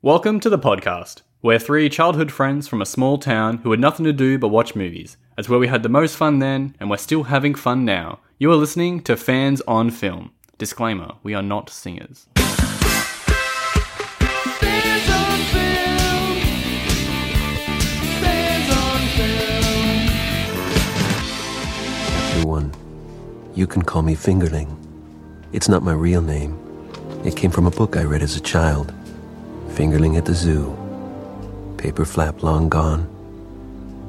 Welcome to the podcast. We're three childhood friends from a small town who had nothing to do but watch movies. That's where we had the most fun then, and we're still having fun now. You are listening to Fans on Film. Disclaimer we are not singers. Fans on film. Fans on film. Everyone, you can call me Fingerling. It's not my real name. It came from a book I read as a child Fingerling at the Zoo. Paper flap long gone.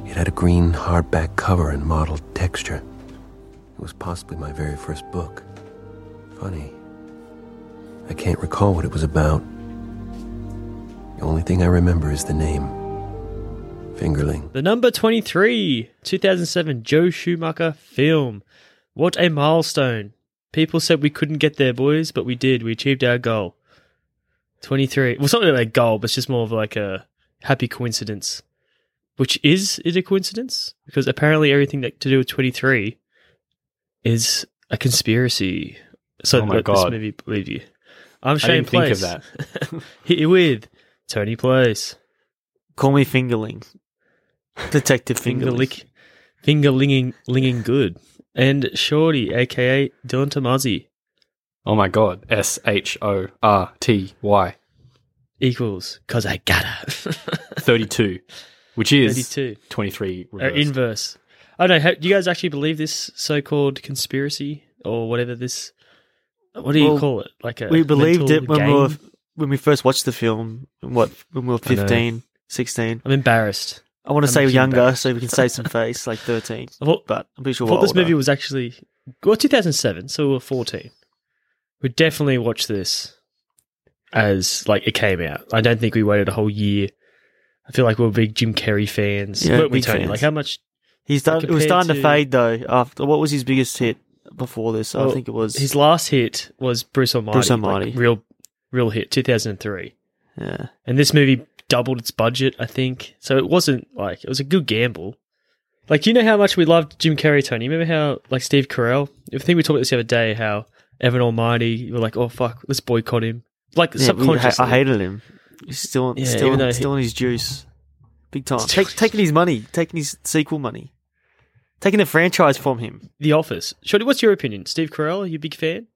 It had a green hardback cover and mottled texture. It was possibly my very first book. Funny. I can't recall what it was about. The only thing I remember is the name Fingerling. The number 23, 2007 Joe Schumacher film. What a milestone. People said we couldn't get there, boys, but we did. We achieved our goal. 23. Well, it's not really a goal, but it's just more of like a happy coincidence. Which is it a coincidence? Because apparently everything that to do with 23 is a conspiracy. So Oh my let this God. movie believe you. I'm I Shane didn't think of Place. that. Hit you with Tony Place. Call me Fingerling. Detective finger Fingerling. lick, finger linging, linging good, and Shorty, aka Dylan Tomazzi, Oh my god. S H O R T Y equals cause I gotta 32, which is thirty two 23 or reversed. inverse. I don't know. How, do you guys actually believe this so-called conspiracy or whatever this? What do you Well, call it? Like a We believed mental it when game? we were when we first watched the film. What when we were I know. 15, 16. I'm embarrassed. I want I'm to say actually younger embarrassed. so we can save some face, like thirteen. I thought, But I'm pretty sure I we're thought this older. movie was actually well 2007, so we were 14. We definitely watched this as like it came out. I don't think we waited a whole year. I feel like we were big Jim Carrey fans. Yeah, weren't we, big Tony? fans. Like how much? He's done. It compared was starting to, to- fade though. After what was his biggest hit before this? Well, I think it was. His last hit was Bruce Almighty. Bruce like, Almighty. real, real hit, 2003. yeah, And this movie doubled its budget, I think. So it wasn't like it was a good gamble. Like you know how much we loved Jim Carrey, Tony. Remember how like Steve Carell? I think we talked about this the other day. How Evan Almighty, you were like, oh fuck, let's boycott him. Like yeah we- subconsciously, I hated him. He's still, Yeah, still, even though he- still on his juice, big time. Still Take, on his taking his money, taking his sequel money, taking the franchise from him. The Office. Shorty, what's your opinion? Steve Carell, are you a big fan?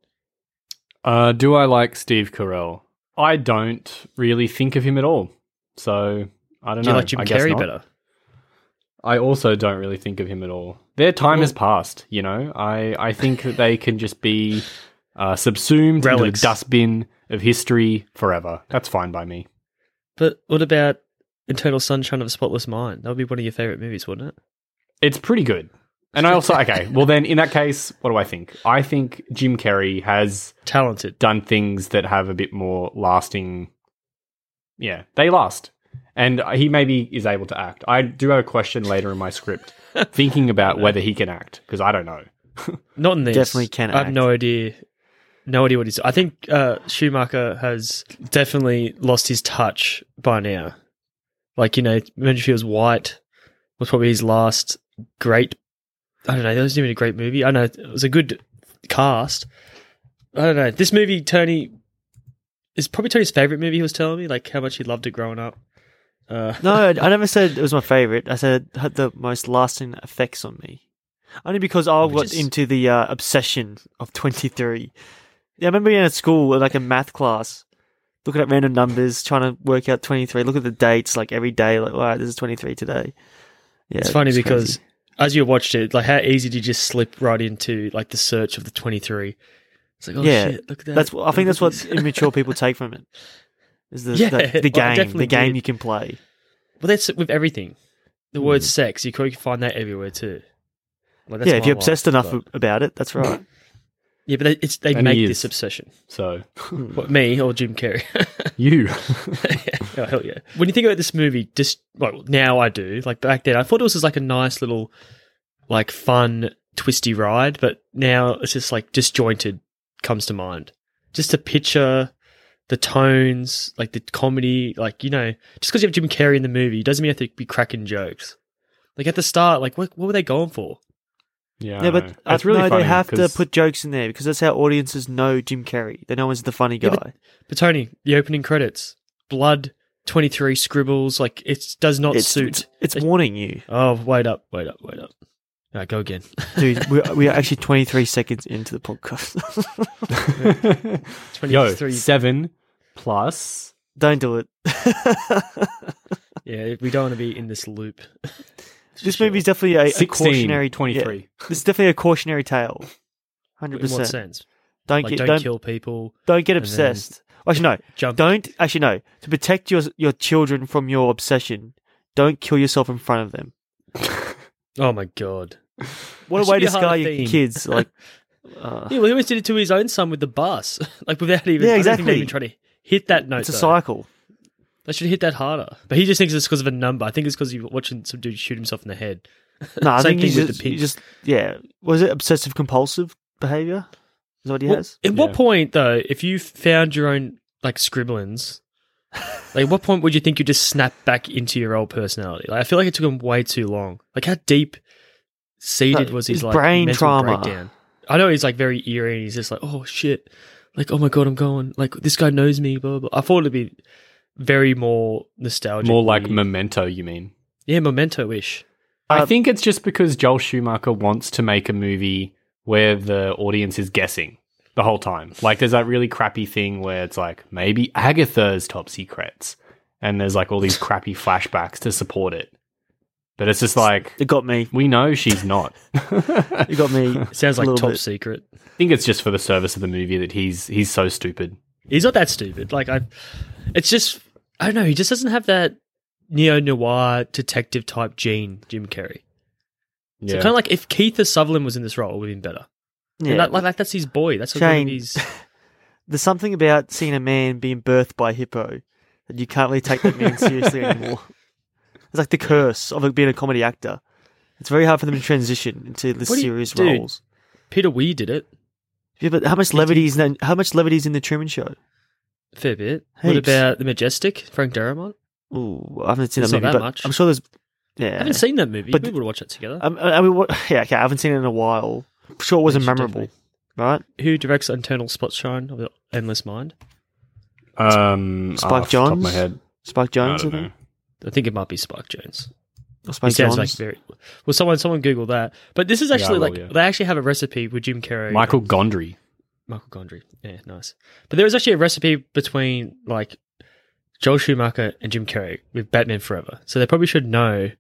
Uh, do I like Steve Carell? I don't really think of him at all. So I don't Do know. you like Jim I guess Carrey not. better? I also don't really think of him at all. Their time has passed, you know. I, I think that they can just be uh, subsumed into Relics. the dustbin of history forever. That's fine by me. But what about Eternal Sunshine of a Spotless Mind? That would be one of your favorite movies, wouldn't it? It's pretty good. And I also okay. Well, then in that case, what do I think? I think Jim Carrey has Talented. done things that have a bit more lasting. Yeah, they last, and he maybe is able to act. I do have a question later in my script, thinking about whether he can act because I don't know. Not in this. Definitely can I have act. no idea. No idea what he's. I think uh, Schumacher has definitely lost his touch by now. Like you know, Menderfield's White was probably his last great. I don't know. That wasn't even a great movie. I know it was a good cast. I don't know. This movie, Tony, is probably Tony's favorite movie. He was telling me like how much he loved it growing up. Uh, No, I I never said it was my favorite. I said it had the most lasting effects on me, only because I Which got is- into the uh, obsession of twenty three. Yeah, I remember being at school in like a math class, looking at random numbers, trying to work out twenty three. Look at the dates like every day. Like, all right, this is twenty three today. Yeah, it's funny because crazy. as you watched it, like how easy did you just slip right into like the search of the twenty three? It's like, oh Yeah, shit, look at that. that's what I think. That's what Well, immature people take from it. Is the Yeah, the, I the game, definitely the game did. you can play. that's it with everything. The word sex, you can you can find that everywhere too. Like, that's Hmm. yeah, if my you're life, obsessed enough but- about it, that's right. yeah, but they, it's, they And make he this is. obsession. So Hmm. What, me or Jim Carrey? you. oh hell yeah! When you think about this movie, just well now I do. Like back then, I thought it was just like a nice little, like fun twisty ride, but now it's just like disjointed comes to mind. Just the picture, the tones, like the comedy, like you know, just because you have Jim Carrey in the movie doesn't mean you have to be cracking jokes. Like at the start, like what what were they going for? Yeah, I Yeah, but know. I, it's really no, funny they have to 'cause- put jokes in there because that's how audiences know Jim Carrey. They know he's the funny guy. Yeah, But Tony, the opening credits, blood 23 scribbles. Like it does not it's, suit. It's, it's warning you, Oh, wait up, wait up, wait up. All right, go again. dude. We are, we are actually 23 seconds into the podcast. Yo, 23. seven plus. Don't do it. yeah, we don't want to be in this loop. this movie is definitely a, a 16, cautionary. yeah, 23. this is definitely a cautionary tale. Hundred In what percent. sense? Don't Like, get don't, don't kill people. don't get and then- obsessed. Actually, no. Jump. Don't actually no. To protect your your children from your obsession, don't kill yourself in front of them. Oh my god. What That a way should be to a harder scar your theme. kids! Like, Yeah, well, he almost did it to his own son with the bus, like without even. Yeah, I don't think they exactly. even trying to hit that note. it's a though. cycle. They should hit that harder. But he just thinks it's because of a number. I think it's because he's watching some dude shoot himself in the head. No, I Same think he's thing with the just, he pigs. just yeah. Was it obsessive compulsive behavior? Is that what he Well, has? At what Yeah. point though, if you found your own like scribblings, like at what point would you think you just snap back into your old personality? Like I feel like it took him way too long. Like how deep seated No, was his, his like brain mental trauma. breakdown? I know he's like very eerie and he's just like, oh shit, like oh my god, I'm going. Like this guy knows me. Blah blah. I thought it'd be very more nostalgic, More like weird. Memento, you mean? yeah, memento ish. Uh, I think it's just because Joel Schumacher wants to make a movie where the audience is guessing the whole time. Like, there's that really crappy thing where it's like, maybe Agatha's top secrets. And there's like all these crappy flashbacks to support it. But it's just like, It got me. we know she's not. It got me. It sounds a like little top bit. secret. I think it's just for the service of the movie that he's he's so stupid. He's not that stupid. Like I, it's just I don't know. He just doesn't have that neo noir detective type gene, Jim Carrey. Yeah. So kind of like if Keith Sutherland was in this role, it would have been better. Yeah. Yeah. Like, like that's his boy. That's what Shane. he's. There's something about seeing a man being birthed by a hippo that you can't really take that man seriously anymore. It's like the curse of being a comedy actor. It's very hard for them to transition into the What do you- serious dude. roles. Peter Wee did it Yeah, but how much levity is in, how much levity is in the Truman Show? a fair bit. What Heaps. about the Majestic? Frank Darabont. Ooh, I haven't seen It's that not movie, that but much. I'm sure there's. Yeah, I haven't seen that movie. But- we would watch it together. Um, I I mean, what, yeah, okay, I haven't seen it in a while. I'm sure it wasn't Yeah, you should memorable, right? Who directs Internal Spot Shine of the Endless Mind? um, Spike off the top of Jonze? my head. Spike I Jones, I, don't know. think. I think it might be Spike Jones. Or He Spike sounds Jones. like very well. Someone, someone Google that. But this is Yeah, I actually will, like yeah. they actually have a recipe with Jim Carrey. Michael Gondry. Michael Gondry. Yeah, nice. But there was actually a recipe between like Joel Schumacher and Jim Carrey with Batman Forever. So they probably should know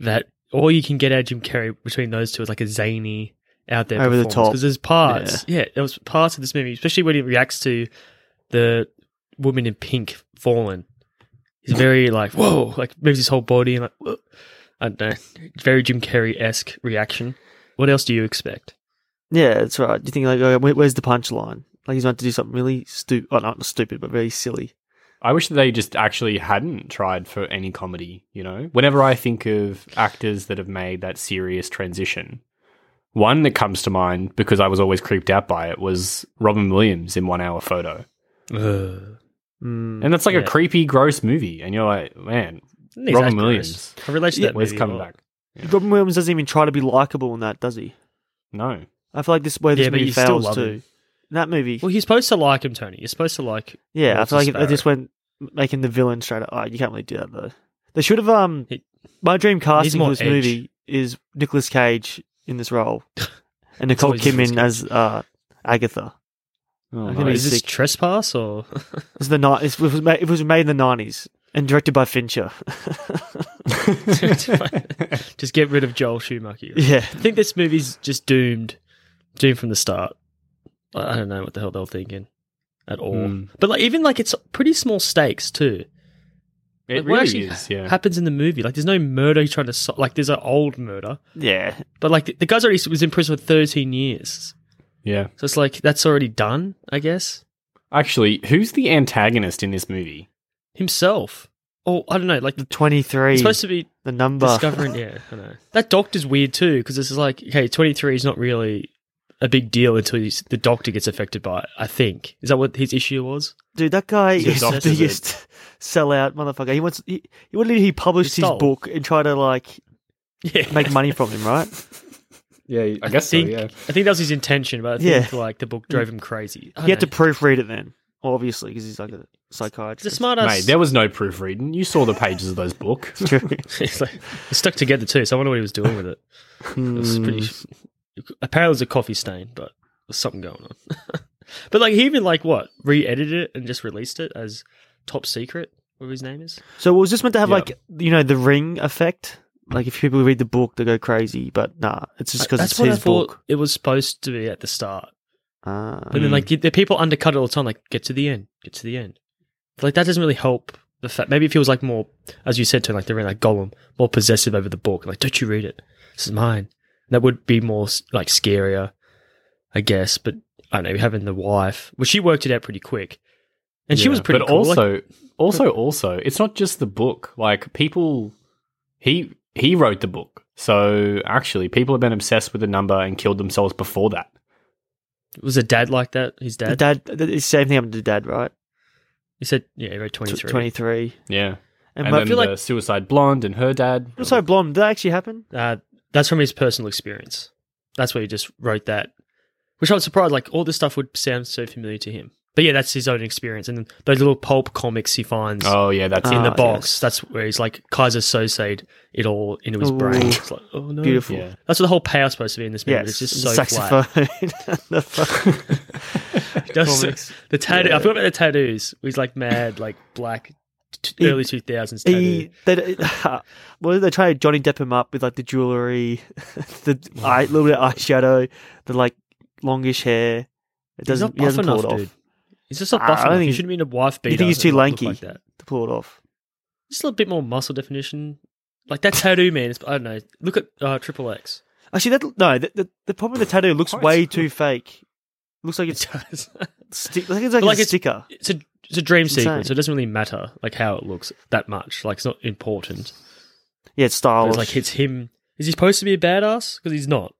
that all you can get out of Jim Carrey between those two is like a zany out there Over the top. because there's parts. Yeah. there was parts of this movie, especially when he reacts to the woman in pink fallen. He's very like whoa, like moves his whole body and like whoa. I don't know, very Jim Carrey esque reaction. What else do you expect? yeah, that's right. You think like, oh, where- where's the punchline? Like he's about to do something really stupid, oh, not stupid, but very silly. I wish that they just actually hadn't tried for any comedy, you know? Whenever I think of actors that have made that serious transition, one that comes to mind because I was always creeped out by it was Robin Williams in One Hour Photo. Ugh. Mm. And that's like Yeah. a creepy, gross movie. And you're like, man, Robin Williams, I relate to that. where's movie a coming lot. back? Robin Williams doesn't even try to be likable in that, does he? No. I feel like this where this Yeah, but movie you still fails love too. him. In that movie, Well, you're supposed to like him, Tony. You're supposed to like. yeah, I Walter feel like if they just Sparrow. went making the villain straight. up. Oh, you can't really do that though. They should have. Um, He- my dream casting more for this edge. movie is Nicolas Cage in this role, and Nicole always Nicolas Kidman as uh, Agatha. Oh, I no. think is this sick. trespass or? It's the ni- it's- It was made, it was made in the nineties and directed by Fincher. just get rid of Joel Schumacher. yeah, I think this movie's just doomed, doomed from the start. I I don't know what the hell they're thinking at all. Mm. But like, even like, it's pretty small stakes too. it Like, what really actually is, yeah. Happens in the movie. Like, there's no murder he's trying to sol- like. There's an old murder, yeah. but like the, the guy's already was in prison for 13 years. yeah. So it's like that's already done, I guess. Actually, who's the antagonist in this movie? Himself. Oh, I don't know. Like, Twenty three. it's supposed to be The number. discovering. yeah, I know that doctor's weird too because this is like, okay, twenty three is not really a big deal until he's, the doctor gets affected by it. I think is that what his issue was? Dude, that guy He's a is the doctor, dude. biggest sellout motherfucker. He wants. He, what did he publish He his stole. book and try to like Yeah, make money from him? Right. Yeah, I I guess think I think that was his intention, but I think Yeah. like the book drove him crazy. I He had to don't know. proofread it then, obviously, because he's like, a- psychiatrist. The smart ass. Mate, there was no proofreading. You saw the pages of those book. it's like, it's stuck together too, so I wonder what he was doing with it. It was Hmm. pretty. Mm. Apparently, it was a coffee stain, but there's something going on. but like, he even like what re-edited it and just released it as top secret. Whatever his name is. So was this meant to have Yeah. like you know the ring effect? Like if people read the book, they go crazy. But nah, it's just because That's it's what his I thought book. it was supposed to be at the start. Ah. And then Mm. like the people undercut it all the time, like get to the end, get to the end. Like that doesn't really help the fact. Maybe it feels like more, as you said to him, like they're in like Gollum, more possessive over the book. Like, don't you read it? This is mine. That would be more like scarier, I guess. But I don't know having the wife, well, she worked it out pretty quick, and she Yeah, was pretty. But cool. like, also, also, also, it's not just the book. Like people, he he wrote the book. So actually, people have been obsessed with the number and killed themselves before that. was a dad like that? His The dad. dad, the the same thing happened to dad, right? He said, yeah, he wrote twenty three. Twenty three. Yeah, And, and, but then I feel the like Suicide Blonde and her dad. I'm sorry, blonde. Did that actually happen? Uh, that's from his personal experience. That's where he just wrote that, which I was surprised. Like all this stuff would sound so familiar to him, but yeah, that's his own experience. And then those little pulp comics he finds Oh yeah, that's in Ah, the yes. box. That's where he's like Kaiser Sosaid it all into his Ooh. brain. It's like, oh no, Beautiful. yeah. That's what the whole payout's supposed to be in this movie. but Yes, It's just the so flat. saxophone. The fuck- Just- comics. the tattoo. Yeah. I forgot about the tattoos. He's like mad, like black, t- He- early two thousands tattoo. he, they, what did they try to Johnny Depp him up with like the jewelry, the eye, little bit of eyeshadow, the like longish hair? It he's doesn't. not he buff doesn't pull enough, it off. dude. He's just not Ah, I buff don't enough. think He he's- shouldn't be in a wife beater. You think he's and too look lanky? like that. To pull it off. just a little bit more muscle definition. Like that tattoo man, it's- I don't know. Look at uh, Triple X. Actually, that no. The, the, the problem with the tattoo it looks Quite. way too fake. Looks like it's It does. sti- like it's like, But like a it's- sticker. it's a it's a dream Insane. sequence. So it doesn't really matter like how it looks that much. Like it's not important. Yeah, it's stylish. It's like it's him. Is he supposed to be a badass? Because he's not.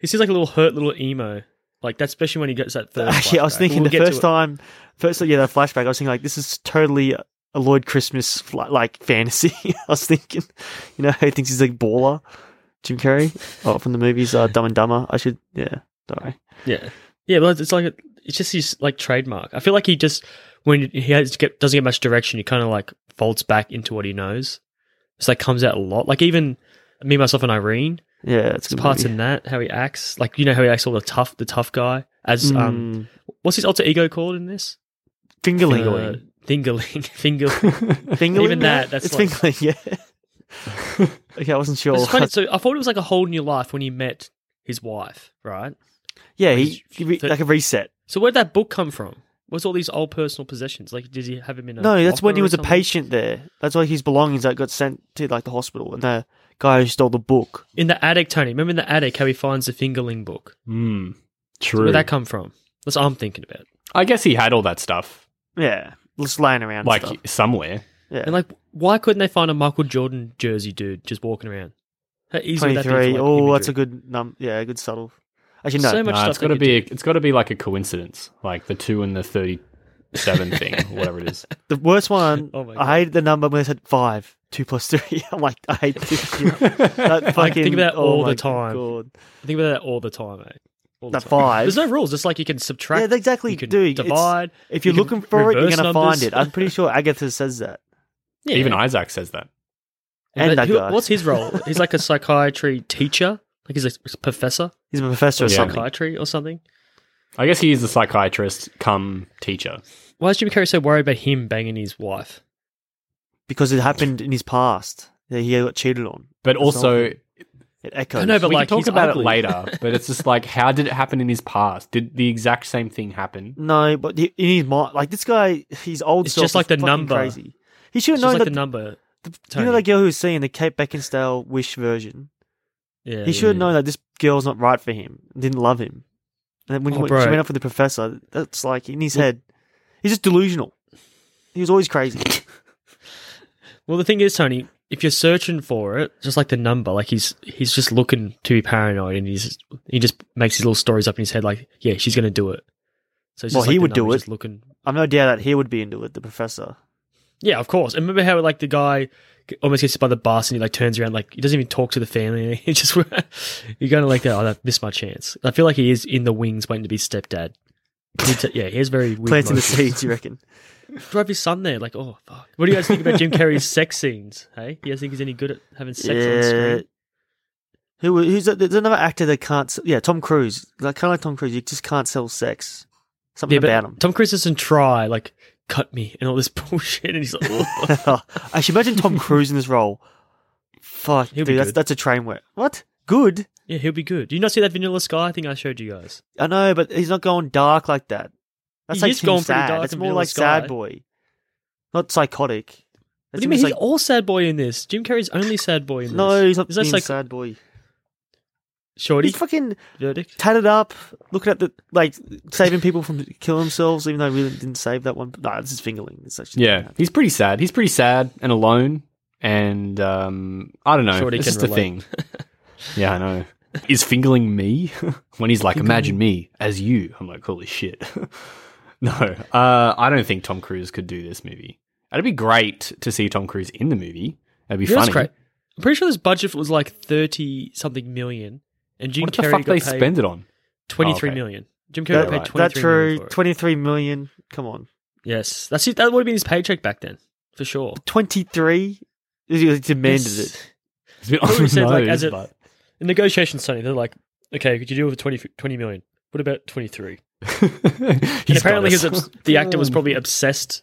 He seems like a little hurt, little emo. Like that's especially when he gets that third. Actually, I was flashback. thinking We'll the get to first it. time, first yeah, the flashback. I was thinking like this is totally a Lloyd Christmas fl- like fantasy. I was thinking, you know, he thinks he's like baller, Jim Carrey, oh, from the movies uh, Dumb and Dumber. I should, yeah, sorry. Yeah, yeah, but it's like it's just his like trademark. I feel like he just when he has get, doesn't get much direction, he kind of like folds back into what he knows. So that comes out a lot. Like even me, myself, and Irene. Yeah, it's a There's good parts movie. in that how he acts. Like you know how he acts all the tough, the tough guy. As um, Mm, what's his alter ego called in this? fingerling, Uh, Fingerling, Fingerling. fingerling. even that, yeah? that's it's like- fingerling. Yeah. okay, I wasn't sure. It's funny, so I thought it was like a whole new life when he met his wife, right? yeah, he, he re- Thir- like a reset. So where'd that book come from? What's all these old personal possessions? Like, did he have him in? A No, that's when locker he or was a something? patient there. That's why his belongings that got sent to like the hospital, and the guy who stole the book. in the attic. Tony, remember in the attic how he finds the Fingerling book? Mm, So true. where'd that come from? That's what I'm thinking about. I guess he had all that stuff Yeah, just laying around. and like stuff. somewhere. yeah, And like, why couldn't they find a Michael Jordan jersey dude just walking around? How easy would that be for, twenty-three. like, oh, that's imagery? a good num. Yeah, a good subtle. Actually, no. So much Nah, stuff it's they got to could be. It's got to be like a coincidence, like the two and the thirty-seven thing, whatever it is. the worst one. Oh my God. I hated the number when they said five, two plus three. I'm like, I hate this. shit. that fucking. about that oh all the my time. God. I think about that all the time, eh? All the That time. five. There's no rules. It's like you can subtract. Yeah, they- exactly, You can dude, it's- divide. If you're You can looking for it, you're reverse gonna numbers. find it. I'm pretty sure Agatha says that. Yeah. Even Isaac says that. And But that who- guy. What's his role? He's like a psychiatry teacher. Like he's a professor He's a professor or of Yeah. something. psychiatry or something. I guess he is a psychiatrist come teacher. Why is Jim Carrey so worried about him banging his wife? because it happened in his past that he got cheated on. But also, It echoes. know, but we like, can he's talk about ugly. it later. But it's just like, how did it happen in his past? Did the exact same thing happen? No, but he, in his mind, like this guy, he's old. It's self just like is the fucking number. Crazy. He should It's just have known like the that. number. you know Tony. that girl who was singing the Kate Beckinsale Wish version. Yeah, he yeah, should have yeah. known that this girl's not right for him. Didn't love him. And then when he Oh, went, bro. she went up with the professor, that's like in his head. He's just delusional. He was always crazy. Well, the thing is, Tony, if you're searching for it, just like the number, like he's he's just looking to be paranoid, and he's he just makes his little stories up in his head, like yeah, she's gonna do it. So it's Well, just like he the would do number, it. Just looking, I'm no doubt that he would be into it. The professor. yeah, of course. And remember how like the guy g- almost gets hit by the bus, and he like turns around, like he doesn't even talk to the family. He just you're going to like that. Oh, that missed my chance. I feel like he is in the wings, waiting to be stepdad. He t- yeah, he has very weird Planting the motions. seeds, you reckon? drive your son there. Like, oh fuck. What do you guys think about Jim Carrey's sex scenes? Hey, you guys think he's any good at having sex on screen? Who who's that? There's another actor that can't. s- Yeah, Tom Cruise. Like kind of like Tom Cruise. You just can't sell sex. Something about him. Tom Cruise doesn't try like cut me and all this bullshit, and he's like, oh. Actually, imagine Tom Cruise in this role. Fuck, He'll be dude, that's good. that's a train wreck. What? Good. yeah, he'll be good. Do you not see that Vanilla Sky thing I showed you guys? I know, but he's not going dark like that. That's He like is Tim going pretty sad. dark It's in more Vanilla like Sky. sad boy, not psychotic. What That's do you him mean? as, He's like- all sad boy in this. Jim Carrey's only sad boy in this. no, he's not There's being like sad boy. shorty He's fucking verdict. tatted up, looking at the like saving people from killing themselves, even though he really didn't save that one. Nah, this is fingerling. It's actually Yeah, he's pretty sad. He's pretty sad and alone, and um, I don't know. Shorty it's can just a relate. thing. yeah, I know. Is fingering me when he's like, imagine me as you. I'm like, holy shit. no, uh, I don't think Tom Cruise could do this movie. It'd be great to see Tom Cruise in the movie. That'd be Yeah, that's funny. great. I'm pretty sure this budget was like thirty something million, and Jim What the Carrey fuck got they paid spend it on? twenty three Oh, okay. million. Jim Carrey That, got paid right. twenty that three million. true. for it. Twenty three million. Come on, Yes, that's it. That would have been his paycheck back then, for sure. twenty three. He demanded Yes. it. It's a bit Probably on the said, like, nose, as a- but- In negotiations, Sonny, they're like, okay, could you deal with 20, 20 million? What about 23? And He's got apparently, us. his obs- the actor was probably obsessed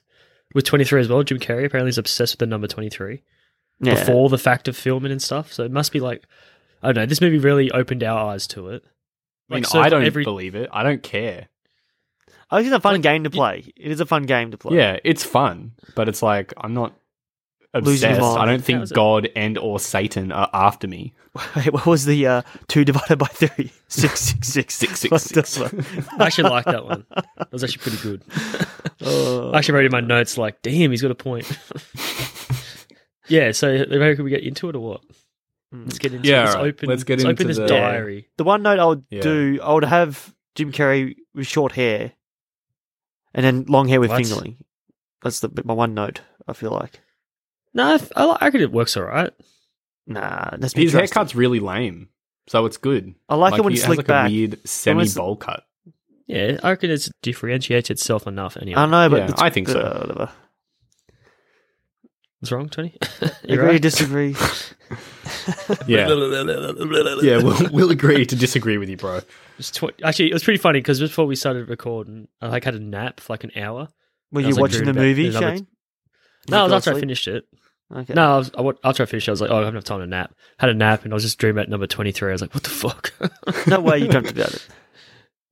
with 23 as well. Jim Carrey apparently is obsessed with the number 23 Yeah. before the fact of filming and stuff. So it must be like, I don't know, this movie really opened our eyes to it. I mean, Like, so I don't every- believe it. I don't care. I think it's a fun Like, game to play. It is a fun game to play. Yeah, it's fun, but it's like I'm not Losing obsessed. mind. I don't How's think it- God and or Satan are after me. Wait, what was the uh, two divided by three? Six, six, six, Six, What six, the six. fuck? I actually like that one. That was actually pretty good. Oh. I actually wrote in my notes, like, damn, he's got a point. yeah, so maybe could we get into it or what? Let's get into Yeah, Let's all right. open, Let's get open into this the- diary. Hmm. The one note I would Yeah. do, I would have Jim Carrey with short hair, and then long hair with What? fingering. That's the my one note. I feel like No, I, f- I li- I reckon it works all right. nah, that's His drastic. haircut's really lame, so it's good. I like, it when he it's has, like slicked back. a weird semi bowl cut. Yeah, I reckon it's differentiates itself enough anyway. I know, but Yeah, it's- I think so. uh, whatever. What's wrong, Tony? You're Agree, right. disagree. Yeah, yeah. We'll, we'll agree to disagree with you, bro. It's tw- actually, it was pretty funny because before we started recording, I like had a nap for like an hour. Were I you was, like, watching dreaming the about movie, these other- Shane? No, it was go after I asleep? finished it. Okay. No, I was, I, wa- after I finished, I was like, oh, I don't have time to nap. Had a nap and I was just dreaming about number 23. I was like, what the fuck? no way you dreamt about it,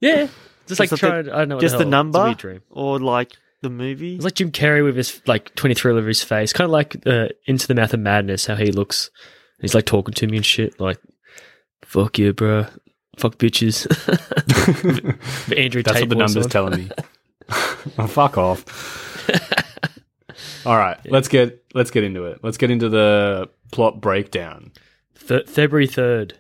yeah. Just like the trying, I don't know. what just the hell. number? It's a weird dream. or like the It movie. was like Jim Carrey with his like 23 over his face, kind of like uh, Into the Mouth of Madness, how he looks. He's like talking to me and shit, like, fuck you, bro. Fuck bitches. But Andrew That's Tate what the was numbers on. telling me. Oh, fuck off. All right, let's get let's get into it. Let's get into the plot breakdown. Th- February 3rd.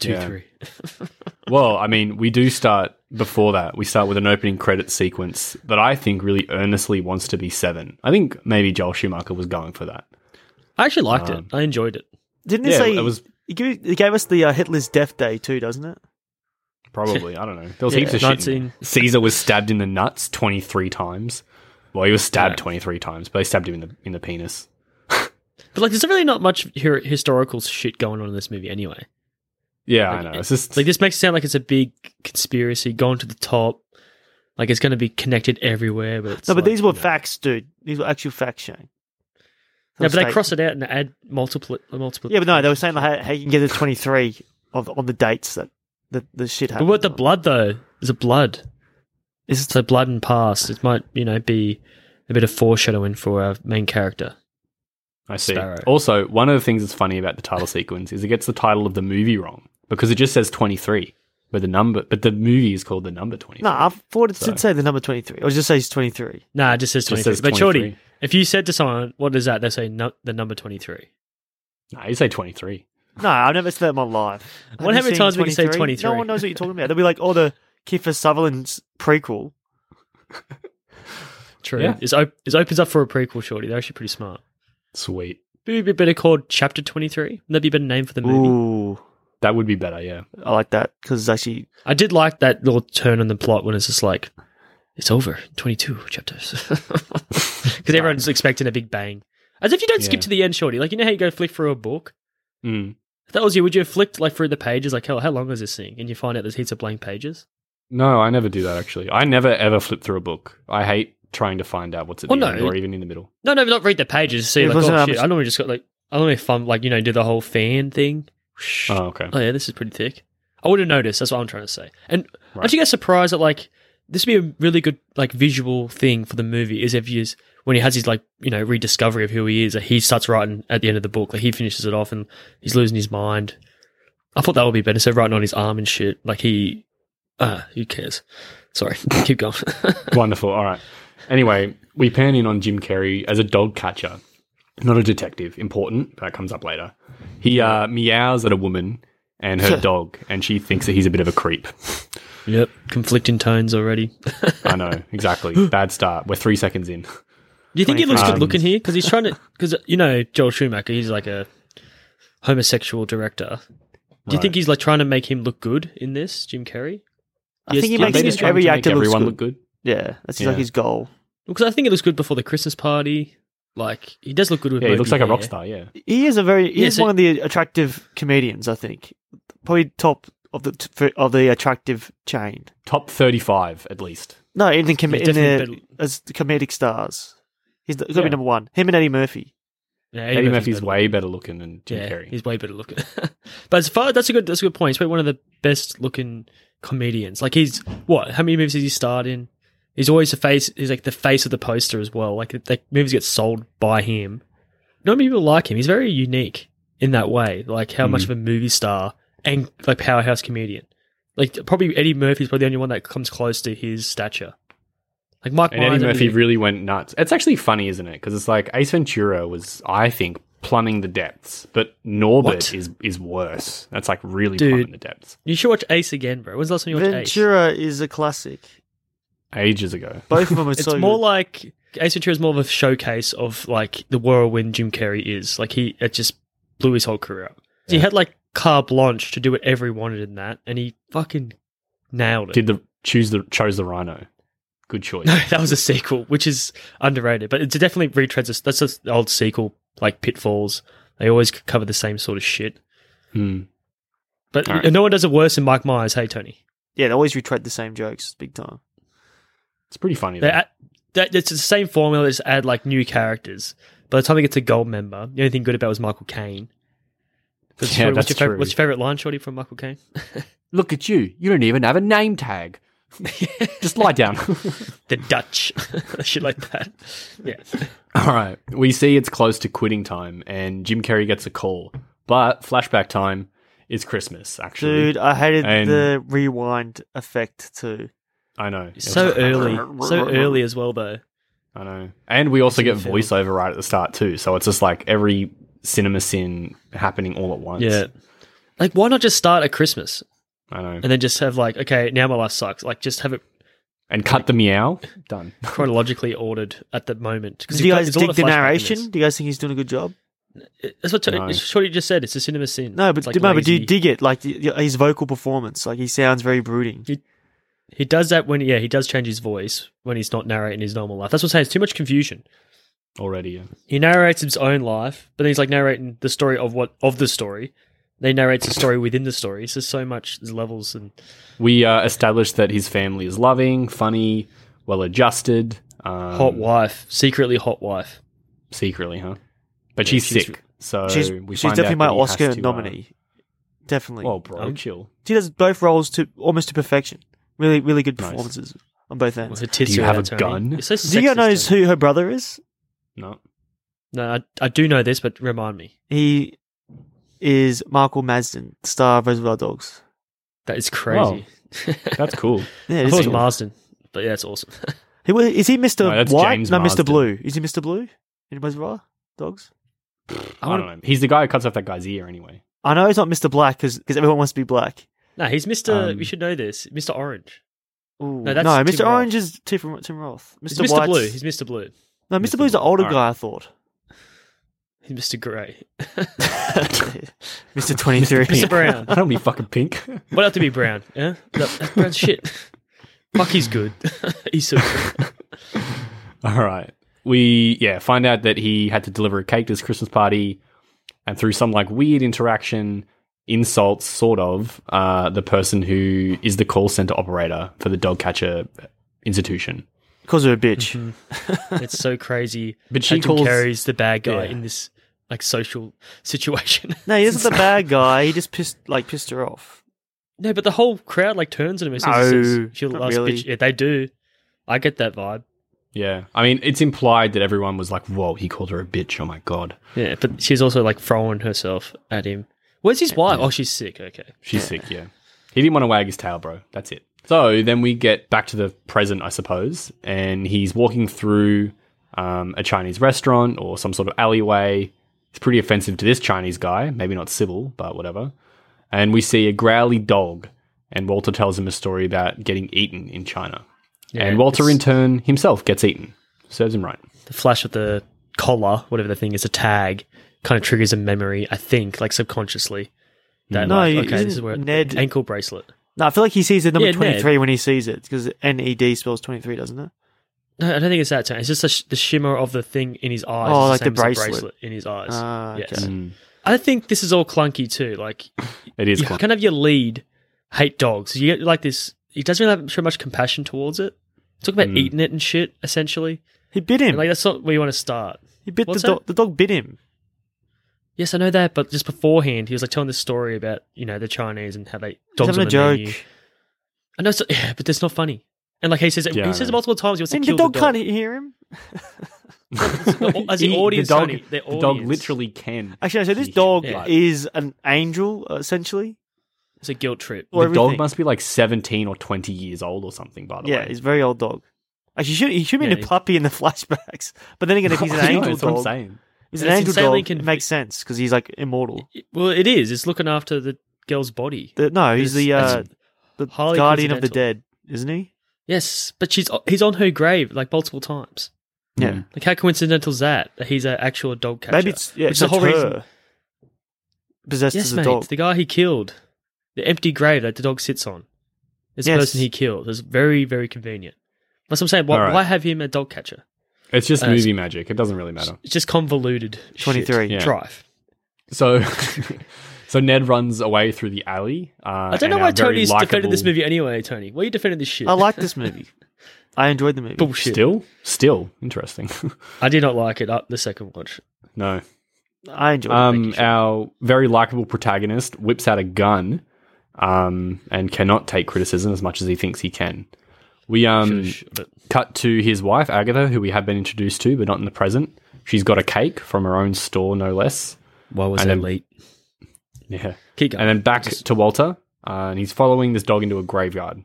2 Yeah. 3. Well, I mean, we do start before that. We start with an opening credit sequence that I think really earnestly wants to be seven. I think maybe Joel Schumacher was going for that. I actually liked Um, it. I enjoyed it. Didn't it yeah, say it was It gave, it gave us the uh, Hitler's death day too, doesn't it? probably I don't know. There was Yeah, heaps of shit. in there. 19. Caesar was stabbed in the nuts twenty three times. Well, he was stabbed Yeah. twenty three times, but they stabbed him in the in the penis. But like, there's really not much hi- historical shit going on in this movie anyway. Yeah, Like, I know. It's just Like, this makes it sound like it's a big conspiracy going to the top. Like, it's going to be connected everywhere. But it's no, but like, these were you know. facts, dude. These were actual facts, Shane. No, but they Mistake. cross it out and add multiple, multiple. Yeah, but no, they were saying like how, how you can get the twenty three of on the dates that the, the shit But happened. what the blood though? There's a blood. Is it- So blood and past. It might you know be a bit of foreshadowing for our main character. I see. Sparrow. Also, one of the things that's funny about the title sequence is it gets the title of the movie wrong because it just says twenty three, but the number, but the movie is called the number twenty. No, I thought it So- did say the number twenty three. I was just say it's twenty three. Nah, it just says twenty Just three. says But Shorty, 23. if you said to someone, "What is that?" They say no, the number twenty three. no, you say twenty three. No, I've never said that in my life. Have wonder you how many seen times we can say No 23. one knows what you're talking about. They'll be like, oh, the Kiefer Sutherland's prequel. True. Yeah. It's op- it opens up for a prequel. Shorty, they're actually pretty smart. Sweet. Maybe it'd be better called Chapter Twenty Three. That'd be a better name for the movie. Ooh, That would be better, yeah. I like that because it's actually I did like that little turn on the plot when it's just like it's over. 22 chapters. Because everyone's expecting a big bang. As if you don't Yeah. skip to the end, Shorty. Like, you know how you go flick through a book? Mm. If that was you, would you have flicked like through the pages? Like, how, how long is this thing? And you find out there's heaps of blank pages. No, I never do that actually. I never ever flip through a book. I hate trying to find out what's at Well, the no. end or even in the middle. No, no, not read the pages. See, Yeah, like, plus oh, how shit. much- I normally just got like, I normally fun, like, you know, do the whole fan thing. Oh, okay. Oh yeah, this is pretty thick. I would have noticed. That's what I'm trying to say. And Right. aren't you guys surprised that like this would be a really good like visual thing for the movie is if you when he has his like you know rediscovery of who he is, like, he starts writing at the end of the book, like he finishes it off and he's losing his mind. I thought that would be better. So writing on his arm and shit, like he, uh, who cares? Sorry, keep going. Wonderful. All right. Anyway, we pan in on Jim Carrey as a dog catcher, not a detective. Important. That comes up later. He uh, meows at a woman and her dog, and she thinks that he's a bit of a creep. yep, conflicting tones already. Do I know exactly. Bad start. We're three seconds in. you think he looks Um, good looking here? Because he's trying to because you know Joel Schumacher, he's like a homosexual director. Do you think he's like trying to make him look good in this, Jim Carrey? I Yes, think he yeah, makes they his- just trying every to make actor looks everyone good. look good? Yeah, that's his, Yeah. like his goal. Because I think it looks good before the Christmas party. Like he does look good with. Yeah, he looks like mopey a rock hair. star. Yeah. He is a very he Yeah, is so- one of the attractive comedians. I think probably top of the t- of the attractive chain. Top thirty-five at least. No, in the, com- He's in the definitely as the comedic stars, he's the, he's got to Yeah. be number one. Him and Eddie Murphy. Yeah, Eddie, Murphy's better. way better looking than Jim yeah, Carrey. he's way better looking. but as far that's a good that's a good point. He's probably one of the best looking comedians. Like he's what? How many movies has he starred in? He's always the face. He's like the face of the poster as well. Like the, the movies get sold by him. Not many people like him. He's very unique in that way. Like how much Mhm. of a movie star and like powerhouse comedian. Like probably Eddie Murphy's probably the only one that comes close to his stature. Like Mike And Eddie Myers, I Murphy mean, really went nuts. It's actually funny, isn't it? Because it's like Ace Ventura was, I think, plumbing the depths, but Norbert What? is is worse. That's like really Dude. plumbing the depths. you should watch Ace again, bro. When's the last time you watched Ace? Ventura is a classic. Ages ago. Both of them are It's so more good. like Ace Ventura is more of a showcase of like the whirlwind Jim Carrey is. Like he it just blew his whole career up. He had like carte blanche to do whatever he wanted in that, and he fucking nailed it. Did the choose the chose the rhino? Good choice. no, that was a sequel, which is underrated, but it's definitely retreads. a- That's just the old sequel, like Pitfalls. They always cover the same sort of shit, Hmm. but All right. no one does it worse than Mike Myers. Hey, Tony, yeah, they always retread the same jokes, big time. It's pretty funny. they Though. add, that it's the same formula. They just add like new characters. By the time they get to Gold Member, the only thing good about was Michael Caine. Yeah, Shorty, what's that's your true. favorite, What's your favorite line, Shorty, from Michael Caine? Look at you. You don't even have a name tag. Just lie down. The Dutch, shit like that. Yeah, All right. We see it's close to quitting time, and Jim Carrey gets a call. But flashback time is Christmas. Actually, Dude, I hated And- the rewind effect too. I know. It so was- early, so early as well though. I know. And we also get film. voiceover right at the start too, so it's just like every cinema sin happening all at once. Yeah, like why not just start at Christmas I know. and then just have like, okay, now my life sucks. Like just have it And cut the meow. Done. chronologically ordered at the moment. Because Do you guys dig the narration? Do you guys think he's doing a good job? That's what Tony, No. it's Shorty just said. It's a cinema scene. No, but It's, like, do, no, but do you lazy. dig it? Like y- y- his vocal performance, like he sounds very brooding. He does that when yeah, he does change his voice when he's not narrating his normal life. That's what I'm saying. It's too much confusion. Already. Yeah. He narrates his own life, but then he's like narrating the story of what of the story. Then he narrates the story within the story. So there's so much there's levels and We uh, established that his family is loving, funny, well adjusted. Um, hot wife, secretly hot wife. Secretly, huh? But she's, she's- sick. So She's, we she's find definitely out my that he has Oscar to, uh, nominee. Definitely. well, bro, Um, chill. She does both roles to almost to perfection. Really, really good Nice. performances on both Well, ends. her tits Do you are have out, a Tony. gun? You're so Do you sexist, know Tony. who her brother is? No. No, I, I do know this, but remind me. He is Michael Madsen, star of Reservoir Dogs. That is crazy. That's cool. Yeah, I is thought it was he? Marsden, but yeah, it's awesome. He wa- is he Mr. Oh, No, that's White? James no, Marsden. Mr. Blue. Is he Mr. Blue in Reservoir Dogs? I, don't know. He's the guy who cuts off that guy's ear anyway. I know he's not Mr. Black because everyone wants to be black. no, he's Mr. Um, we should know this. Mr. Orange. Ooh. No, that's no, Tim Mr. Roth. Orange is Tim, Tim Roth. It's Mr. Mr. White's- Blue. He's Mr. Blue. no, Mr. Mr. Blue's the Blue. older Alright. guy, I thought. He's Mr. Grey. Mr. 23. Mr. Brown. I don't be fucking pink. What have to be brown? Yeah, that, that's brown shit. Fuck, he's good. he's so good. All right. We yeah find out that he had to deliver a cake to his Christmas party, and through some like weird interaction, insults sort of uh, the person who is the call center operator for the dog catcher institution. Because we're a bitch. It's so crazy. But she Jim calls- Carrey's the bad guy Yeah. in this like social situation. No, he isn't the bad guy. He just pissed like pissed her off. no, but the whole crowd like turns on him and says, No, says, "She'll not last really. bitch." Yeah, they do. I get that vibe. Yeah, I mean it's implied that everyone was like, "Whoa, he called her a bitch." Oh my god, Yeah, but she's also like throwing herself at him. Where's his wife? Oh, she's sick. Okay. she's sick. Yeah, he didn't want to wag his tail, bro. That's it. So then we get back to the present, I suppose, and he's walking through um, a Chinese restaurant or some sort of alleyway. It's pretty offensive to this Chinese guy, maybe not civil, but whatever. And we see a growly dog, and Walter tells him a story about getting eaten in China. and Walter, it's- in turn, himself gets eaten. Serves him right. the flash of the collar, whatever the thing is, a tag, kind of triggers a memory. I think, like subconsciously, that No, like, you- okay, this is isn't where Ned- ankle bracelet. No, I feel like he sees the number Yeah, Ned. twenty three when he sees it because N E D spells twenty three, doesn't it? No, I don't think it's that. Tone. It's just the, sh- the shimmer of the thing in his eyes. Oh, is like the same as bracelet. in his eyes. Ah, okay. Yes. I think this is all clunky too. Like Mm. It is. you quite- kind of your lead hate dogs. You get like this. He doesn't really have so much compassion towards it. Talk Mm. about eating it and shit. Essentially, He bit him. and, like that's not where you want to start. he bit the what's dog. that? The dog bit him. Yes, I know that, but just beforehand, he was like telling this story about you know the Chinese and how they He's dogs having on a the joke. menu. I know, it's, yeah, but that's not funny. And like he says, it, Yeah, I he says know. it multiple times. He wants And to the kill dog the can't dog. hear him. As the He- audience, the dog, Sonny, the the dog audience. literally can. Actually, no, so this dog Yeah. is an angel essentially. It's a guilt trip. Or the dog everything. must be like 17 or 20 years old or something, by the Yeah, way. he's a very old dog. Actually, he should he should be in Yeah, a he's- puppy in the flashbacks. But then again, if he's an I know, angel that's what I'm dog, saying. if he's an It's angel insanely dog, it conv- makes sense because he's like immortal. It- well, it is. It's looking after the girl's body. The- no, he's the It's- uh, the highly guardian of the coincidental. dead, isn't he? yes, but she's he's on her grave like multiple times. Yeah. Hmm. Like how coincidental is that? That he's an actual dog catcher. Maybe it's yeah, Which is it's the whole reason possessed Yes, as a mate. dog. The guy he killed, the empty grave that the dog sits on, is Yes. the person he killed. It's very very convenient. That's what I'm saying. Why, All right. why have him a dog catcher? It's just Uh, movie magic. It doesn't really matter. It's just convoluted. shit. 23. Yeah. drive. So, so Ned runs away througugh the alley. Uh, I don't know why Tony's defended this movie anyway, Tony. Why are you defending this shit? I like this movie. I enjoyed the movie. bullshit. Still, still interesting. I did not like it up the second watch. no, I enjoyed it. um, our very likable protagonist whips out a gun, um, and cannot take criticism as much as he thinks he can. We um, Should've sh- but Cut to his wife, Agatha, who we have been introduced to, but not in the present. She's got a cake from her own store, no less. why was and it then- late? Yeah. Keep going. And then back to Walter, uh, and he's following this dog into a graveyard.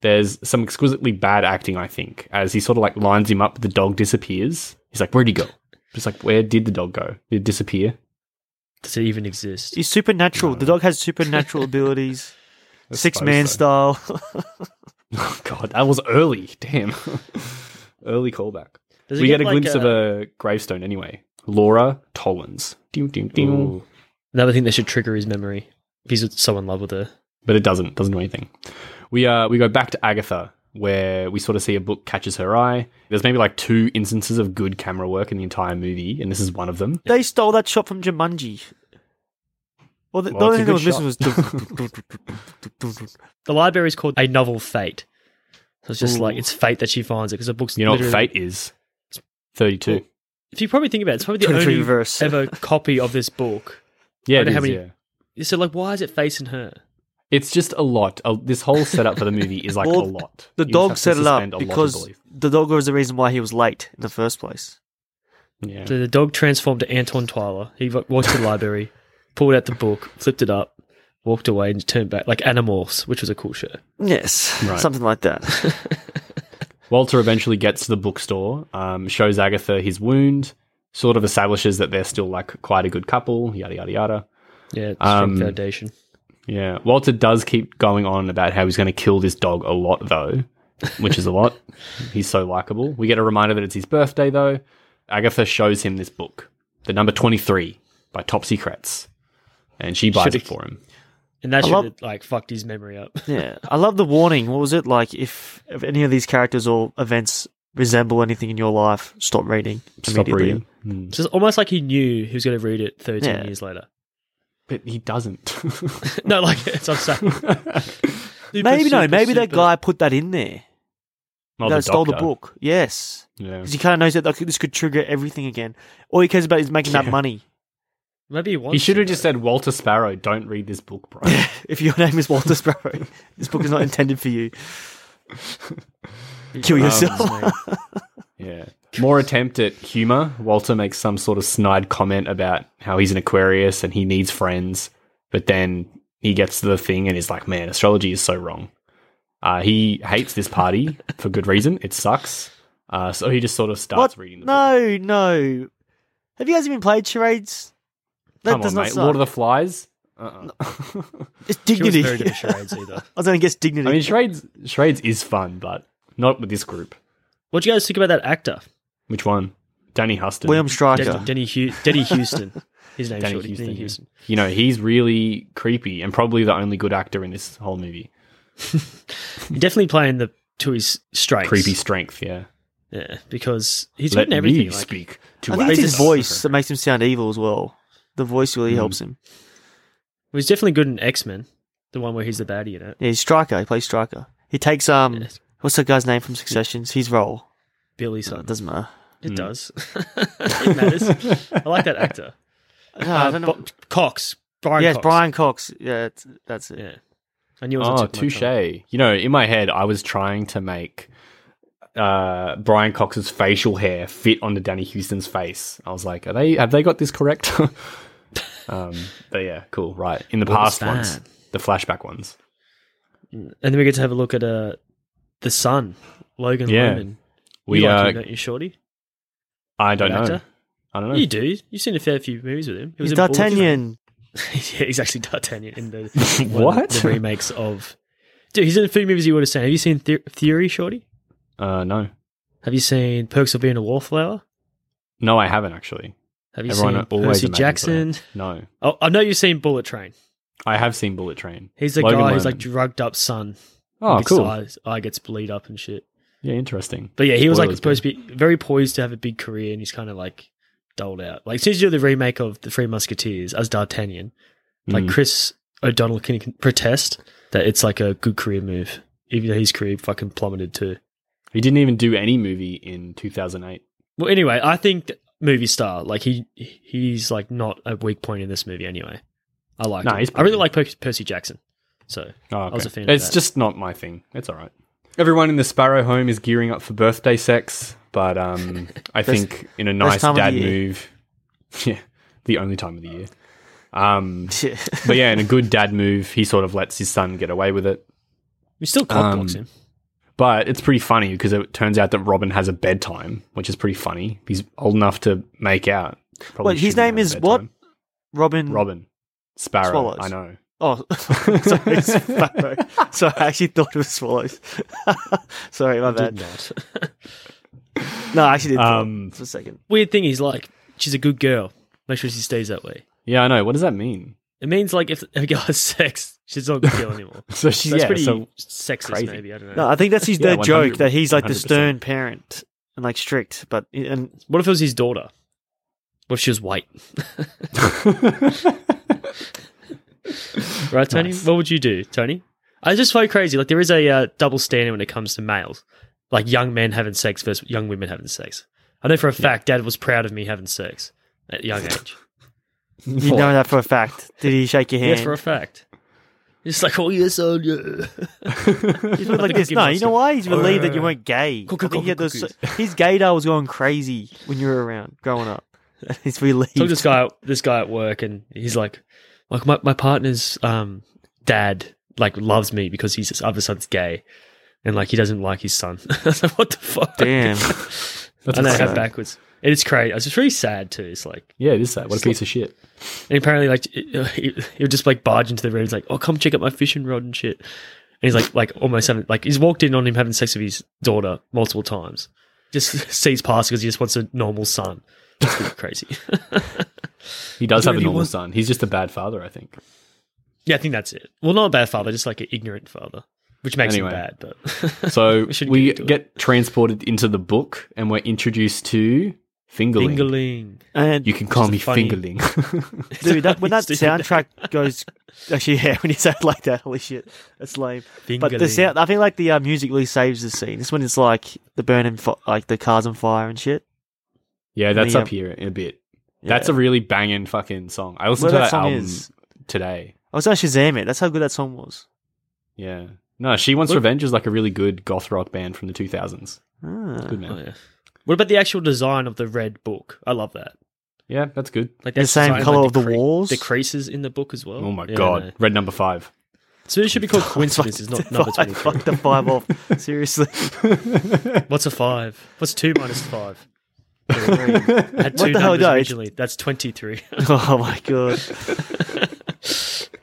There's some exquisitely bad acting, I think, as he sort of like lines him up. The dog disappears. He's like, "Where'd he go?" Just like, "Where did the dog go? Did it disappear?" Does it even exist? He's supernatural. The dog has supernatural abilities. Six man stuff. style. Oh god, that was early. Damn, early callback. Does it we get, a like, glimpse of a gravestone anyway. Laura Tollins. Ding, ding, ding. Another thing that should trigger his memory. If he's so in love with her. but it doesn't doesn't do anything. We uh we go back to Agatha where we sort of see a book catches her eye. There's maybe like two instances of good camera work in the entire movie, and this is one of them. they stole that shot from Jumanji. Well, the, Well, the only it's a thing that was good missing was. The library is called A Novel Fate. So it's just Ooh. like it's fate that she finds it because the book's You know what literally- fate is? Thirty-two. Well, If you probably think about it, it's probably the 23 only reverse. ever copy of this book. yeah, I it don't know is, how many- yeah. So like, why is it facing her? It's just a lot. Uh, this whole setup for the movie is like Well, a lot. the You just dog have to set it suspend a up lot of because belief. the dog was the reason why he was late in the first place. yeah. So the dog transformed to Anton Twyler. He like, walked to the library, pulled out the book, flipped it up, walked away, and turned back like Animorphs, which was a cool show. Yes. Right. Something like that. Walter eventually gets to the bookstore, um, shows Agatha his wound, sort of establishes that they're still like quite a good couple, yada yada yada. Yeah, strong Um, foundation. Yeah, Walter does keep going on about how he's going to kill this dog a lot, though, which is a lot. he's so likable. We get a reminder that it's his birthday, though. Agatha shows him this book, the number 23 by Topsy Kretz, and she buys Should it ex- for him. and that I should love- have, like fucked his memory up. Yeah, I love the warning. What was it like? If, if any of these characters or events resemble anything in your life, stop reading Stop immediately. reading. Mm. It's just almost like he knew he was going to read it 13 Yeah. years later. But he doesn't. No, like it's I'm saying. Maybe no, maybe that guy put that in there. Not that stole the Oh, doctor. book. Yes, Yeah. because he kind of knows that like, this could trigger everything again. All he cares about is making that Yeah. money. Maybe he wants. He should have to, just though. said, Walter Sparrow, don't read this book, bro. If your name is Walter Sparrow, this book is not intended for you. Um, Kill yourself. yeah. More attempt at humor. Walter makes some sort of snide comment about how he's an Aquarius and he needs friends, but then he gets to the thing and is like, man, astrology is so wrong. Uh, he hates this party for good reason. It sucks. Uh, so he just sort of starts what? reading the book. No, no. Have you guys even played charades? That Come does on, not mate. suck. Lord of the Flies. Uh-uh. it's She wasn't dignity. very good at I charades either. was going to guess dignity. I mean, charades, charades is fun, but not with this group. What do you guys think about that actor, Which one? Danny Huston. William Stryker. Den- Denny, Hu- Denny Houston? His name's Danny Shorty. Houston, Denny yeah. Houston. You know, he's really creepy and probably the only good actor in this whole movie. Definitely playing the to his strengths. Creepy strength, yeah. Yeah, because he's Let good in me everything. Like, speak to I think it's us. his voice that makes him sound evil as well. The voice Hmm. really helps him. he was definitely good in X Men, the one where he's the baddie in it. Yeah, he's Striker. He plays Striker. He takes um, Yes. what's that guy's name from Successions? His role. Billy No, it son. doesn't matter. It does. it matters. I like that actor. No, Ah, I don't know. Uh, Bo- Cox. Brian yes, Cox. Brian Cox. Yeah, it's- that's it. Yeah. I knew it was on Oh, top of my touche. tongue. You know, in my head, I was trying to make uh, Brian Cox's facial hair fit onto Danny Houston's face. I was like, are they have they got this correct? um, but yeah, cool, right. In the What was past ones, that? the flashback ones. And then we get to have a look at uh, the son, Logan Yeah. Lerman. We you like uh, him, don't you, Shorty? I don't That know. actor? I don't know. You do. You've seen a fair few movies with him. He He's in Bull- D'Artagnan. yeah, he's actually D'Artagnan in the one of what? the remakes of. Dude, he's in a few movies you would have seen. Have you seen the- Theory, Shorty? Uh, no, Have you seen Perks of Being a Wallflower? no, I haven't actually. Have you Everyone seen always Percy imagines Jackson? No, Oh, I know you've seen Bullet Train. I have seen Bullet Train. He's the Logan guy who's Lerman. like drugged up son. Oh, Gets cool. His eye, eye gets bleed up and shit. Yeah, interesting. But yeah, he was like Spoilers, supposed to be very poised to have a big career, and he's kind of like doled out. Like since you do the remake of the Three Musketeers as D'Artagnan, like Mm. Chris O'Donnell can can protest that it's like a good career move, even though his career fucking plummeted too. He didn't even do any movie in 2008. Well, anyway, I think that movie star like he he's like not a weak point in this movie anyway. I like. Nah, him. he's I pretty really good. like per- Percy Jackson. So Oh, was okay. a fan of it's that. just not my thing. It's all right. Everyone in the Sparrow home is gearing up for birthday sex, but um, I Best- think in a nice time of the dad year. move, yeah, the only time of the year. Um, Yeah. but yeah, in a good dad move, he sort of lets his son get away with it. we still cock blocks Um, him. But it's pretty funny because it turns out that Robin has a bedtime, which is pretty funny. He's old enough to make out. Probably Wait, his shouldn't name have is a what? bedtime. Robin. Robin Sparrow. Swallows. I know. Oh, sorry, Sparrow. Sorry, I actually thought it was swallows. sorry, my Did bad. not. No, I actually did Um, um, for a second. Weird thing, he's like, she's a good girl. Make sure she stays that way. Yeah, I know. What does that mean? It means like if a girl has sex, she's not a good girl anymore. So she's That's yeah, pretty so sexist, crazy. maybe. I don't know. No, I think that's his Yeah, their joke 100, that he's like the 100%. stern parent and like strict, but and what if it was his daughter? What if she was white? right, Tony? Nice. What would you do, Tony? I just find it crazy. Like, there is a uh, double standard when it comes to males, like young men having sex versus young women having sex. I know for a fact dad was proud of me having sex at a young age. you know that for a fact. Did he shake your yeah, hand? for a fact. It's like, oh, yes, oh, yeah. He's been I like think this. he No, wants you to- know why? He's Oh, yeah, relieved that yeah. you weren't gay. Cook, cook, I think he had cook, those, cook, his gaydar was going crazy when you were around, growing up. He's relieved. took this guy this guy at work and he's like like my, my partner's um dad like loves me because his other son's gay and like he doesn't like his son. I was like, what the fuck? Damn. That's I know insane. how backwards. It is crazy. It's just really sad too. It's like yeah, it is that. What a piece of shit. and apparently like it- he, he would just like barge into the room. He's like, oh come check out my fishing rod and shit. And he's like like almost having like he's walked in on him having sex with his daughter multiple times. Just sees past because he just wants a normal son. It's pretty crazy. He does have a Dude, he normal was- son. He's just a bad father, I think. Yeah, I think that's it. Well, not a bad father, just like an ignorant father, which makes Anyway. him bad. But So we, shouldn't into it. get transported into the book and we're introduced to Fingerling. Fingerling. And You can call Which me is funny. Fingerling. dude, that, when that It's the- soundtrack goes, actually, yeah, when you say it like that, holy shit, that's lame. But the Fingerling. sound, I feel like the uh, music really saves the scene. This one is like the burning, fi- like the cars on fire and shit. yeah, that's Yeah. up here a bit. That's a really banging fucking song. I listened Well, to that that song album is- today. I was on Shazam it. That's how good that song was. Yeah. No, She Wants Look- Revenge is like a really good goth rock band from the 2000s. Ah. Good Oh, man. yeah. What about the actual design of the red book? I love that. Yeah, that's good. Like The that's same designed, colour like, of the walls? the creases in the book as well. Oh my Yeah, god. no. Red number five. So it should be called Coincidence coincidences, not number I twenty three. fucked the five off. Seriously. What's a five? What's two minus five? I had two What the hell, numbers no, it's- originally. That's twenty three. oh my god.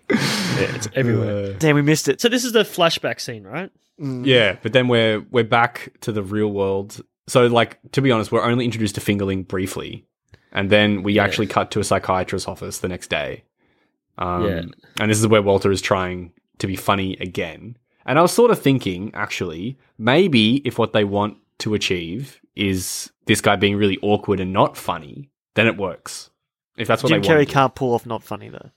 it's everywhere. Damn, we missed it. So this is the flashback scene, right? Yeah, but then we're we're back to the real world. So like to be honest, we're only introduced to fingerling briefly, and then we actually cut to a psychiatrist's office the next day. Um, Yeah. and this is where Walter is trying to be funny again. And I was sort of thinking, actually, maybe if what they want to achieve is this guy being really awkward and not funny, then it works. If that's what Jim they Carrey want. can't pull off not funny though.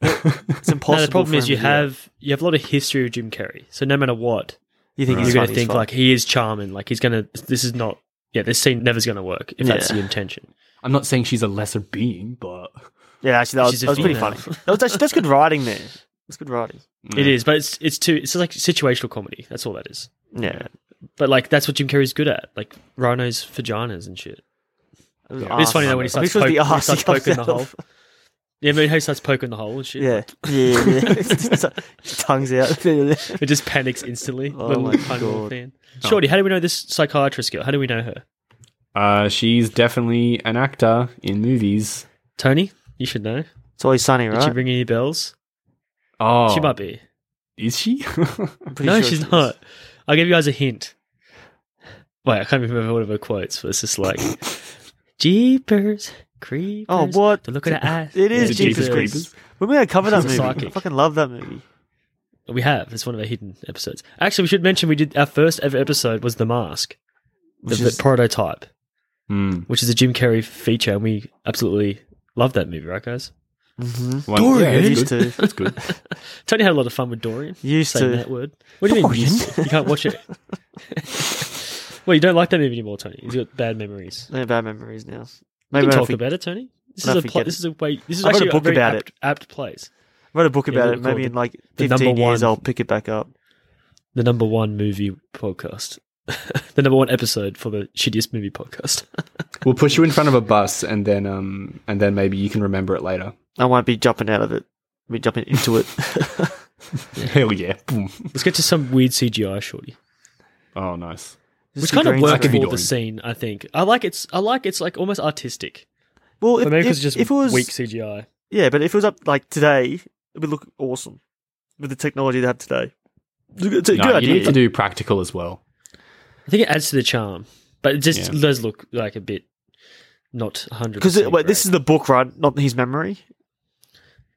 it's impossible. No, the problem for is him you to do that. have you have a lot of history of Jim Carrey. So no matter what, You think he's you're going funny to as think fuck. like he is charming. Like he's going to. This is not. Yeah, this scene never's going to work if that's Yeah. the intention. I'm not saying she's a lesser being, but yeah, actually, that was, She's a that was pretty female. funny. That was actually, that's good writing there. That's good writing. It Yeah. is, but it's it's too. It's like situational comedy. That's all that is. Yeah, But like that's what Jim Carrey's good at, like rhinos, vaginas, and shit. It's funny though when he starts, This was poke- the when he arse starts Ah, he comes poking the out hole. of. Yeah, I mean, he starts poking the hole and shit. Yeah, yeah, yeah. His tongues out. It just panics instantly. Oh little my tiny little God. Oh. fan. Shorty, how do we know this psychiatrist girl? How do we know her? Uh, she's definitely an actor in movies. Tony, you should know. it's always sunny, Did she right? ring any bells? Oh, She might be. Is she? I'm pretty No, sure she's she is. not. I'll give you guys a hint. Wait, I can't remember one of her quotes, but it's just like Jeepers, creepers. Oh, what? The look at her eyes. It Is is it Jeepers Jeepers Creepers. When we cover that She's movie, a I psychic. fucking love that movie. We have. It's one of our hidden episodes. Actually, we should mention we did our first ever episode was The Mask, the, Which is- the prototype, Hmm. which is a Jim Carrey feature, and we absolutely love that movie, right, guys? Mm-hmm. One- Dorian. yeah, that's Used good. to. That's good. Tony had a lot of fun with Dorian. Used Saying to. that word. What do you mean? Dorian? Used to? You can't watch it. well, you don't like that movie anymore, Tony. You've got bad memories. I have bad memories now. We can Maybe when I talk think- about it, Tony. This is when I a pl- forget this is a way. This is I wrote a actually a, book very about apt, apt place. I wrote a book about they're it. Maybe called in like the number 15 years, one. I'll pick it back up. The number one movie podcast. the number one episode for the shittiest movie podcast. We'll push you in front of a bus, and then um, and then maybe you can remember it later. I won't be jumping out of it. I'll be jumping into it. Hell yeah! Boom. Let's get to some weird CGI, shorty. Oh, nice. Just which the kind of green screen. worked for screen. Could be the doing. scene. I think I like it's. I like it's like almost artistic. Well, But if, maybe if, because it's just if it was weak CGI. yeah, but if it was up like today, it would look awesome with the technology they have today. It's a good, it's a No, good you idea. need to do practical as well. I think it adds to the charm, but it just Yeah. does look like a bit not hundred. because wait, this is the book, right? Not his memory.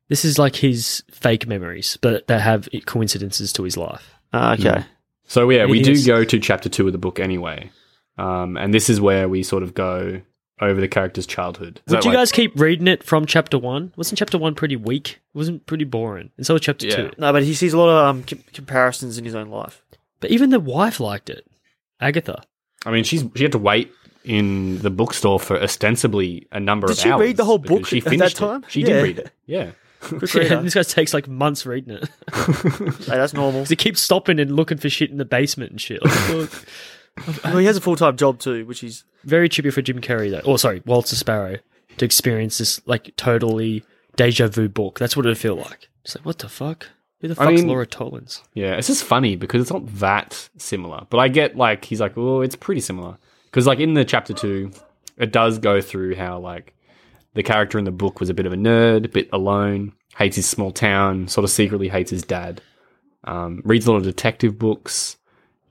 this is like his fake memories, but that have coincidences to his life. Ah, okay, So yeah, we It do is. go to chapter two of the book anyway, um, and this is where we sort of go over the character's childhood. Is Would that you like- guys keep reading it from chapter one? Wasn't chapter one pretty weak? It wasn't pretty boring, and so was chapter Yeah. two. no, but he sees a lot of um, com- comparisons in his own life. But even the wife liked it, Agatha. I mean, she's she had to wait in the bookstore for ostensibly a number Did of she hours. read the whole because book she at that finished it. time? She Yeah. did read it. Yeah. Yeah, this guy takes like months reading it. Hey, that's normal. 'Cause he keeps stopping and looking for shit in the basement and shit. Like, look. well, he has a full time job too, which is Very tribute for Jim Carrey though. Or sorry, Walter Sparrow to experience this like totally deja vu book. That's what it feel like. It's like what the fuck? Who the I fuck's mean- Laura Tollins? Yeah, it's just funny because it's not that similar. But I get like he's like, well, it's pretty similar because like in the chapter two, it does go through how like the character in the book was a bit of a nerd, a bit alone, hates his small town, sort of secretly hates his dad, um, reads a lot of detective books,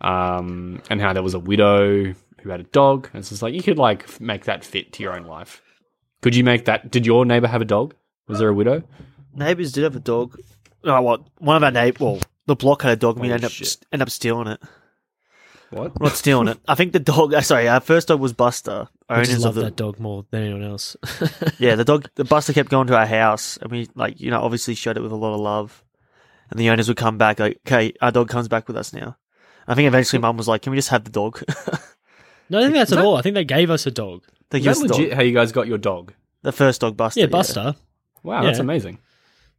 um, and how there was a widow who had a dog. And it's just like you could like f- make that fit to your own life. Could you make that? Did your neighbor have a dog? Was there a widow? neighbors did have a dog. No, what? One of our neighbors, well, the block had a dog, and we Holy ended up, shit. st- ended up stealing it. What? We're not stealing it. I think the dog, uh, sorry, our first dog was Buster. I Owners just love of the, that dog more than anyone else. Yeah, the dog, the Buster kept going to our house, and we, like, you know, obviously showed it with a lot of love. And the owners would come back, like, okay, our dog comes back with us now. I think eventually mum was like, can we just have the dog? no, I think that's Is at that- all. I think they gave us a dog. they Is give that us the, legit dog. how you guys got your dog? the first dog, Buster. Yeah, Buster. Wow, that's Yeah. amazing.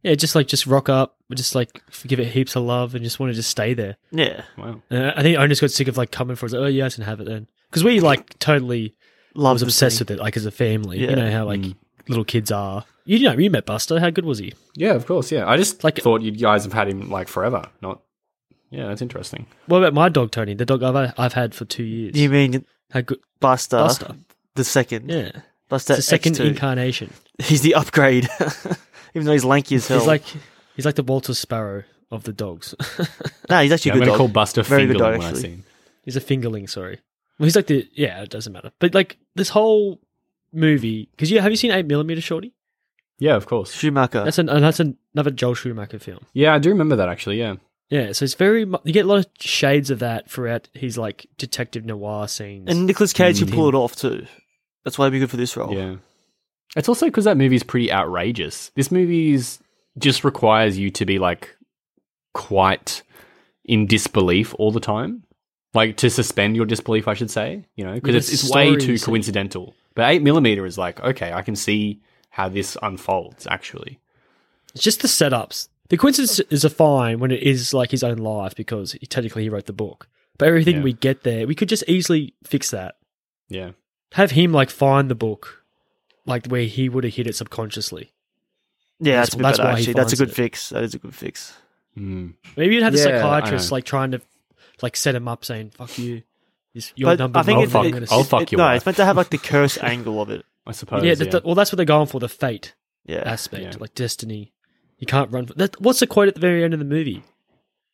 Yeah. just like just rock up, just like give it heaps of love, and just want to just stay there. Yeah. Wow. And I think owners got sick of like coming for us. Like, oh, you guys can have it then, because we like totally I Love was obsessed with it, like as a family. Yeah. Mm. You know how like little kids are. You know, you met Buster. How good was he? Yeah, of course. Yeah, I just Like- thought you guys have had him like forever. Not. Yeah, that's interesting. What about my dog Tony? The dog I've I've had for two years. You mean how good Buster, Buster? the second? Yeah, Buster, it's the second X2. incarnation. He's the upgrade. Even though he's lanky as hell. He's like he's like the Walter Sparrow of the dogs. no, he's actually Yeah, a I'm good gonna dog. call Buster Very good Fingerling dog, when I actually. see him. he's a fingerling. Sorry, well, he's like the yeah. It doesn't matter. But like this whole movie, because you have you seen Eight Millimeter Shorty? Yeah, of course. Schumacher. That's an, that's another Joel Schumacher film. Yeah, I do remember that actually. Yeah. Yeah, so it's very mu- you get a lot of shades of that throughout his like detective noir scenes. And Nicolas Cage can pull it off too. That's why he'd be good for this role. Yeah. It's also because that movie's pretty outrageous. This movie's just requires you to be like quite in disbelief all the time. Like to suspend your disbelief, I should say, you know, because Yeah, it's, the it's way too stories- coincidental. But 8mm is like, okay, I can see how this unfolds actually. It's just the setups. The coincidence is a fine when it is like his own life because he, technically he wrote the book. But everything Yeah. we get there, we could just easily fix that. Yeah. Have him like find the book, like where he would have hid it subconsciously. Yeah, That's- that's, a bit that's better, why he actually. That's a finds good it. fix. That is a good fix. Mm. Maybe you'd have the Yeah, I psychiatrist know. like trying to like set him up, saying "fuck you, this, your But number." I think mate, it- I'm it- gonna I'll s-" fuck It- your No, wife. it's meant to have like the curse angle of it. I suppose. yeah, Yeah, the, the- well, that's what they're going for—the fate Yeah, aspect, Yeah. like destiny. You can't run. For, that, what's the quote at the very end of the movie?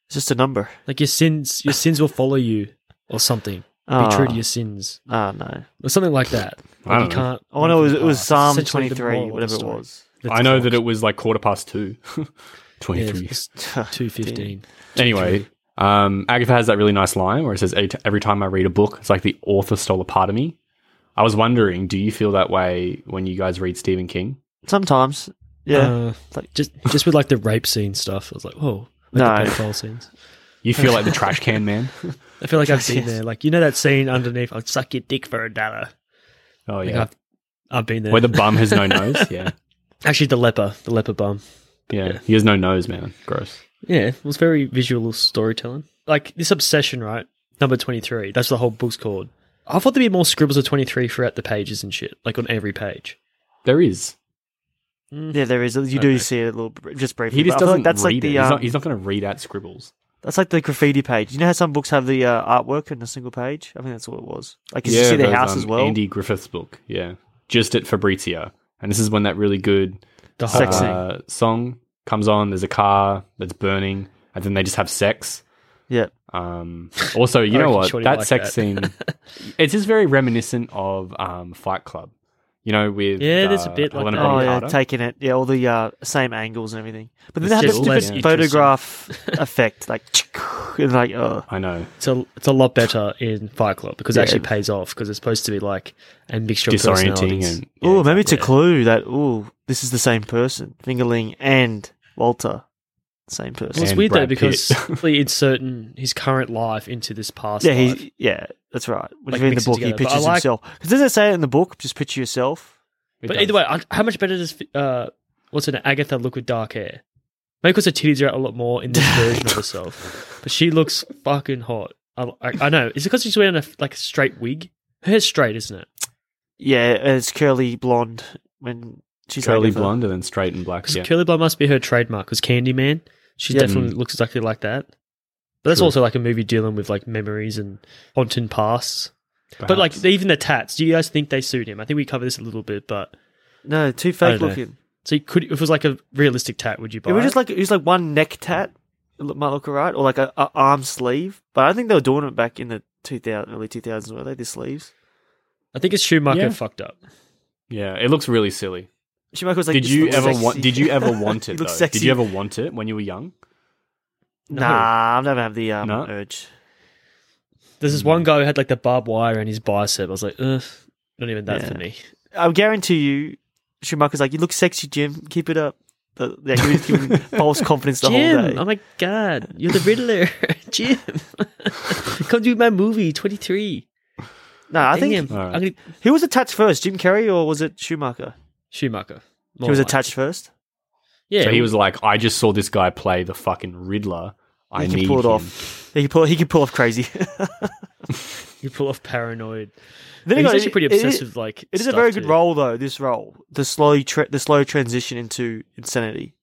it's just a number. Like your sins, your sins will follow you, or something. Be true to your sins. Ah, no. or something like that. I Like, don't you know. can't. Oh no, it was, it was It's Psalm essentially the 23, moral of whatever the it story. was. That's I know fucked. that it was like quarter past two. Yeah, 23. it's 215. Anyway, um, Agatha has that really nice line where it says, "Every t- "Every time I read a book, it's like the author stole a part of me." I was wondering, do you feel that way when you guys read Stephen King? Sometimes. Yeah. Uh, Like- just just with like the rape scene stuff, I was like, whoa. Like No. the pedophile scenes. You feel like the trash can man. I feel like I've been Yes. there. Like you know that scene underneath, I'd suck your dick for a dollar. Oh Like yeah, I've I've been there. where the bum has no nose. Yeah, Actually the leper, the leper bum. yeah, he has no nose, man. Gross. Yeah, it was very visual storytelling. Like this obsession, right? Number twenty three. That's what the whole book's called. I thought there'd be more scribbles of twenty three throughout the pages and shit, like on every page. There is. yeah, there is. You do see it a little, br- just briefly. He just but I feel doesn't like that's read like it. the he's um, not, he's not going to read out scribbles. that's like the graffiti page. You know how some books have the uh, artwork in a single page? I think that's what it was. Like 'cause you see the there's, house um, as well. Andy Griffith's book. Yeah, just at Fabrizio, and this is when that really good The whole Sex scene. uh, song comes on. There's a car that's burning, and then they just have sex. Yeah. Um, also, you I know reckon what? Shorty That liked sex that. scene, it is very reminiscent of um, Fight Club. You know, with Yeah, there's a uh, bit like Helena that. Oh Bonham yeah, Carter. taking it. Yeah, all the uh, same angles and everything. But It's then they have just this less different interesting. photograph effect, like and like oh I know. It's a, it's a lot better in Fight Club because Yeah. it actually pays off because it's supposed to be like a mixture of Disorienting personalities. and oh yeah, maybe it's a yeah. clue that oh this is the same person, Fingerling and Walter, same Well, person. it's And weird Brad though because Pitt. he inserts his current life into this past yeah, life. he's yeah, that's right. When Like, you read mix the it book, he together. But I pictures like- himself. 'Cause doesn't it say it in the book? Just picture yourself. it but does. either way, I- how much better does uh, what's her name Agatha look with dark hair? Maybe because her titties are out a lot more in this version of herself, but she looks fucking hot. I, I, I know. Is it because she's wearing a like a straight wig? Her hair's straight, isn't it? Yeah, and it's curly blonde when she's curly uh, Agatha. blonde and then straight and black. Because Yeah. Mm. curly blonde must be her trademark. Because Candyman, she Yeah. definitely looks exactly like that. But that's True. also like a movie dealing with like memories and haunting pasts. But like perhaps. the- even the tats, do you guys think they suit him? I think we covered this a little bit, but No, too I fake Oh, don't know. looking. so you could if it was like a realistic tat, would you buy? It was it? just like it was like one neck tat, it look- might look alright, or like a, a arm sleeve. But I don't think they were doing it back in the two thousand early two thousands, were they? The sleeves. I think it's Schumacher Yeah. fucked up. yeah, it looks really silly. Schumacher was like, did "This you looks ever sexy." want? Did you ever want He it? though? looks Did sexy. you ever want it when you were young? Nah, I've never had the um, No? urge. There's this Mm. one guy who had like the barbed wire in his bicep. I was like, Ugh, not even that Yeah. for me. I guarantee you, Schumacher's like, you look sexy, Jim. Keep it up. The, yeah, he was giving false confidence the whole Jim, day. oh my god, you're the Riddler, Jim. Come do my movie, 23. no, I think Damn, Alright. I'm gonna who was attached first, Jim Carrey or was it Schumacher? Schumacher. He was attached first. Yeah, So he was like, I just saw this guy play the fucking Riddler. I He need can pull it him. off. He can pull. He can pull off crazy. You pull off paranoid. then he he's got- actually pretty it- it- obsessed with like. It is a stuff very good too. role though. This role, the slowly tra- the slow transition into insanity.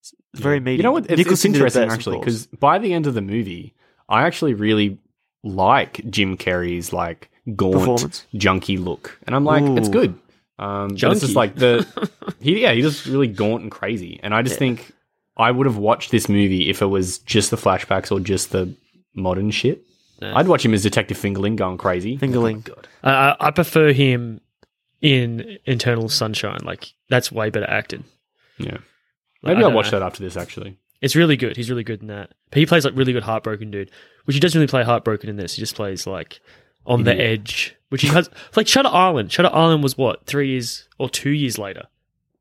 It's it's very meaty. You know what? It's, it's Nicholson did it interesting best, of actually course. because by the end of the movie, I actually really like Jim Carrey's like gaunt, Performance? junky look, and I'm like, it's Ooh. good. Um, but it's Junky. just like the he yeah he's just really gaunt and crazy, and I just think I would have watched this movie if it was just the flashbacks or just the modern shit. Yeah. I'd watch him as Detective Fingerling going crazy. Fingerling. I, I- I prefer him in Internal Sunshine. Like that's way better acted. Yeah, Like, maybe I I'll don't watch know. that after this actually. It's really good. He's really good in that. But he plays like really good heartbroken dude, which he doesn't really play heartbroken in this. He just plays like on the edge, which he has. Like Shutter Island. Shutter Island was what three years or two years later,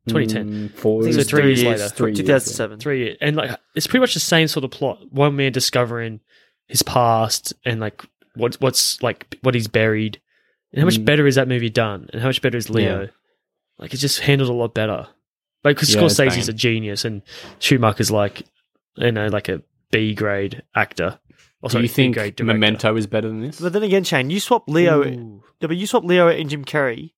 2010. four, I think it So was three years later. Three years, yeah. 2007. Three years, and like it's pretty much the same sort of plot. One man discovering his past and like what's what's like what he's buried, and how much Mm. better is that movie done, and how much better is Leo? Yeah. Like it's just handled a lot better. Like because Yeah, it's Scorsese's banging. a genius, and Schumacher's like you know like a B grade actor. Or Do sorry, you B-grade think director. Memento is better than this? But then again, Shane, you swap Leo. No, Ooh. but you swap Leo and Jim Carrey.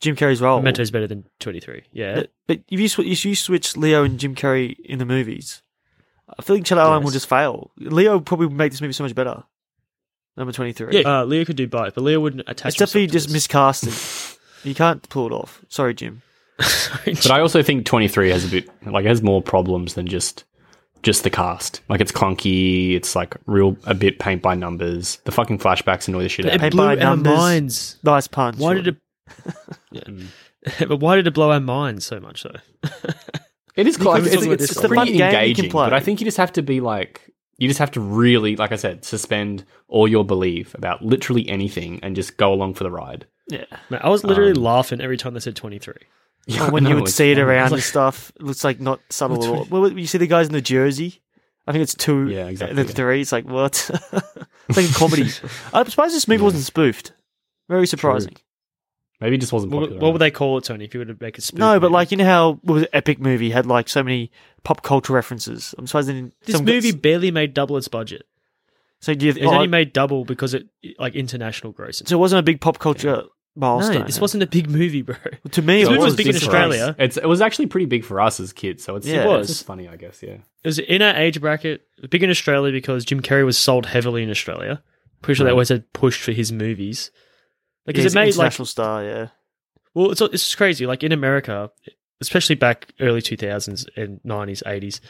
Jim Carrey's role. Memento's better than Twenty Three? Yeah, But, but if you sw- if you switch Leo and Jim Carrey in the movies, I feel like Shutter Island will Yes. just fail. Leo would probably make this movie so much better. Number twenty three. yeah. Uh, Leo could do both, but Leo wouldn't attach. it's definitely himself just to miscasted. you can't pull it off. Sorry, Jim. this. But I also think 23 has a bit like it has more problems than just just the cast. Like it's clunky, it's like real a bit paint by numbers. The fucking flashbacks annoy the shit out. of it me. Paid blew by our numbers. minds. Nice punch. Why did Jordan. it? Yeah. Mm. but why did it blow our minds so much though? It is clunky. Because It's, it's- it's, it's it's the fun pretty game you can engaging, play. but I think you just have to be like you just have to really, like I said, suspend all your belief about literally anything and just go along for the ride. Yeah. Man, I was literally Um, laughing every time they said twenty three. Or when I you know, would it's see it fun. around like- and stuff, it looks like not subtle at all. Well, you see the guys in the jersey. I think it's two. Yeah, exactly, And then yeah. three. It's like what? it's like a comedy. I'm surprised this movie wasn't spoofed. Very surprising. Maybe it just wasn't What, popular. what would they call it, Tony? If you were to make a spoof No, but movie? like you know how what was it, epic movie had like so many pop culture references. I'm surprised they didn't. this some movie guys- barely made double its budget. so do you, oh, It was only made double because it like international grosses. so it wasn't a big pop culture milestone. no, this wasn't a big movie, bro. To me, This it movie was. was big in big for Australia. us. It's, it was actually pretty big for us as kids, so it's, Yeah. it It was. was. funny, I guess. Yeah, It was in our age bracket, big in Australia because Jim Carrey was sold heavily in Australia. Pretty sure they Right. always had pushed for his movies. Like, 'cause He's it an made like international star. Yeah, Well, it's it's just crazy. Like in America, especially back early two thousands and nineties, eighties,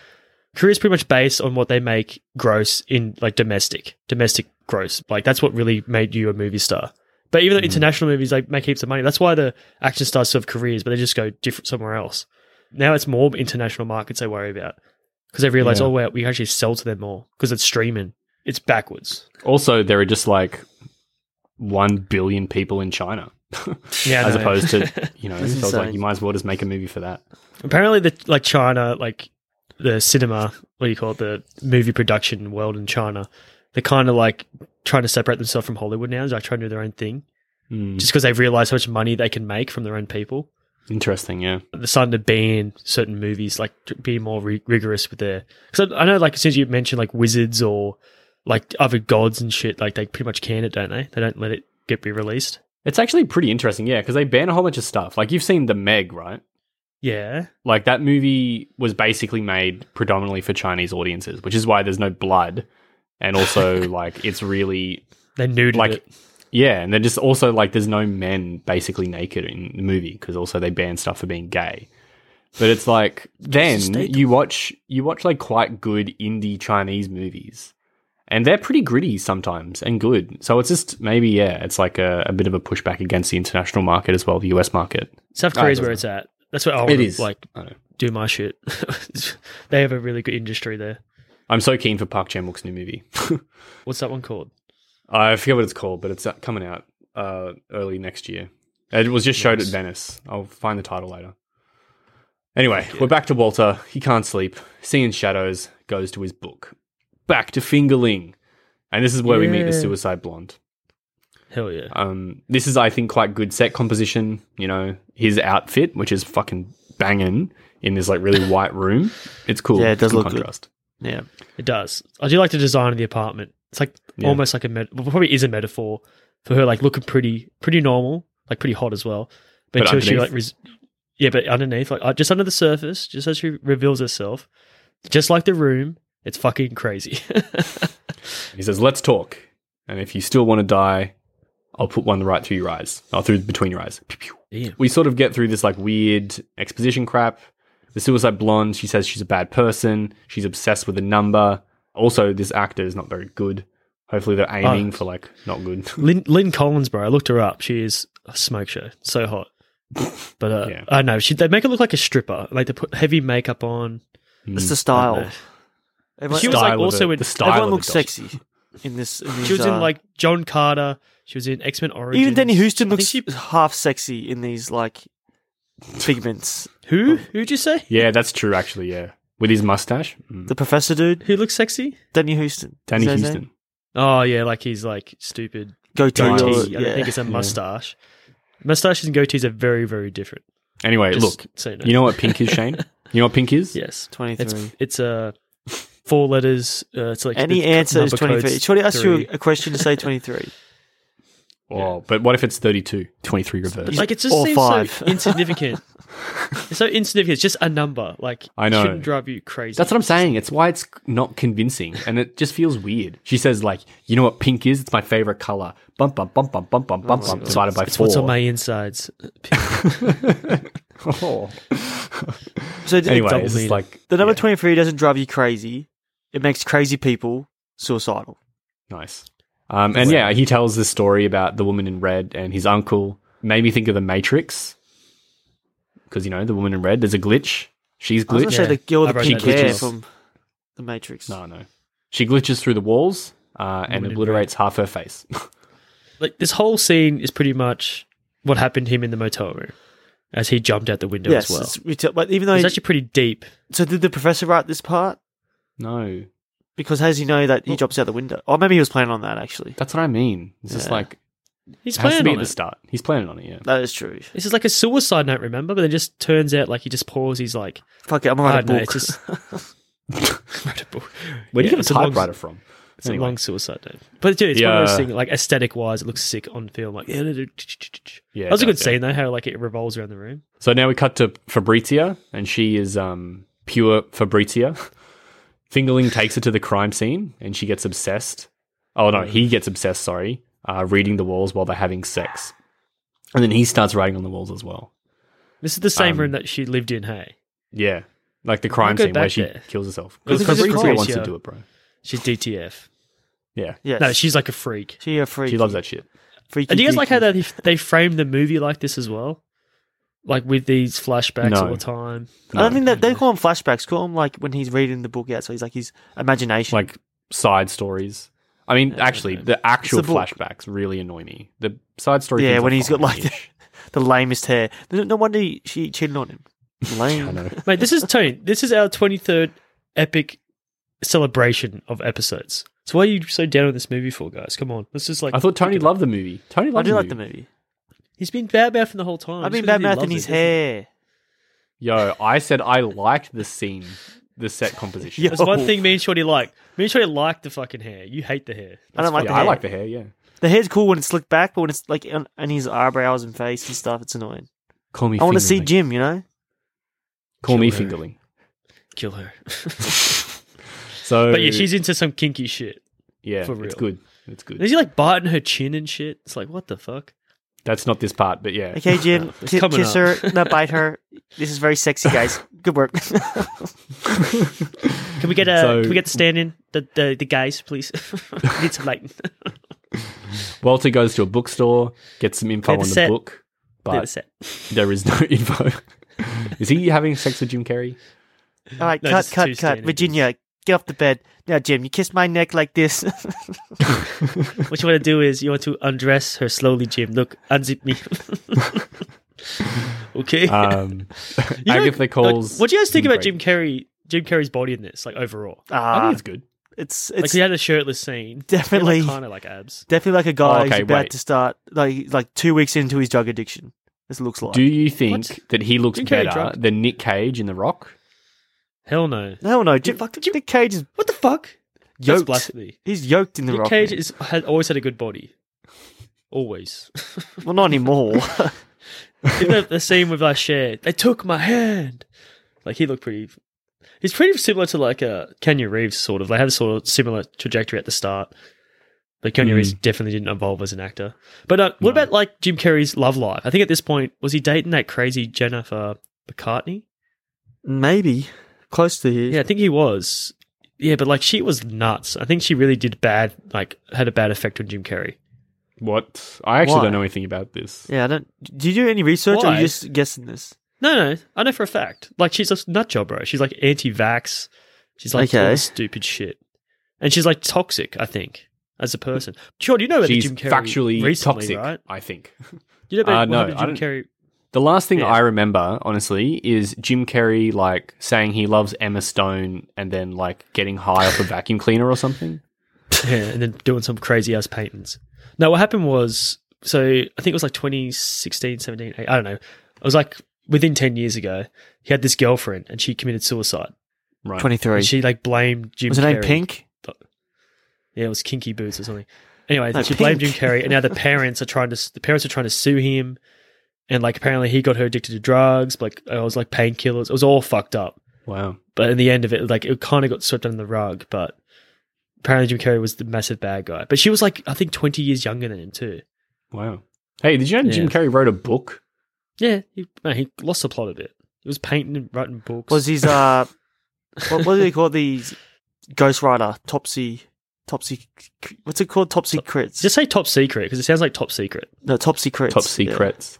careers pretty much based on what they make gross in like domestic, domestic gross. Like that's what really made you a movie star. But even though international movies like make heaps of money, that's why the action stars still have careers, but they just go different somewhere else. Now it's more international markets they worry about because they realize, Yeah. oh wow, we actually sell to them more because it's streaming. It's backwards. Also, there are just like one billion people in China, Yeah, I as know. opposed to you know. so That's it's like insane. you might as well just make a movie for that. apparently the like China, like the cinema, what do you call it, the movie production world in China, they're kind of like trying to separate themselves from Hollywood now. They're like trying to do their own thing, Mm. just because they've realized how much money they can make from their own people. Interesting, yeah. They're starting to ban certain movies, like to be more ri- rigorous with their. Because I, I know, like as soon as you mentioned like wizards or like other gods and shit, like they pretty much can it, don't they? They don't let it get be released. It's actually pretty interesting, yeah, because they ban a whole bunch of stuff. Like you've seen the Meg, right? Yeah, Like that movie was basically made predominantly for Chinese audiences, which is why there's no blood, and also like it's really they nuded like. it. Yeah, and they're just also like there's no men basically naked in the movie because also they ban stuff for being gay. But it's like then you watch you watch like quite good indie Chinese movies, and they're pretty gritty sometimes and good. So it's just maybe yeah, it's like a, a bit of a pushback against the international market as well, the US market. South Ah, it Korea's where doesn't. it's at. That's what I It want is. to like I know. do my shit. they have a really good industry there. I'm so keen for Park Chan Wook's new movie. What's that one called? I forget what it's called, but it's uh, coming out uh, early next year. It was just showed at Nice. Venice. I'll find the title later. Anyway, we're back to Walter. He can't sleep. Seeing shadows goes to his book. Back to Fingerling. And this is where we meet the Yeah. Suicide Blonde. Hell yeah. Um, this is, I think, quite good set composition. You know, his outfit, which is fucking banging in this like really white room. It's cool. Yeah, it does Good look good. contrast. Yeah. It does. I do like the design of the apartment. It's like Yeah. almost like a met- well, probably is a metaphor for her like looking pretty pretty normal, like pretty hot as well. But, But until she underneath. like res- yeah, but underneath like uh, just under the surface, just as she reveals herself, just like the room, it's fucking crazy. He says, "Let's talk." And if you still want to die, I'll put one right through your eyes, or through between your eyes. Pew, pew. Damn. We sort of get through this like weird exposition crap. The suicide blonde. She says she's a bad person. She's obsessed with a number. Also, this actor is not very good. Hopefully, Oh. they're aiming for like not good. Lynn, Lynn Collins, bro. I looked her up. She is a smoke show. So hot. But uh, Yeah. I know she, they make her look like a stripper. Like they put heavy makeup on. It's Mm, I the don't style. know. Everyone, She was like Style of also the- in. the style of everyone the looks dog. sexy in this. In these, She was in uh, like John Carter. She was in X Men Origins. Even Danny Houston I think looks she- half sexy in these like figments. who? Who'd you say? Yeah, that's true. Actually, yeah, with his mustache, Mm. The professor dude, Who looks sexy? Danny Houston. Is Danny that his Houston. name? Oh yeah, like he's like stupid Goatee. goatee. I or- don't yeah. think it's a mustache. Mustaches and goatees are very very different. Anyway, Just look, so you know. you know what pink is, Shane? You know what pink is? Yes, 23. it's it's uh, four letters. Uh, it's like Any the answer is number code's 23. Should I ask you three. a- a question to say 23? Oh, but what if it's 32? 23 reverse. Like it just Or seems five. so insignificant. it's so insignificant. It's just a number. Like I know. it shouldn't drive you crazy. That's what I'm saying. It's why it's not convincing, and it just feels weird. She says, "Like, you know what pink is? It's my favorite color. Bump, bump, bump, bump, bump, bump, bump, bump divided by Oh, it's four. what's on my insides. oh. So d- Anyway, double it's meaning. just like the number yeah, 23 doesn't drive you crazy. It makes crazy people suicidal. nice. Um, and yeah, he tells this story about the woman in red and his uncle. Made me think of the Matrix, because you know the woman in red. There's a glitch. She's Oh, I was going to glitched. say the girl I with the wrote pink that down. hair Glitches. from The Matrix. No, no. She glitches through the walls uh, Woman and in obliterates half her face. Like this whole scene is pretty much what happened to him in the motel room, as he jumped out the window as Yes, well. it's- we tell- but even though It's he- actually pretty deep. so did the professor write this part? no, Because how does he know that he drops out the window? Or maybe he was planning on that actually. that's what I mean. It's just Yeah. like He's it has to planning be on at the it. start. He's planning on it. Yeah. That is true. This is like a suicide note, remember? But then it just turns out like he just paused. He's like, Fuck it, I'm gonna I write a don't know, book. it's just. Wrote a book. Where do you Yeah, get it's a a long- typewriter from? It's Anyway. a long suicide note. But dude, it's one of Yeah. those things like aesthetic wise, it looks sick on film. Like yeah, Yeah, that was a it does, good yeah. scene though. How like it revolves around the room. So now we cut to Fabrizia, and she is um, pure Fabrizia. Fingerling takes her to the crime scene, and she gets obsessed. Oh no, he gets obsessed. Sorry, uh, reading the walls while they're having sex, and then he starts writing on the walls as well. This is the same Um, room that she lived in. Hey, Yeah, like the crime go scene where back she there. kills herself It was because Fabrizia Fabrizia. wants to do it, bro. she's DTF. Yeah, yes. No, she's like a freak. she a freak. she loves that shit. Freaky And do you guys like deaky. how they they framed the movie like this as well? Like with these flashbacks No. all the time. I don't think that Um, they call them flashbacks. Call them like when he's reading the book out. So he's like his imagination. Like side stories. I mean, actually, the actual book. flashbacks really annoy me. The side story. Yeah, things are when he's got, like, fine-ish. the lamest hair. No, no wonder he- she cheated on him. I know. Lame. Mate, this is Tony. This is our twenty third epic celebration of episodes. So why are you so down on this movie for, guys? Come on, let's just like. I thought Tony loved the movie. Tony I loved do the like movie. the movie. he's been bad mouthing the whole time. I've Just been because he bad in loves his it, doesn't he? hair. Yo, I said I liked the scene, the set composition. Yo. That's one Oh. thing me and Shorty like. Me and Shorty like the fucking hair. You hate the hair. I don't like yeah, the I hair. like the hair. Yeah, the hair's cool when it's slicked back, but when it's like on, on his eyebrows and face and stuff, it's annoying. call me. I want to Fingerling. see Jim. You know, Call me Killer. fingerling. Kill her. So, but yeah, she's into some kinky shit. yeah, for real. it's good. It's good. Is he like biting her chin and shit? It's like what the fuck. That's not this part, but yeah. okay, Jim, It's ki- coming kiss up. her, not bite her. This is very sexy, guys. Good work. Can we get a? So- can we get the stand in the the, the guys, please? Need some light. Walter goes to a bookstore, gets some info Clear the on the set. book, They're the but set. there is no info. Is he having sex with Jim Carrey? All right, No, cut, just two cut, cut. standing. Virginia, get off the bed. Now, Jim, you kiss my neck like this. What you want to do is you want to undress her slowly, Jim. Look, unzip me. okay. Um, You know, Agatha like, calls. what do you guys think him about great. Jim Carrey? Jim Carrey's body in this, like overall, I Ah, think it's good. it's like it's he had a shirtless scene. Definitely. kind of like abs. definitely like a guy Oh, okay, who's about wait. to start like like two weeks into his drug addiction. This looks like. Do you think What? that he looks Jim Carrey better drugged? than Nick Cage in The Rock? Hell no. Hell no, Jim. fuck- Nick Cage is What the fuck? That's yoked. blasphemy. He's yoked in the Nick rock. Cage man. is, had always had a good body. Always. Well, not anymore. Even the, the scene with like Cher, they took my hand. Like he looked pretty. He's pretty similar to like a Kenya Reeves sort of. They have a sort of similar trajectory at the start. But Kenya Reeves Mm. definitely didn't evolve as an actor. But uh, what about like Jim Carrey's love life? I think at this point was he dating that crazy Jennifer McCartney? Maybe close to here. Yeah, I think he was. Yeah, but like she was nuts. I think she really did bad. Like had a bad effect on Jim Carrey. What? I actually Why? don't know anything about this. Yeah, I don't. Did you do any research, or are Why? you just guessing this? No, no, I know for a fact. Like she's a nut job, bro. She's like anti-vax. She's like all Okay. this stupid shit, and she's like toxic. I think as a person. Sure, do you know about the She's Jim Carrey factually recently, toxic, right? I think. You know about Uh, what no, happened to I Jim Carrey. The last thing Yeah. I remember, honestly, is Jim Carrey like saying he loves Emma Stone and then like getting high off a vacuum cleaner or something. yeah, and then doing some crazy ass paintings. No, what happened was so I think it was like 2016, 17, I don't know. It was like within 10 years ago, he had this girlfriend and she committed suicide. Right. Twenty-three. And she like blamed Jim was her Carrey. name Pink? Yeah, it was Kinky Boots or something. Anyway, No, she blamed Jim Pink. Carrey, and now the parents are trying to the parents are trying to sue him, and like apparently he got her addicted to drugs, like it was like painkillers, it was all fucked up. Wow. But in the end of it, like it kind of got swept under the rug. But apparently Jim Carrey was the massive bad guy, but she was like I think twenty years younger than him too. Wow. Hey, did you know Jim Yeah. Carrey wrote a book? Yeah, he, man, he lost the plot a bit. He was painting and writing books. Was his uh, what, what do they call these? Ghost Rider, Topsy, Topsy. What's it called? Topsy Crits. just say top secret because it sounds like top secret. no, Topsy Crits. Top yeah. secrets.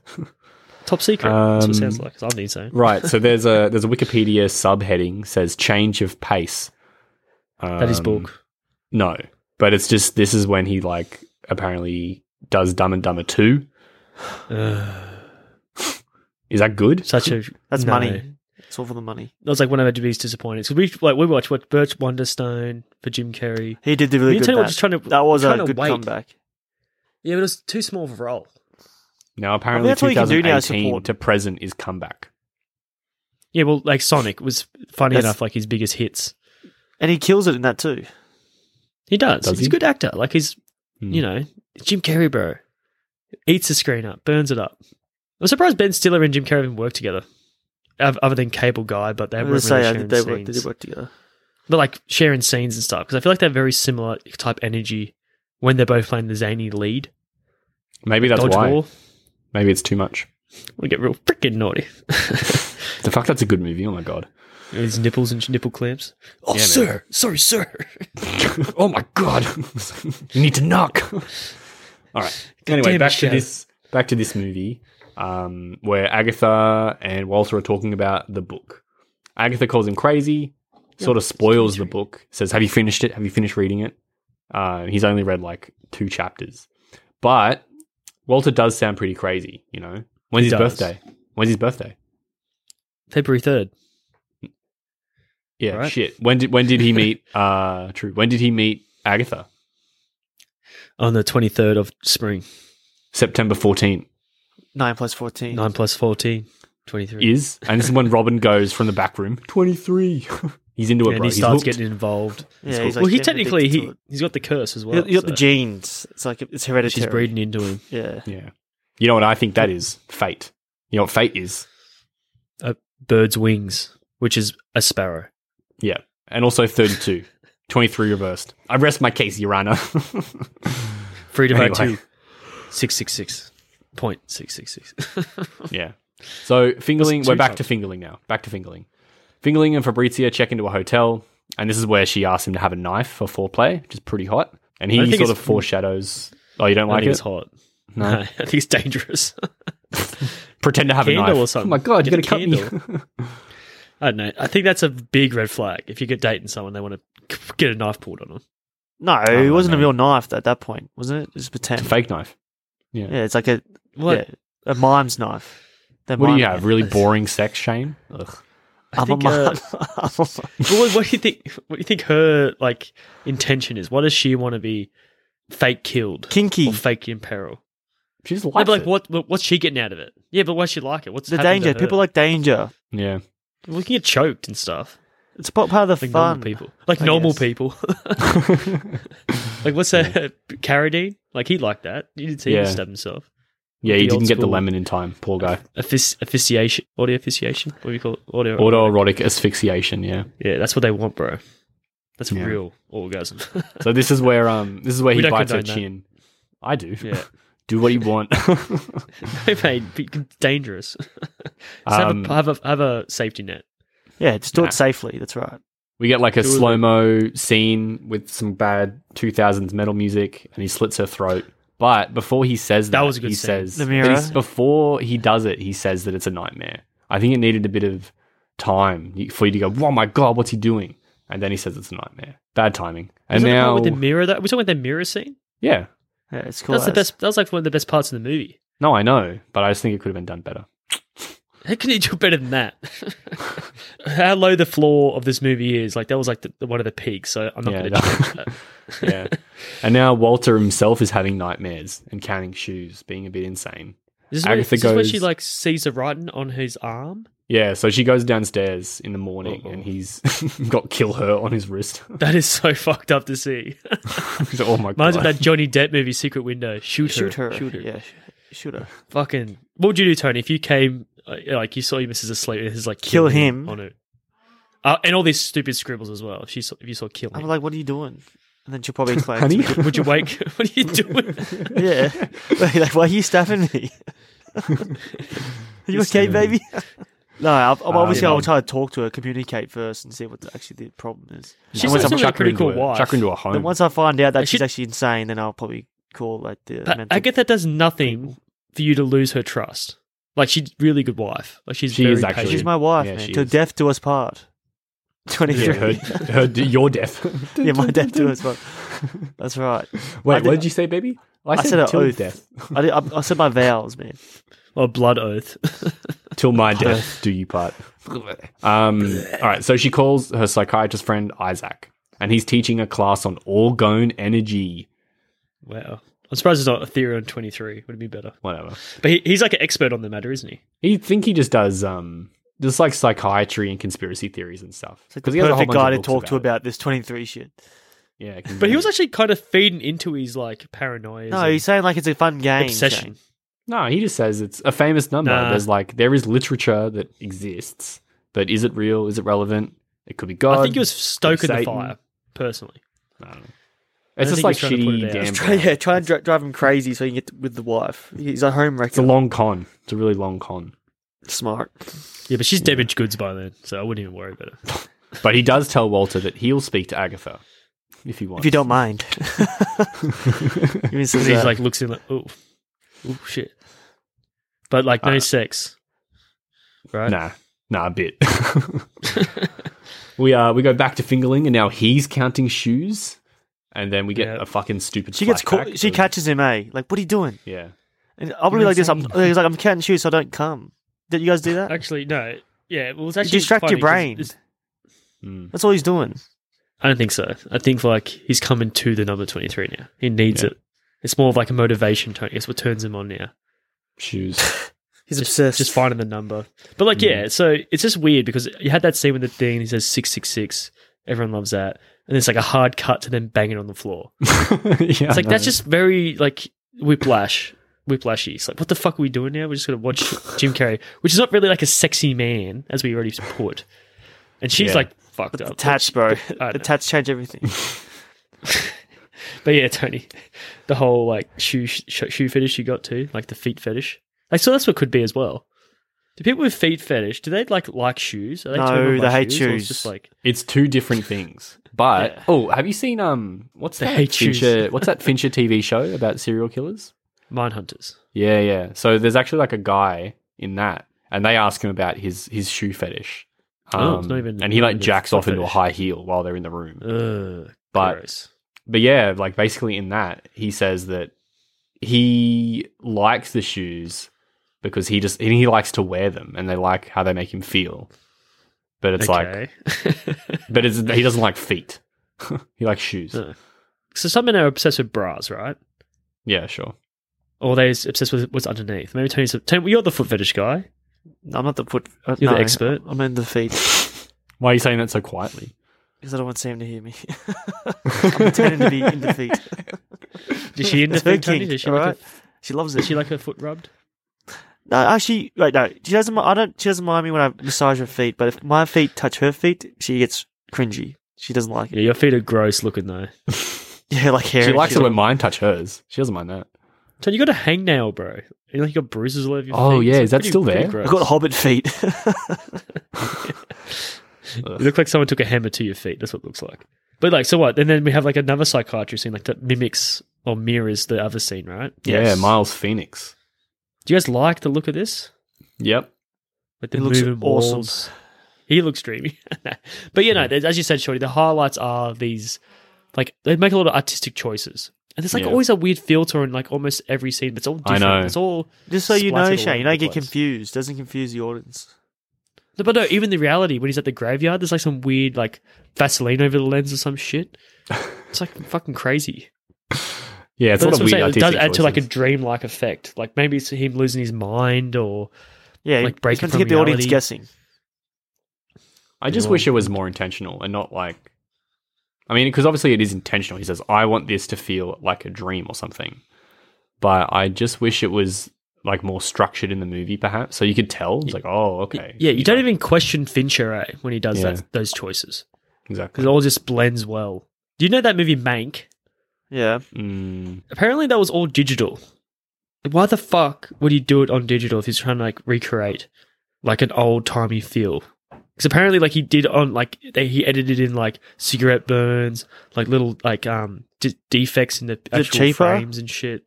Top secret. that's what it Um, sounds like. 'cause I'm the insane. right. So there's a there's a Wikipedia subheading says change of pace. Um, That is book. No, but it's just this is when he like apparently does Dumb and Dumber two. Ugh. Is that good? such a um, That's no. money. It's all for the money. That was like one of Edgeby's disappointments. 'Cause We like we watched what Birch Wonderstone for Jim Carrey. He did the really you good. tell you what, bat. just trying to- that was a trying to good wait. comeback. Yeah, but it was too small of a role. Now apparently that's what you can do now, 2018 support. to present is comeback. Yeah, well, like Sonic was funny That's- enough, like his biggest hits. And he kills it in that too. He does. Does he's he? a good actor. Like he's Hmm. you know Jim Carrey, bro. Eats the screen up, burns it up. I'm surprised Ben Stiller and Jim Carrey even work together, Oth- other than Cable Guy. But they I were was really gonna say, I sharing think they worked, they scenes. did work together. but like sharing scenes and stuff because I feel like they have very similar type energy when they're both playing the zany lead. Maybe that's why. Dodgeball. Maybe it's too much. We get real freaking naughty. The fact that's a good movie. Oh my god. His nipples and nipple clamps. Oh, Yeah, man. sir. Sorry, sir. oh my god. you need to knock. All right. Anyway, damn it, back to Shadow. this. Back to this movie, um, where Agatha and Walter are talking about the book. Agatha calls him crazy. Sort of spoils the book. Says, "Have you finished it? Have you finished reading it?" Uh, he's only read like two chapters, but Walter does sound pretty crazy. You know, when's his He does. birthday? When's his birthday? February 3rd. Yeah, Right. shit. When did when did he meet? uh, true. When did he meet Agatha? On the 23rd of spring. September fourteenth. Nine plus fourteen. 9 plus 14. 23. is, and this is when Robin goes from the back room. Twenty three. he's into it, and bro. he He's starts hooked. getting involved. Yeah, he's like well, he getting technically, addicted he, to it. he's got the curse as well. You got- you got so the genes. It's like it's hereditary. She's breeding into him. Yeah. yeah. You know what I think that is? Fate. You know what fate is? Bird's wings, which is a sparrow. Yeah. And also 32. 23 reversed. I rest my case, Your Honor. Freedom Anyway. anyway. 02. 666. Point six six six. yeah. So fingerling, That's we're two back to fingerling now. Back to fingerling. Fingerling and Fabrizia check into a hotel, and this is where she asks him to have a knife for foreplay, which is pretty hot. And I he don't think sort of it's- foreshadows. Oh, you don't I like think it's it? hot. No. I think it's dangerous. pretend to have Candle a knife. or something. Oh my god, Get you're a gonna cut me. I don't know. I think that's a big red flag. If you get dating someone, they want to get a knife pulled on them. No, I Oh, it wasn't a know. real knife at that point, wasn't it? It was pretend. fake knife. Yeah, it's like a What? yeah, a mime's knife. The What do mime you have? knife. Really boring sex shame? Ugh. I I'm a think. uh, mime. I'm a mime. Well, what, what do you think? What do you think her like intention is? What does she want to be? Fake killed, Kinky. or fake in peril? She's Yeah, like, but like, what, what? What's she getting out of it? Yeah, but why she like it? What's The happened to danger. her? People like danger. Yeah. we can get choked and stuff. It's part part of the Like fun. normal people, like I normal guess. people. like what's that? Carradine? Like he liked that. You didn't see him Yeah. stab himself. Yeah, The he old didn't get the school- lemon in time. Poor guy. Asphyx- asphyxiation, audio asphyxiation. What do you call it? Audio. Autoerotic asphyxiation, yeah. Yeah, that's what they want, bro. That's Yeah. real orgasm. So this is where um this is where he We don't bites her condone that. chin. I do. Yeah. do what you want. no, mate, be- dangerous. Just Um, have, a, have a have a safety net. Yeah, just do Nah. it safely. That's right. we get like a Do it. slow mo scene with some bad two thousands metal music and he slits her throat. But before he says that, That was a good he scene. says The but mirror. he's- before he does it, he says that it's a nightmare. I think it needed a bit of time for you to go, Oh my god, what's he doing? And then he says it's a nightmare. Bad timiming. And Was that the part now with the mirror that we're talking about the mirror scene. Yeah. Yeah, it's cool. That's the as. best. That was like one of the best parts of the movie. No, I know, but I just think it could have been done better. How can you do better than that? How low the floor of this movie is, like that was like the, one of the peaks. So I'm not Yeah, going no. to change that. yeah. And now Walter himself is having nightmares and counting shoes, being a bit insane. This is, where, Agatha this is where she goes- like sees the writing on his arm. Yeah, so she goes downstairs in the morning and he's got kill her on his wrist. That is so fucked up to see. He's like, oh my Reminds me of god. that Johnny Depp movie, Secret Window. Shoot, Shoot her. Shoot her. Yeah, sh- shoot her. Fucking. What would you do, Tony, if you came, uh, like, you saw your missus asleep and it's like, Kill him. On it. Uh, and all these stupid scribbles as well. If, she saw, if you saw kill him. I'm like, what are you doing? And then she'll probably explain. Honey? to me. would you wake? what are you doing? Yeah. Wait, like, why are you stabbing me? are you okay, baby? no, I, I, obviously yeah. I'll try to talk to her, communicate first, and see what the, actually the problem is. She And seems once, like I'm- a really pretty cool into a, wife. chuck her into a then home. once I find out that Like, she- she's actually insane, then I'll probably call like the. But mental- Agatha does nothing for you to lose her trust. Like, she's really good wife. Like, she's She very is actually- patient. She's my wife, Yeah, man. she Till is. death do us part. Twenty yeah, her, three. her, your death. Yeah, my death do us part. That's right. Wait, I did- what did you say, baby? I said a till oath. death. I, did, I, I said my vows, man. Or blood oath. Till my death do you part. Um, all right, so she calls her psychiatrist friend Isaac, and he's teaching a class on orgone energy. wow. I'm surprised it's not a theory on 23. Would be better. Whatever. But he, he's like an expert on the matter, isn't he? He think he just does um just like psychiatry and conspiracy theories and stuff. It's like 'Cause the he has a whole perfect bunch of guy to books talk to it. about this twenty three shit. Yeah, But he was like, actually kind of feeding into his like paranoia. No, he's saying like it's a fun game. obsession. Shane. no, he just says it's a famous number. Nah. There's like there is literature that exists, but is it real? Is it relevant? It could be God. I think he was stoking the Satan. fire, personally. I don't know. It's just I think like he's trying to put shitty it out. damn. Try, yeah, try and dri- drive him crazy so he can get with the wife. He's a home It's a wrecker. long con. It's a really long con. Smart. Yeah, but she's damaged goods by then, so I wouldn't even worry about it. But he does tell Walter that he'll speak to Agatha if he wants. If you don't mind. Even He's says that. like looks in like, oh, oh shit. But like Uh, no sex, right? Nah, nah, a bit. we uh, we go back to fingerling, and now he's counting shoes, and then we get Yeah. a fucking stupid. she gets flashback caught. She of- catches him, eh? Like, what are you doing? Yeah, And I'll be like this. I'm, he's like, I'm counting shoes, so I don't come. Did you guys do that? Actually, no. Yeah, well, it's actually Uh, distract your funny 'cause brain. it's- Mm. That's all he's doing. I don't think so. I think like he's coming to the number twenty three now. He needs it. It's more of like a motivation, Tony. It's what turns him on now. shoes. He's just, obsessed. Just finding the number. But like, yeah, so it's just weird because you had that scene with the thing, and he says 666. Everyone loves that. And it's like a hard cut to them banging on the floor. It's yeah, like, that's just very like whiplash, whiplashy. It's like, what the fuck are we doing now? We're just going to watch Jim Carrey, which is not really like a sexy man, as we already put. And she's Yeah. like fucked up. Attached, bro. know. The tats change everything. But yeah, Tony, the whole like shoe sh- shoe fetish you got to, like the feet fetish. Like, so that's what could be as well. Do people with feet fetish do they like like shoes? Are they No, turned on by they hate or it's shoes. just like it's two different things. But Yeah. oh, have you seen um, what's that hate shoes. Fincher? What's that Fincher TV show about serial killers? mine hunters. Yeah, yeah. So there's actually like a guy in that, and they ask him about his his shoe fetish. Um, Oh, it's not even- and he like not even jacks a off into a fetish. high heel while they're in the room. Ugh, But- gross. But yeah, like basically in that, he says that he likes the shoes because he just and he likes to wear them and they like how they make him feel. But it's like like but it's he doesn't like feet. he likes shoes. Uh. so. Some men are obsessed with bras, right? Yeah, sure. Or they're obsessed with what's underneath. Maybe Tony's. Tony, you're the foot fetish guy. I'm not the foot. uh, You're the no, expert. I'm in the feet Why are you saying that so quietly? because I don't want Sam to hear me. I'm pretending to be in the feet. Is she into It's her feet, Tony? kink, Is she like alright? a, She loves does it. she like her foot rubbed? No, actually, wait, no. She doesn't. mi- I don't. She doesn't mind me when I massage her feet, but if my feet touch her feet, she gets cringy. She doesn't like it. Yeah, your feet are gross looking though. Yeah, like hair. She likes it it when mine touch hers. She doesn't mind that. Tony, you got a hangnail, bro. You like you got bruises all over your Oh, feet. yeah, It's is that pretty- still pretty there? gross. I've got hobbit feet. You look like someone took a hammer to your feet. That's what it looks like. But like, so what? And then we have like another psychiatry scene like that mimics or mirrors the other scene, right? Yeah, Miles Phoenix. Do you guys like the look of this? Yep. Like the It looks moving awesome. walls. He looks dreamy. but you know, there's- as you said, Shorty, the highlights are these like they make a lot of artistic choices. And there's like Yeah. always a weird filter in like almost every scene, but it's all I different. know. It's all Just so you Splattered all know, over Shane, you the don't get place. confused. Doesn't confuse the audience. No, but no, even the reality when he's at the graveyard, there's like some weird like Vaseline over the lens or some shit. It's like fucking crazy. Yeah, it's a lot But that's of what I'm weird saying. It artistic does add to like a choices. dreamlike effect. Like maybe it's him losing his mind or Yeah, Like it's breaking meant from to get the audience reality. guessing. I just wish it was more intentional and not like. I mean, because obviously it is intentional. He says, "I want this to feel like a dream or something," but I just wish it was like more structured in the movie, perhaps, so you could tell. It's like, oh, okay, yeah. You He's don't like- even question Fincher eh, when he does Yeah. that, those choices because exactly. it all just blends well. Do you know that movie Mank? Yeah, Mm, Apparently, that was all digital. Why the fuck would he do it on digital if he's trying to like recreate like an old timey feel? Because apparently, like he did on like they, he edited in like cigarette burns, like little like um d- defects in the actual cheaper? frames and shit.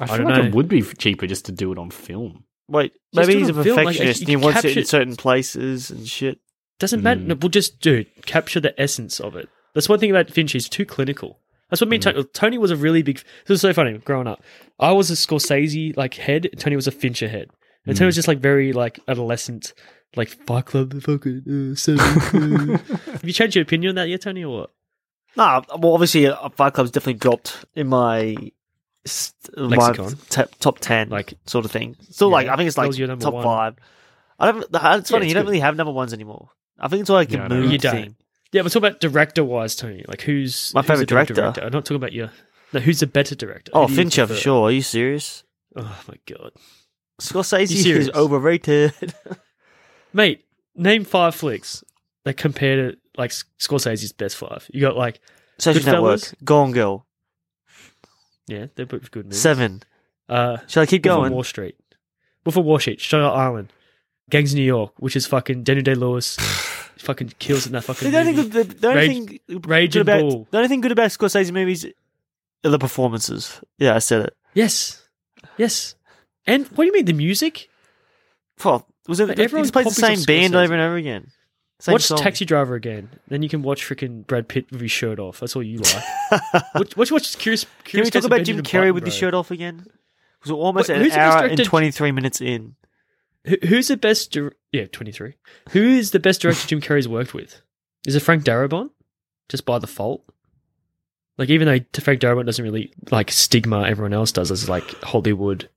I feel don't like it know. would be cheaper just to do it on film. wait. Just Maybe do he's it a on film, like, perfectionist. you and he can wants it in capture- certain places and shit. Doesn't matter. Mm. Mm-hmm. No, we'll just do capture the essence of it. That's one thing about Finch. He's too clinical. That's what me and Mm-hmm. Tony, Tony was a really big. This was so funny growing up. I was a Scorsese like head. and Tony was a Fincher head. And Mm-hmm. Tony was just like very like adolescent, like Fight Club, fucking uh, seven. uh." Have you changed your opinion on that yet, Tony, or what? Nah, well, obviously, uh, Fight Club's definitely dropped in my st- my Lexicon. t- top ten, Like- like sort of thing. Still, like Yeah, I think it's that like was your number top one. five. I don't. uh, It's Yeah, funny it's you don't good. really have number ones anymore. I think it's all like Yeah, I a know. mood You don't. thing. Yeah, but talk about director-wise, Tony. Like who's My who's the favourite better director? I'm not talking about your. No, who's the better director? Oh, Who do you Fincher for prefer? sure. Are you serious? Oh my god, Scorsese You serious? is overrated. mate. Name five flicks that compare to like Scorsese's best five. You got like Social Goodfellas? Network, Gone Girl, Yeah, they're both good movies. Seven. Uh, Shall I keep Wolf of going? Wall Street. Wolf of Wall Street, Shutter Island, Gangs of New York, which is fucking Daniel Day Lewis fucking kills in that fucking The only, movie. good, the, the only Rage- thing good Raging about Bull. the only thing good about Scorsese movies are the performances. Yeah, I said it. Yes. Yes. And what do you mean, the music? Well, was it? But He everyone just plays the copies same of band Scorsese. over and over again. Same watch song. Taxi Driver again. Then you can watch freaking Brad Pitt with his shirt off. That's all you like. watch, watch, watch Curious, Can Curious we talk Case of about Jim Benjamin Carrey Button, with his bro. shirt off again? Because we're almost Wait, at an who's the hour and directed- twenty three minutes in. Who, who's the best... dir- yeah, 23. Who is the best director Jim Carrey's worked with? Is it Frank Darabont? Just by default? Like, even though t- Frank Darabont doesn't really, like, stigma everyone else does as, like, Hollywood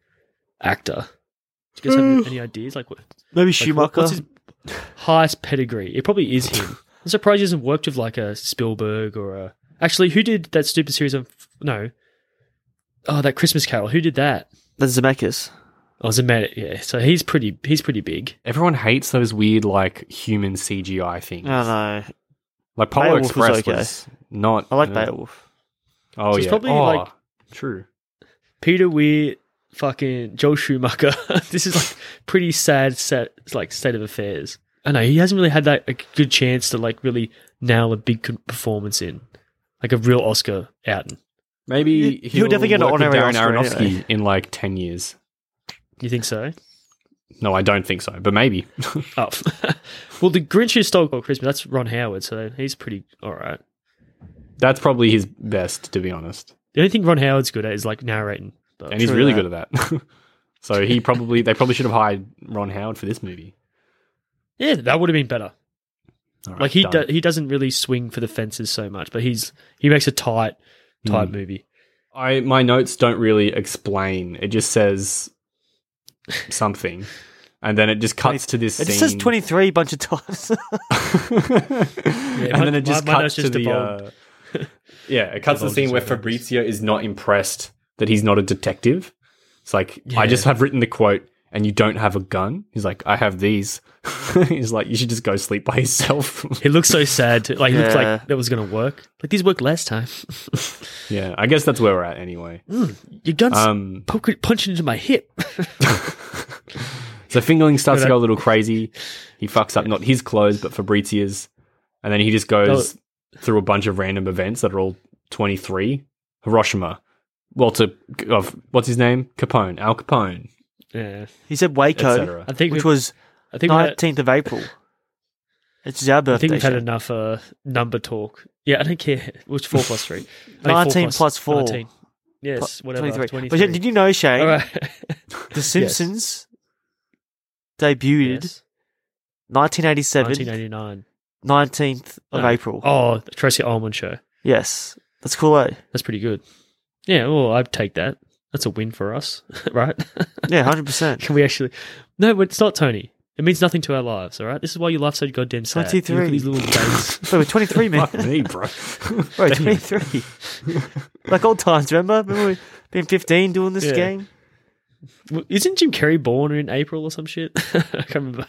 actor. Do you guys have any ideas? Like, what, like Maybe what- Schumacher. what's his highest pedigree? It probably is him. I'm surprised he hasn't worked with, like, a Spielberg or a... Actually, who did that stupid series on... No. Oh, that Christmas Carol. Who did that? That's Zemeckis. Oh, Zemeckis. Yeah, so he's pretty... He's pretty big. Everyone hates those weird like human CGI I things. don't Oh, know. Like Polar Beowulf was Express was, okay. not. I like uh, Beowulf. Oh So it's yeah, probably, oh, like- true. Peter Weir, fucking Joel Schumacher. this is like pretty sad, set like state of affairs. I know he hasn't really had that a good chance to like really nail a big con- performance in, like a real Oscar outing. Maybe You- he'll, you'll definitely get an eh? work with honorary Darren Oscar Aronofsky anyway. in like ten years. You think so? No, I don't think so, but maybe. Oh, well, the Grinch who stole Christmas. That's Ron Howard, so he's pretty all right. That's probably his best, to be honest. The only thing Ron Howard's good at is like narrating. But And he's True really that. good at that. so he probably they probably should have hired Ron Howard for this movie. yeah, that would have been better. All right, Like he do- done. he doesn't really swing for the fences so much, but he's he makes a tight Hmm. tight movie. I my notes don't really explain. It just says something, and then it just cuts to this. It just scene. says 23 a bunch of times. and my- then my- it just my cuts notes to just the. Uh, evolved. yeah, it cuts to the Evolved scene into where my notes. Fabrizio is not impressed that he's not a detective. It's like I just Yeah. have written the quote, and you don't have a gun. He's like, I have these. he's like, you should just go sleep by yourself. He looks so sad. Too. Like he looks Yeah. like that was gonna work. Like these worked last time. yeah, I guess that's where we're at anyway. Your Uh, guns Um, poke- punching into my hip. So Fingerling starts to But I- go a little crazy. He fucks up not his clothes, but Fabrizio's. And then he just goes Oh. through a bunch of random events that are all 23. Hiroshima. Walter, of, what's his name? Capone. Al Capone, yeah, he said Waco, etc. I think which we, was I think we had, 19th of April. It's our I birthday. think we've had Shane. enough uh, number talk. Yeah, I don't care. Which four plus three? I mean, 19 plus four. Yes, Pl- whatever. 23. 23. But yeah, did you know, Shane, All right. The Simpsons debuted Yes. 1987, 1989. 19th of No. April. Oh, the Tracy Ullman show. Yes. That's cool, eh? That's pretty good. Yeah, well, I'd take that. That's a win for us, right? Yeah, 100%. Can we actually? No, but it's not Tony. It means nothing to our lives, all right? This is why you laugh so goddamn sad. You look at 23. these little dates. Wait, we're 23, man. Fuck me, bro. Bro, 23. like old times, remember? Remember we being 15 doing this Yeah. game? Well, Isn't Jim Carrey born in April or some shit? I can't remember.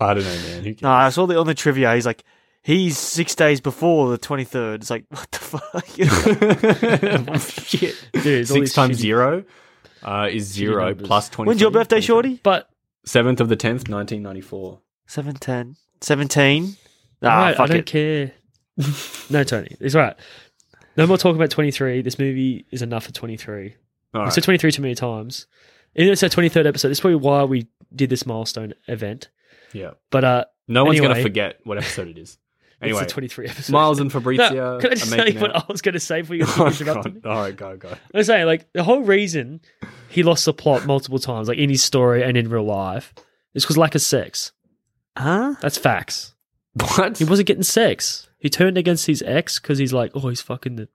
I don't know, man. Who No, cares? I saw the on the trivia. He's like, he's six days before the 23rd. It's like, what the fuck? You know? Shit. Dude, it's all Six these times shitty- zero uh, is zero numbers. plus 20. When's your birthday, Shorty? But 7th of the 10th, 1994. 7, 10. 17. Ah, Alright, fuck I don't it. care. no, Tony, it's all right. No more talk about 23. This movie is enough for 23. All I've right. said 23 too many times. Even though it's our 23rd episode, that's probably why we did this milestone event. Yeah. But uh, No one's going to Anyway. forget what episode it is. Anyway. it's the 23 episode. Miles and No, Fabrizio. can I just are tell you making what out. I was going to say before you Oh, interrupted me? God. All right, go, go. I was saying, like, the whole reason he lost the plot multiple times, like in his story and in real life, is because lack of sex. Huh? That's facts. What? He wasn't getting sex. He turned against his ex because he's like, oh, he's fucking the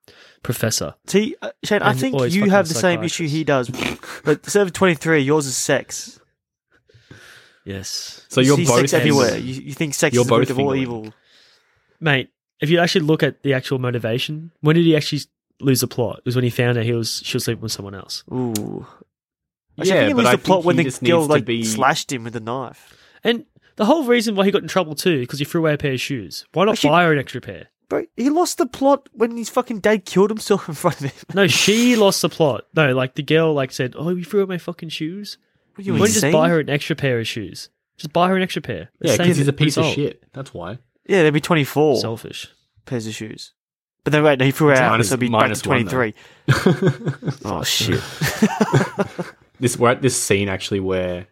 professor. See, uh, Shane, I And think always you fucking have the same issue he does. But instead of 23, yours is sex. Yes. so you're see both sex everywhere. You, you think sex You're is the root both of all fingering. evil. Mate, if you actually look at the actual motivation, when did he actually lose the plot? It was when he found out he was she was sleeping with someone else. Ooh. Actually, I Yeah, think he but loses I the plot think when he the just girl needs to like be. slashed him with a knife. And the whole reason why he got in trouble too, because he threw away a pair of shoes. Why not Actually- buy her an extra pair? Bro, he lost the plot when his fucking dad killed himself in front of him. No, she lost the plot. No, like the girl like said, Oh, you threw away my fucking shoes? What are Why you don't you just insane? buy her an extra pair of shoes? Just buy her an extra pair. It Yeah, saves because he's it. a piece of It's old. shit. That's why. Yeah, there'd be twenty four Selfish. pairs of shoes. But then wait, no, he threw her out, minus- so it'd be back minus to one, twenty three. oh shit. This we're at this scene actually where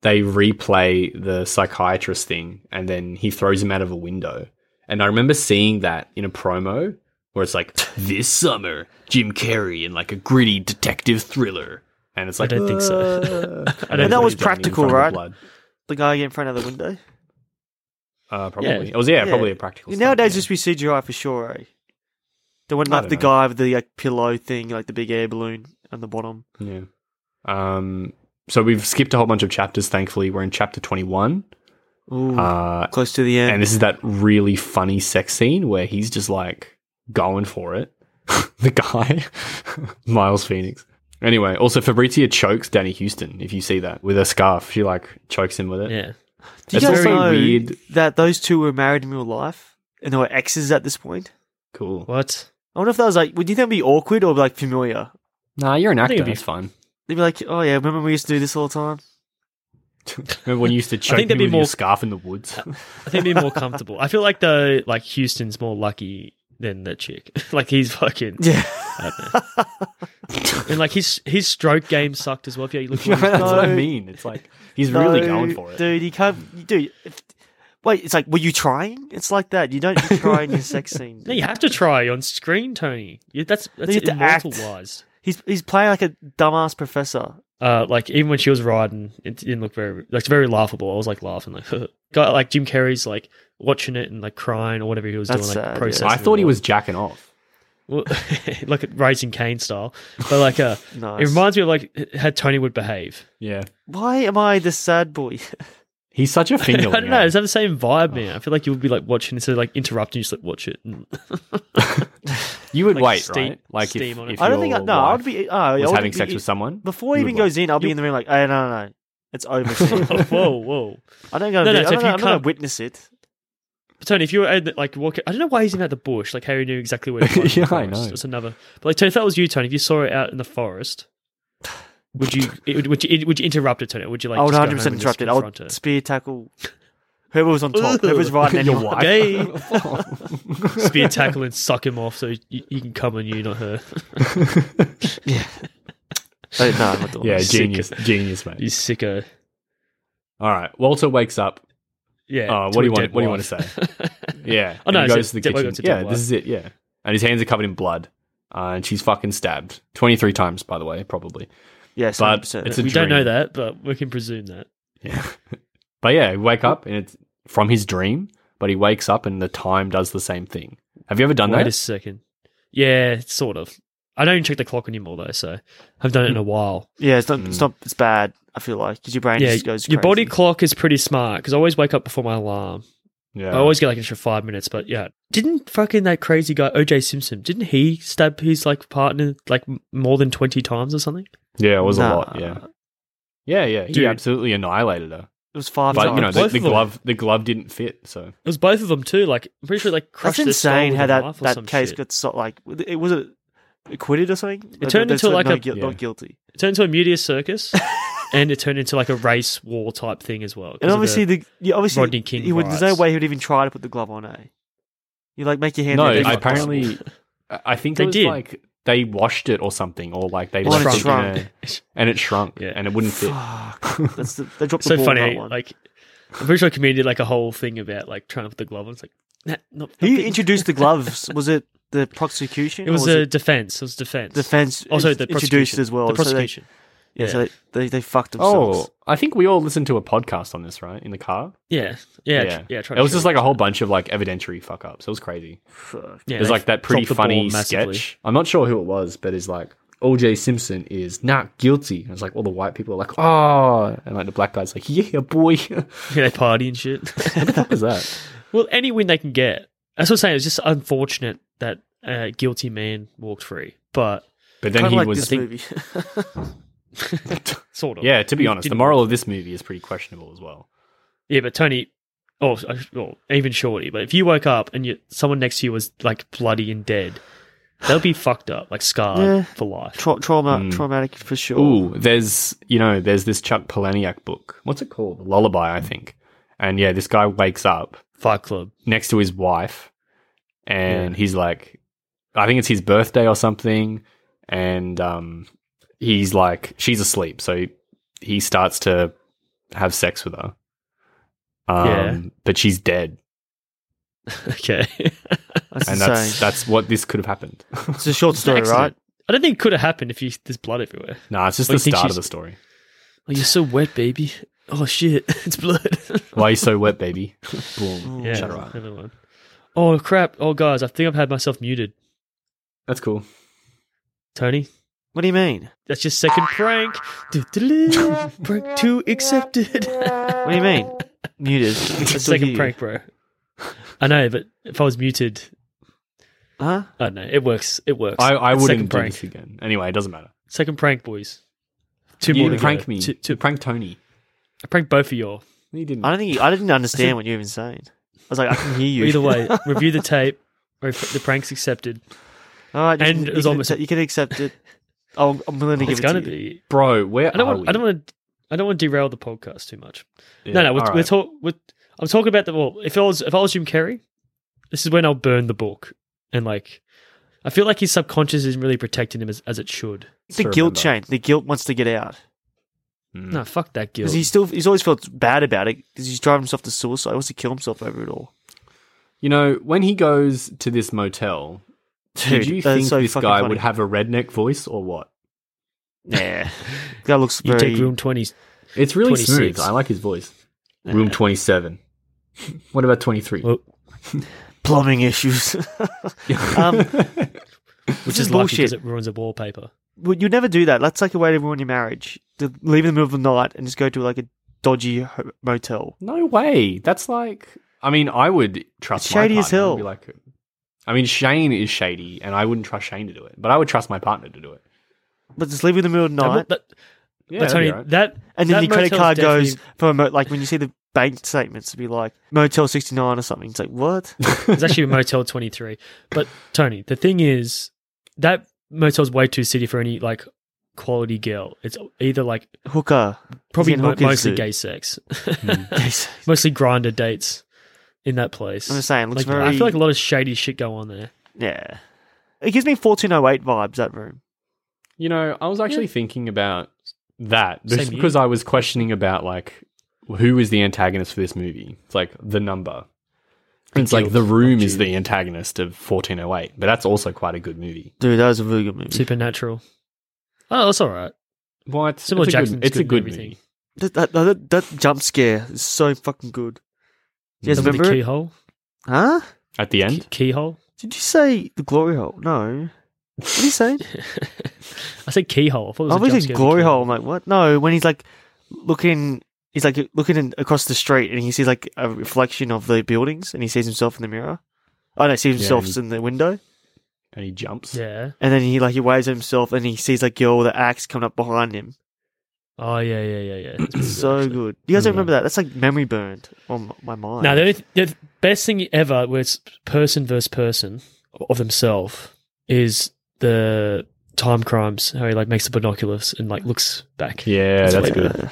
they replay the psychiatrist thing, and then he throws him out of a window. And I remember seeing that in a promo where it's like this summer, Jim Carrey in like a gritty detective thriller, and it's like don't think so. "Uh," I don't it's that like was he's running in front practical, of the right? blood. The guy in front of the window. Uh, probably. Yeah. It was yeah, Yeah. probably a practical. stunt, Nowadays yeah. just be CGI for sure, eh? The one I like don't the know. guy with the like pillow thing, like the big air balloon on the bottom. Yeah. Um. So we've skipped a whole bunch of chapters. Thankfully, we're in chapter twenty-one, Ooh. uh, close to the end. and this is that really funny sex scene where he's just like going for it. the guy, Miles Phoenix. Anyway, also Fabrizia chokes Danny Houston. If you see that with a scarf, she like chokes him with it. Yeah. Do you It's guys very know weird. that those two were married in real life and they were exes at this point? Cool. What? I wonder if that was like, would you think it'd be awkward or like familiar? Nah, you're an actor. it'd be- It's fun. They'd be like, oh yeah, remember we used to do this all the time? Remember when you used to choke me think there'd be with more- Uh, your scarf in the woods? I think they're more comfortable. I feel like though, like Houston's more lucky than that chick. like he's fucking. Yeah. I don't know. And like his his stroke game sucked as well. If you look, at That's his- what I No. mean. It's like he's really No, going for it. dude. You can't, dude. If, wait, it's like, were you trying? It's like that. You don't try in your sex scene. no, you have to try on screen, Tony. You, that's that's you have to act. immortalized. He's he's playing like a dumbass professor. Uh, like even when she was riding, it didn't look very like it's very laughable. I was like laughing, like got like Jim Carrey's like watching it and like crying or whatever he was That's doing, like sad, yeah. processing. I thought it he all. was jacking off. well, like Raising Kane style, but like uh, Nice. it reminds me of like how Tony would behave. Yeah, Why am I the sad boy? he's such a I finger. don't linger. know. Does that the same vibe, man? I feel like you would be like watching instead of like interrupting, you just like watch it. And, You would Like wait, steam- right? Like if, steam on it. if I don't think. I, your no, I would wife be. Uh, I was would having be- sex with someone Before he you even would like- goes in, I'll be in the room like, hey, no, no, no, it's over. soon." whoa, whoa! I don't go. No, no, No, no, so if you I'm not gonna can't- witness it. But Tony, if you were in the- like walking, I don't know why he's even out the bush. Like Harry knew exactly where. To Yeah, yeah, I I know. know. It's another. But like Tony, if that was you, Tony, if you saw it out in the forest, would you it- would, would you would you interrupt it, Tony? Would you like? I would just go 100 home percent and interrupt just it. I confront her? would spear tackle. Whoever was on top, whoever was right, and Your anyone. wife. Gay. Spear tackle and suck him off so you, you can come on you, not her. Oh, no, I'm not doing Yeah, that. Sick. genius, genius, You mate. sicko. All right, Walter wakes up. Yeah. Uh, to what do a you want- dead what do you wife. want Yeah, Oh, no, and he it's a goes to the dead- kitchen. it's a dead yeah, wife. this is it. Yeah, and his hands are covered in blood, uh, and she's fucking stabbed twenty-three times, by the way, probably. Yes, But 100%. it's a we don't know dream. that, but we can presume that. But yeah, he wake up and it's from his dream, but he wakes up and the time does the same thing. Have you ever done Wait a that? second. Yeah, sort of. I don't even check the clock anymore though, so I've done it in a while. Yeah, it's not. It's not. It's bad. I feel like because your brain yeah, just goes. your body crazy. clock is pretty smart because I always wake up before my alarm. Yeah. I always get like an extra five minutes, but yeah, didn't fucking that crazy guy O.J. Simpson? Didn't he stab his like partner like m- more than twenty times or something? yeah, it was a Nah. lot. Yeah, yeah, yeah. He Dude. absolutely annihilated her. It was five But times. you know, the, Both the of them. glove, the glove didn't fit. So It was both of them too. Like I'm pretty sure like crushed That's their skull insane with how a that knife or that some case shit. got so like it was it acquitted or something. Like, turned they into said like no a- guil- Yeah. not guilty. It turned into a media circus, and it turned into like a race war type thing as well. 'cause And of obviously the, yeah, obviously Rodney King He would, there's no riots. way he would even try to put the glove on. Eh? You like make your hand. no, out, I it's apparently, I I think They it was did. like they washed it or something, or like they Well, left and it it in shrunk. a- and it shrunk, Yeah. and it wouldn't fit. possible. Fuck. That's the, they dropped It's the so ball on funny. that one. Like, I'm pretty sure Comedian did like a whole thing about like trying to put the glove on. It's like, nah, not. not he fitting. introduced the gloves. Was it the prosecution? It was or a it defense. It was defense. defense. Also, int- the introduced prosecution. as well. The so they- prosecution. yeah, so they, they they fucked Oh, themselves. I think we all listened to a podcast on this, right? In the car. yeah. Yeah. Yeah. Tr- yeah try it to was just show like a whole bunch of like evidentiary fuck ups. It was crazy. Fuck. you. yeah, There's they like that pretty dropped the funny ball massively. sketch. I'm not sure who it was, but it's like OJ Simpson is not guilty. And it's like all the white people are like, oh, and like the black guy's like, yeah, boy. what Yeah, they party and shit. the fuck is that? well, any win they can get. That's what I'm saying. It's just unfortunate that a guilty man walked free, but But then Kind of he like was, this movie. sort of. yeah. To be He honest, the didn't moral walk of this movie is pretty questionable as well. Yeah, but Tony, oh, or, or even Shorty, but if you woke up and you, someone next to you was like bloody and dead, they'll be fucked up, like scarred Yeah. for life. Tra- trauma, Hmm. Mm. traumatic for sure. Ooh, there's you know, there's this Chuck Palahniuk book. What's it called? Lullaby, I think. And yeah, this guy wakes up Fight Club. next to his wife, and he's like, I think it's his birthday or something, and um, he's like, she's asleep, so he starts to have sex with her. Um, Yeah. but she's dead, Okay. That's and insane. that's that's what this could have happened. it's a short story, Excellent. right? I don't think it could have happened if you there's blood everywhere. nah, it's just Well, the you think start of the she's- story. Oh, you're so wet, baby. Oh shit, it's blood. Why are you so wet, baby? Boom. yeah, Shut her up. never mind. Oh crap! Oh guys, I think I've had myself muted. That's cool. Tony, What do you mean? that's your second prank. Do-do-do. prank two accepted. What do you mean? Muted. It's Still the second here. prank, bro. I know, but if I was muted, Huh? I don't know. It works. It works. I, I It's wouldn't second do prank. this again. Anyway, it doesn't matter. Second prank, boys. Two you more. to didn't prank go. me. Two, two, You pranked Tony. I pranked both of you. You didn't. I don't think you, I didn't understand what you were even saying. I was like, I can hear you. Either way, review the tape. Or if the prank's accepted. All right, you And can- it you was can almost- Oh, accept- you can accept it. I'll, I'm willing to give It's it gonna to you. be. Bro, where I don't are want. we? I don't want to. I don't want to derail the podcast too much. Yeah, no, no. We're, all we're right. talking. I'm talking about the. Well, if I was if I was Jim Carrey, this is when I'll burn the book and like. I feel like his subconscious isn't really protecting him as, as it should. It's the to guilt remember. chain. The guilt wants to get out No, fuck that guilt. because Hmm. he's still he's always felt bad about it because he's driving himself to suicide. He wants to kill himself over it all. You know, when he goes to this motel, Dude, did you that is think so this guy fucking funny. would have a redneck voice or what? Yeah, that looks you very. take room twenty. It's really smooth. 26. I like his voice. Room 27. What about 23? Well, plumbing issues. um, which is is lucky bullshit. because it ruins the wallpaper. well, you never do that. That's like a way to ruin your marriage. To leave in the middle of the night and just go to like a dodgy ho- motel. no way. That's like, I mean, I would trust It's my shady as partner. I'd hell. Be like, I mean, Shane is shady, and I wouldn't trust Shane to do it, but I would trust my partner to do it. But just leave in the middle of the night, That- that- Yeah, that's that'd be only- alright. that- and then that your credit motel's card definitely- goes from a mo- like when you see the bank statements to be like Motel sixty nine or something. It's like what? It's actually a Motel 23. But Tony, the thing is, that motel's way too city for any like quality girl. It's either like Hooker. probably in mo- hookers mostly too. gay sex, Hmm. Yes. mostly grinder dates in that place. I'm just saying, it looks Like, very. I feel like a lot of shady shit go on there. yeah. It gives me fourteen oh eight vibes. That room. You know, I was actually thinking about that Same just here. because I was questioning about like who is the antagonist for this movie. It's like the number. And it's like guilt the room of is the Jude. antagonist of 1408, but that's also quite a good movie. Dude, that was a really good movie. Supernatural. Oh, that's all right. Well, it's, Samuel it's a Jackson's good, it's a good good in everything. movie. That, that, that, that jump scare is so fucking good. You guys Remember the remember it? keyhole? Huh? Mm-hmm. At the Key- end, keyhole? Did you say the glory hole? No. What did you say? I said keyhole. I thought it was I a jump was scare like with Oh, glory keyhole. hole. I'm like, what? No, when he's like looking, he's like looking in, across the street and he sees like a reflection of the buildings and he sees himself in the mirror. Oh no, he sees Yeah, himself he- in the window and he jumps. Yeah. and then he like he waves at himself and he sees like girl with an axe coming up behind him. Oh, yeah, yeah, yeah, yeah. It's pretty So actually. good. You guys don't Mm. remember that? That's like memory burned on my mind. No, the, only th- the best thing ever, where it's person versus person of themselves, is the time crimes. How he like makes the binoculars and like looks back. Yeah, that's good.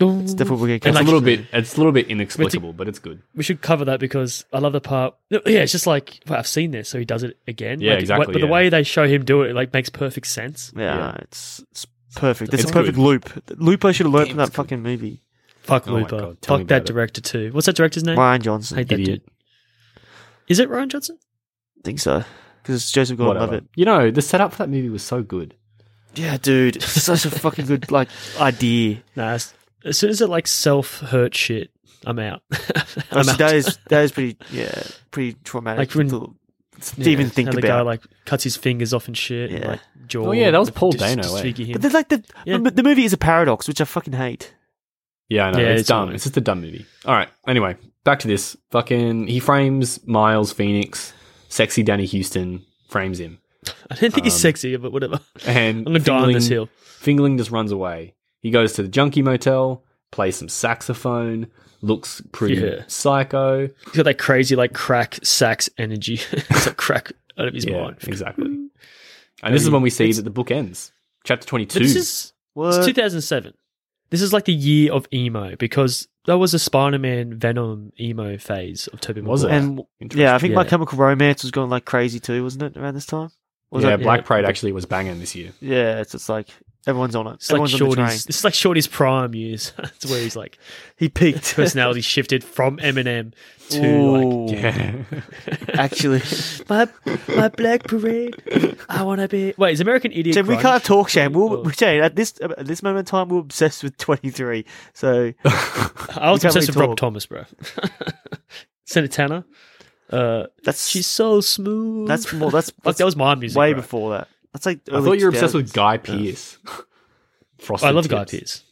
It's definitely we're It's gonna a little bit. It's a little bit inexplicable, but it's good. We should cover that because I love the part. no, Yeah, it's just like well, I've seen this, so he does it again. Yeah, Like, exactly, But the yeah. way they show him do it, it like makes perfect sense. Yeah, Yeah. it's it's perfect. It's, It's a perfect good. loop. Looper should have learned Damn, from that it's good. fucking movie. Fuck Oh my Looper. God, tell me Fuck that about it. director too. What's that director's name? Ryan Johnson. Hate that Idiot. dude. Is it Ryan Johnson? I think so. Because it's Joseph Whatever. Gordon-Levitt. You know, the setup for that movie was so good. Yeah, dude, such a fucking good like idea. Nah. it's- As soon as it like self hurt shit, I'm out. I'm Honestly, out. that is that is pretty yeah pretty traumatic. Like when- to, to Yeah, even think how about. the guy like cuts his fingers off and shit. And, Yeah. like, jaw. Oh, yeah, that was like, Paul dis- Dano, eh? disfigure him. but there's like the Yeah. the the movie is a paradox, which I fucking hate. Yeah, I know. Yeah, it's, it's dumb. annoying. It's just a dumb movie. All right. Anyway, back to this. Fucking, he frames Miles Phoenix. Sexy Danny Houston frames him. I don't think he's um, sexy, but whatever. And I'm gonna die on this Fingerling- hill. Fingerling just runs away. He goes to the junkie motel, plays some saxophone, looks pretty Yeah. psycho. He's got that crazy like crack sax energy. it's like crack out of his yeah, mind. exactly. And this is when we see that the book ends. Chapter But 22. This is it's What? 2007. This is like the year of emo because that was a Spider-Man Venom emo phase of Tobey Was Maguire. it? And yeah, I think My Yeah. Chemical Romance was going like crazy too, wasn't it? Around this time, was yeah, it? Black yeah. Parade actually was banging this year. Yeah, it's just like everyone's on it. It's like everyone's on the train. Shorty's. This is like Shorty's prime years. That's where he's like He peaked. personality shifted from Eminem to like Ooh, Yeah. actually. my my black parade. I want to be. Wait, is American Idiot? Jim, we grunge? can't talk, Shane. We'll, Oh. Shane, at this at this moment in time, we're obsessed with 23. So I was we can't obsessed with really Rob talk. Thomas, bro. Senator Tanner. Uh, that's she's so smooth. that's more that's, like that's that was my music. way bro. before that. That's like I thought you were obsessed with Guy Pearce. Frosted I love Guy Tips. Pearce.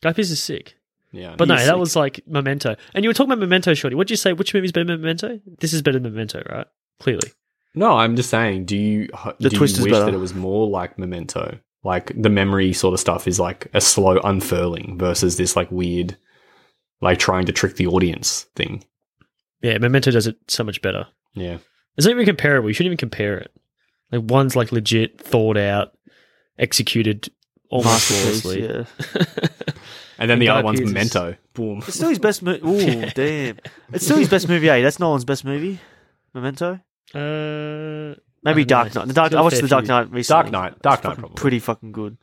Guy Pearce is sick. Yeah. But no, He's that sick. was like Memento. And you were talking about Memento, Shorty. What'd you say? Which movie's better than Memento? This is better than Memento, right? Clearly. No, I'm just saying. Do you do The you twist is wish better. that it was more like Memento? Like the memory sort of stuff is like a slow unfurling versus this like weird, like trying to trick the audience thing. Yeah, Memento does it so much better. Yeah, It's not even comparable. You shouldn't even compare it. Like one's like legit, thought out, executed almost flawlessly. Yeah. and then And the Guy other one's Pearce is- Memento. Boom. It's still his best movie. Ooh, damn. It's still his best movie, eh? That's Nolan's best movie. Memento? Uh, Maybe I don't know. Dark Knight. The Dark, Still I a watched fair the Dark few. Knight recently. Dark Knight. Dark Knight, Fucking probably. Pretty fucking good.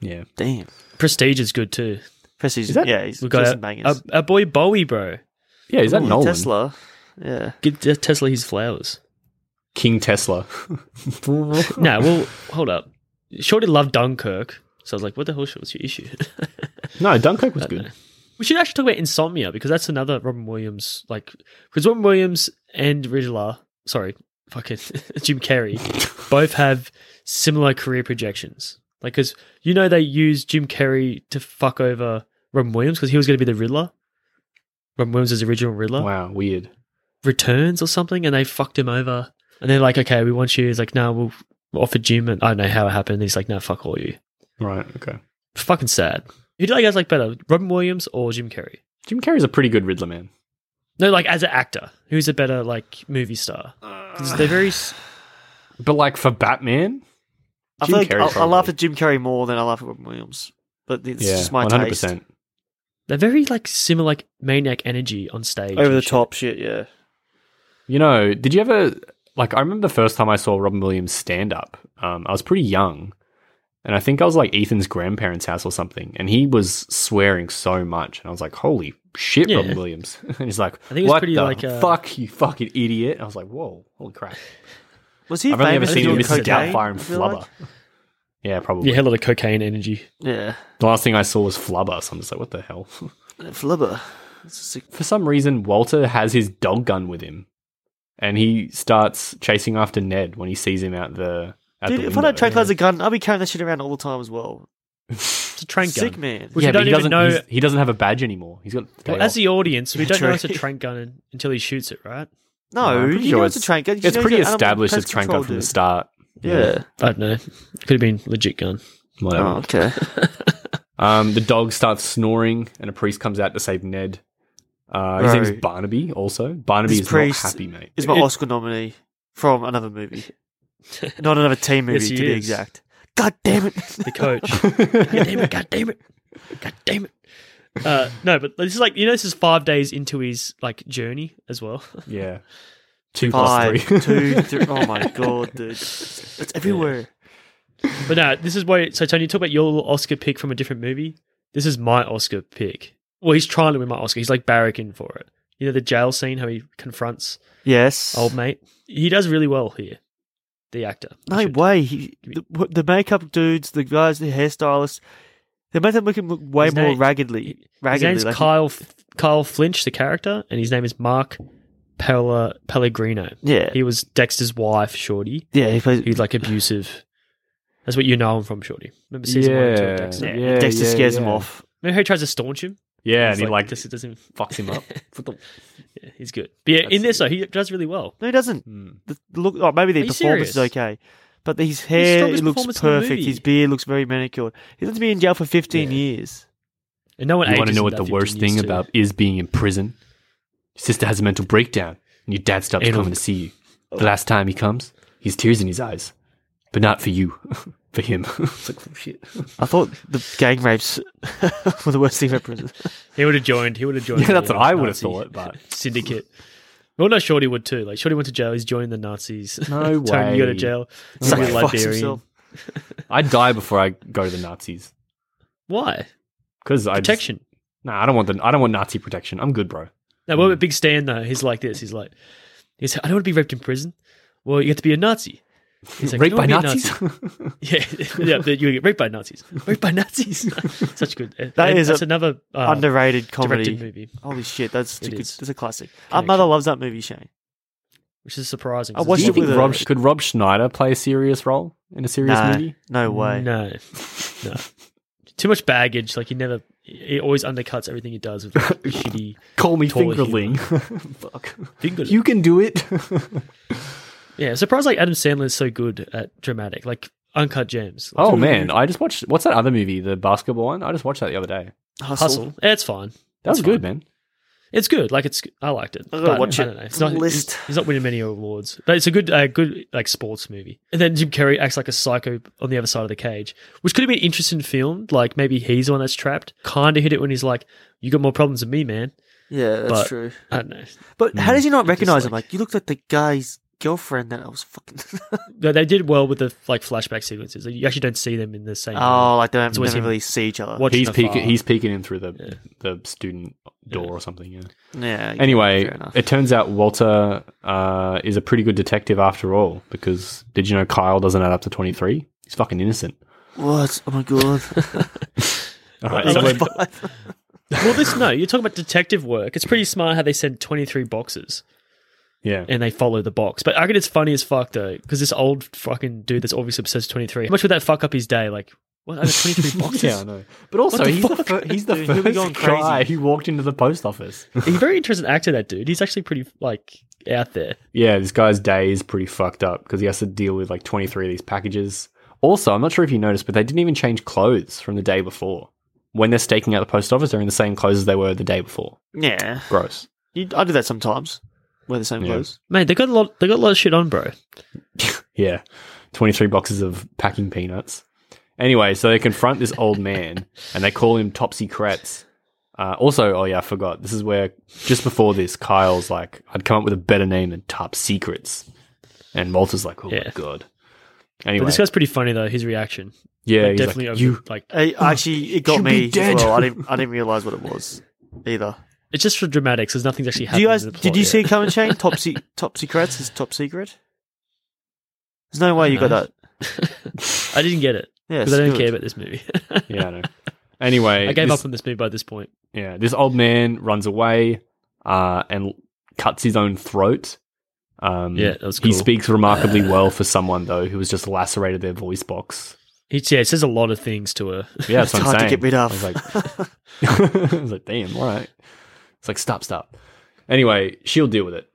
Yeah. Damn. Prestige is good too. Prestige. Is that- yeah, he's We got got our, our- our boy Bowie, bro. Yeah, is that Nolan? Tesla. Yeah. Give Te- Tesla his flowers. King Tesla. no, well, hold up. Shorty loved Dunkirk, so I was like, "What the hell was your issue?" No, Dunkirk was good. we should actually talk about Insomnia because that's another Robin Williams, like, because Robin Williams and Riddler, sorry, fucking Jim Carrey, both have similar career projections. Like, because you know they used Jim Carrey to fuck over Robin Williams because he was going to be the Riddler. Robin Williams' original Riddler. Wow, weird. returns or something, and they fucked him over. And they're like, "Okay, we want you." He's like, "No, we'll we'll offer Jim." And I don't know how it happened. He's like, "No, fuck all you." Right, okay. Fucking sad. Who do you guys like better, Robin Williams or Jim Carrey? Jim Carrey's a pretty good Riddler man. No, like as an actor, who's a better like movie star? 'Cause they're very. s- But like for Batman, I Jim feel like Carrey I, I probably. laugh at Jim Carrey more than I laugh at Robin Williams. But it's yeah, just my 100%. taste. They're very like similar, like maniac energy on stage. Over and the shit. top shit, yeah. You know, did you ever like? I remember the first time I saw Robin Williams stand up. Um, I was pretty young, and I think I was like Ethan's grandparents' house or something, and he was swearing so much, and I was like, "Holy shit, Yeah. Robin Williams!" and he's like, think it was "What pretty, the like, uh, fuck, you fucking idiot!" And I was like, "Whoa, holy crap!" Was he I've only ever famous for seen him doing with Mrs. cocaine, Doubtfire and I feel like? Flubber. Yeah, probably. Yeah, hell of the cocaine energy. Yeah. The last thing I saw was Flubber, so I'm just like, "What the hell?" Flubber. That's a sick- For some reason, Walter has his dog gun with him, and he starts chasing after Ned when he sees him out the. Out Dude, the if I window. don't track loads of gun, I'll be carrying that shit around all the time as well. It's a train Sick gun. man. Which we don't he doesn't. even know. he's- He doesn't have a badge anymore. He's got. well, as the audience, we Yeah, don't know true. it's a trank gun un- until he shoots it, right? No, I'm you pretty know sure it's a train gun. You it's know pretty you're an animal established pest it's Trank gun control from the dude. start. Yeah. I don't know. Could have been legit gun. Whatever. Oh, okay. Um, the dog starts snoring, and a priest comes out to save Ned. Uh, his Right. name's Barnaby. Also, Barnaby This is priest- not happy, mate. Is my It- Oscar nominee from another movie, not another team movie Yes, he to be is. exact. God damn it! the coach. God damn it! God damn it! God damn it! Uh, no, but this is like you know this is five days into his like journey as well. Yeah. Two Five, plus three. two, three. Oh my god, dude! It's everywhere. But no, this is why. So Tony, you talk about your little Oscar pick from a different movie. This is my Oscar pick. Well, he's trying to win my Oscar. He's like barracking for it. You know the jail scene, how he confronts Yes. old mate. He does really well here. The actor. I no should- way. He, the, wh- the makeup dudes, the guys, the hairstylists, they made them look him look way His more name- raggedly. His Raggedly. name's like- Kyle F- Kyle Flinch, the character, and his name is Mark Pella, Pellegrino. yeah. He was Dexter's wife, Shorty. yeah. He plays. He's like abusive. That's what you know him from, Shorty. Remember season one and two of Dexter? Yeah, yeah, Dexter yeah, scares him yeah. off. Remember how he tries to staunch him? Yeah, He's and he like this doesn't. fucks him up. Yeah, he's good. But yeah, in That's- this though, he does really well. No, he doesn't. Hmm. The the look, oh, maybe the Are you performance is serious? okay, but his hair strongest it looks performance in the perfect. movie. His beard looks very manicured. He's to be in jail for fifteen years. And no one. You want want to know what the worst thing about is being in prison? Your sister has a mental breakdown, and your dad stops Anal- coming to see you. The last time he comes, he's tears in his eyes, but not for you, for him. it's like, oh, shit. I thought the gang rapes were the worst thing ever. He would have joined. He would have joined. Yeah, that's the uh, what I would have Nazi thought, but- syndicate. Well, no, Shorty would too. Like Shorty went to jail. He's joined the Nazis. No Tony, you go to way. jail. So You're he a fucks Liberian. himself. I'd die before I go to the Nazis Why because I just- protection? nah, I don't want the I don't want Nazi protection. I'm good, bro. No, what about Big Stan though? He's like this. He's like, he's. I don't want to be raped in prison. Well, you have to be a Nazi. He's like, Raped "I don't by wanna be a Nazis. Nazi." Yeah, yeah, but you get raped by Nazis. Raped by Nazis. Such good. uh, That is that's a another uh, Underrated directed comedy. movie, Holy shit, that's It too good. is. That's a classic. Our mother loves that movie, Shane. which is surprising. I 'cause watched Do it's you it not- think with Rob, a- could Rob Schneider play a serious role in a serious Nah, movie? no way. No, no, too much baggage. Like he never. He always undercuts everything he does with like, shitty Call me Totally fingerling. Fuck. finger. You can do it. Oh, yeah, surprised like Adam Sandler is so good at dramatic, like uncut gems. Like, oh man, I just watched what's that other movie? The basketball one? I just watched that the other day. Hustle. hustle. Yeah, it's fine. That was That's fine. good, man. It's good. Like it's. I liked it. I gotta But watch I it. don't know. It's not. List. It's, it's not winning many awards, but it's a good, uh, good like sports movie. And then Jim Carrey acts like a psycho on the other side of the cage, which could have been interesting filmed. Like maybe he's the one that's trapped. Kind of hit it when he's like, "You got more problems than me, man." Yeah, that's But- true. I don't know. But how does he not recognize him? like- Like you looked at the guy's girlfriend that I was fucking. No, they did well with the like flashback sequences. Like, you actually don't see them in the same. oh, like they don't have It's to always him. really see each other. Watching He's afar. peeking. He's peeking in through the Yeah. the student door or something. Yeah. Yeah. yeah, Anyway, fair enough. it turns out Walter uh, is a pretty good detective after all. Because did you know Kyle doesn't add up to twenty three? He's fucking innocent. what? Oh my god. All right, Oh, so my we're- Five. well, this no. You're talking about detective work. It's pretty smart how they send 23 boxes yeah. and they follow the box. But I reckon it's funny as fuck though, because this old fucking dude that's obviously obsessed with 23. How much would that fuck up his day? Like, what? Are there 23 boxes? Yeah, I know. But also, the he's the, fuck? fir- he's the Dude, he'll be going first guy crazy. who walked into the post office. He's a very interesting actor. That dude. He's actually pretty like out there. yeah, this guy's day is pretty fucked up because he has to deal with like 23 of these packages. Also, I'm not sure if you noticed, but they didn't even change clothes from the day before. When they're staking out the post office, they're in the same clothes as they were the day before. yeah. Gross. You, I do that sometimes. Wear the same Yeah. clothes. Mate, they got a lot. They got a lot of shit on, bro. Yeah. 23 boxes of packing peanuts. Anyway, so they confront this old man and they call him Topsy Kretz. Uh, also, oh yeah, I forgot. This is where, just before this, Kyle's like, I'd come up with a better name than Top Secrets. And Walter's like, oh Yeah. my God. But Anyway, this guy's pretty funny though. His reaction. yeah, Like, he's definitely like, over, you like I, actually, it got You'll be me. As dead. well. I didn't. I didn't realize what it was either. it's just for dramatics. There's nothing's actually Do happening. you guys? in the Did plot you yet. see Common Chain? top, se- top secrets is top secret. There's no way you got No. that. I didn't get it Yeah, because I don't good. care about this movie. Yeah, I know. Anyway, I gave this, up on this movie by this point. yeah, this old man runs away uh, and cuts his own throat. Um, Yeah, that was he cool. speaks remarkably well for someone though who has just lacerated their voice box. He, yeah, it says a lot of things to her. Yeah, that's It's what I'm hard saying. to get rid I of. was like, I was like, damn, all right. It's like stop, stop. Anyway, she'll deal with it.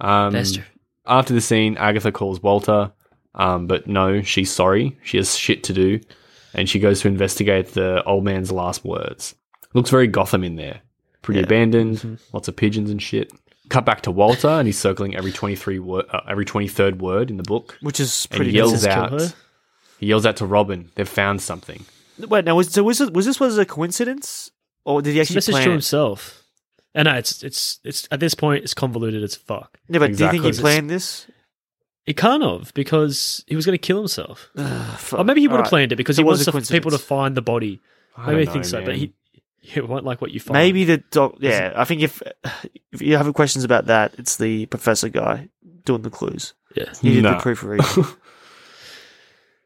Um, Bastard. after the scene, Agatha calls Walter, um, but no, she's sorry. She has shit to do, and she goes to investigate the old man's last words. Looks very Gotham in there. Pretty abandoned, Mm-hmm. lots of pigeons and shit. Cut back to Walter, and he's circling every twenty three word, uh, every twenty third word in the book, which is and pretty. he yells consistent. kill out. her? He yells out to Robin. They've found something. Wait, now was so was this, was this was a coincidence, or did he It's a actually message plan? to it? himself. And no, it's it's it's at this point it's convoluted as fuck. Yeah, but do you think Exactly. he planned this? He can't have because he was going to kill himself. Fuck. Or maybe he would have Alright. planned it because So he it was wants a the f- people to coincidence. find the body. I Maybe I don't think know, so, but man. he he won't like what you find. Maybe the doc. Yeah, I think if if you have questions about that, it's the professor guy doing the clues. yeah. He did Nah. the proofreading.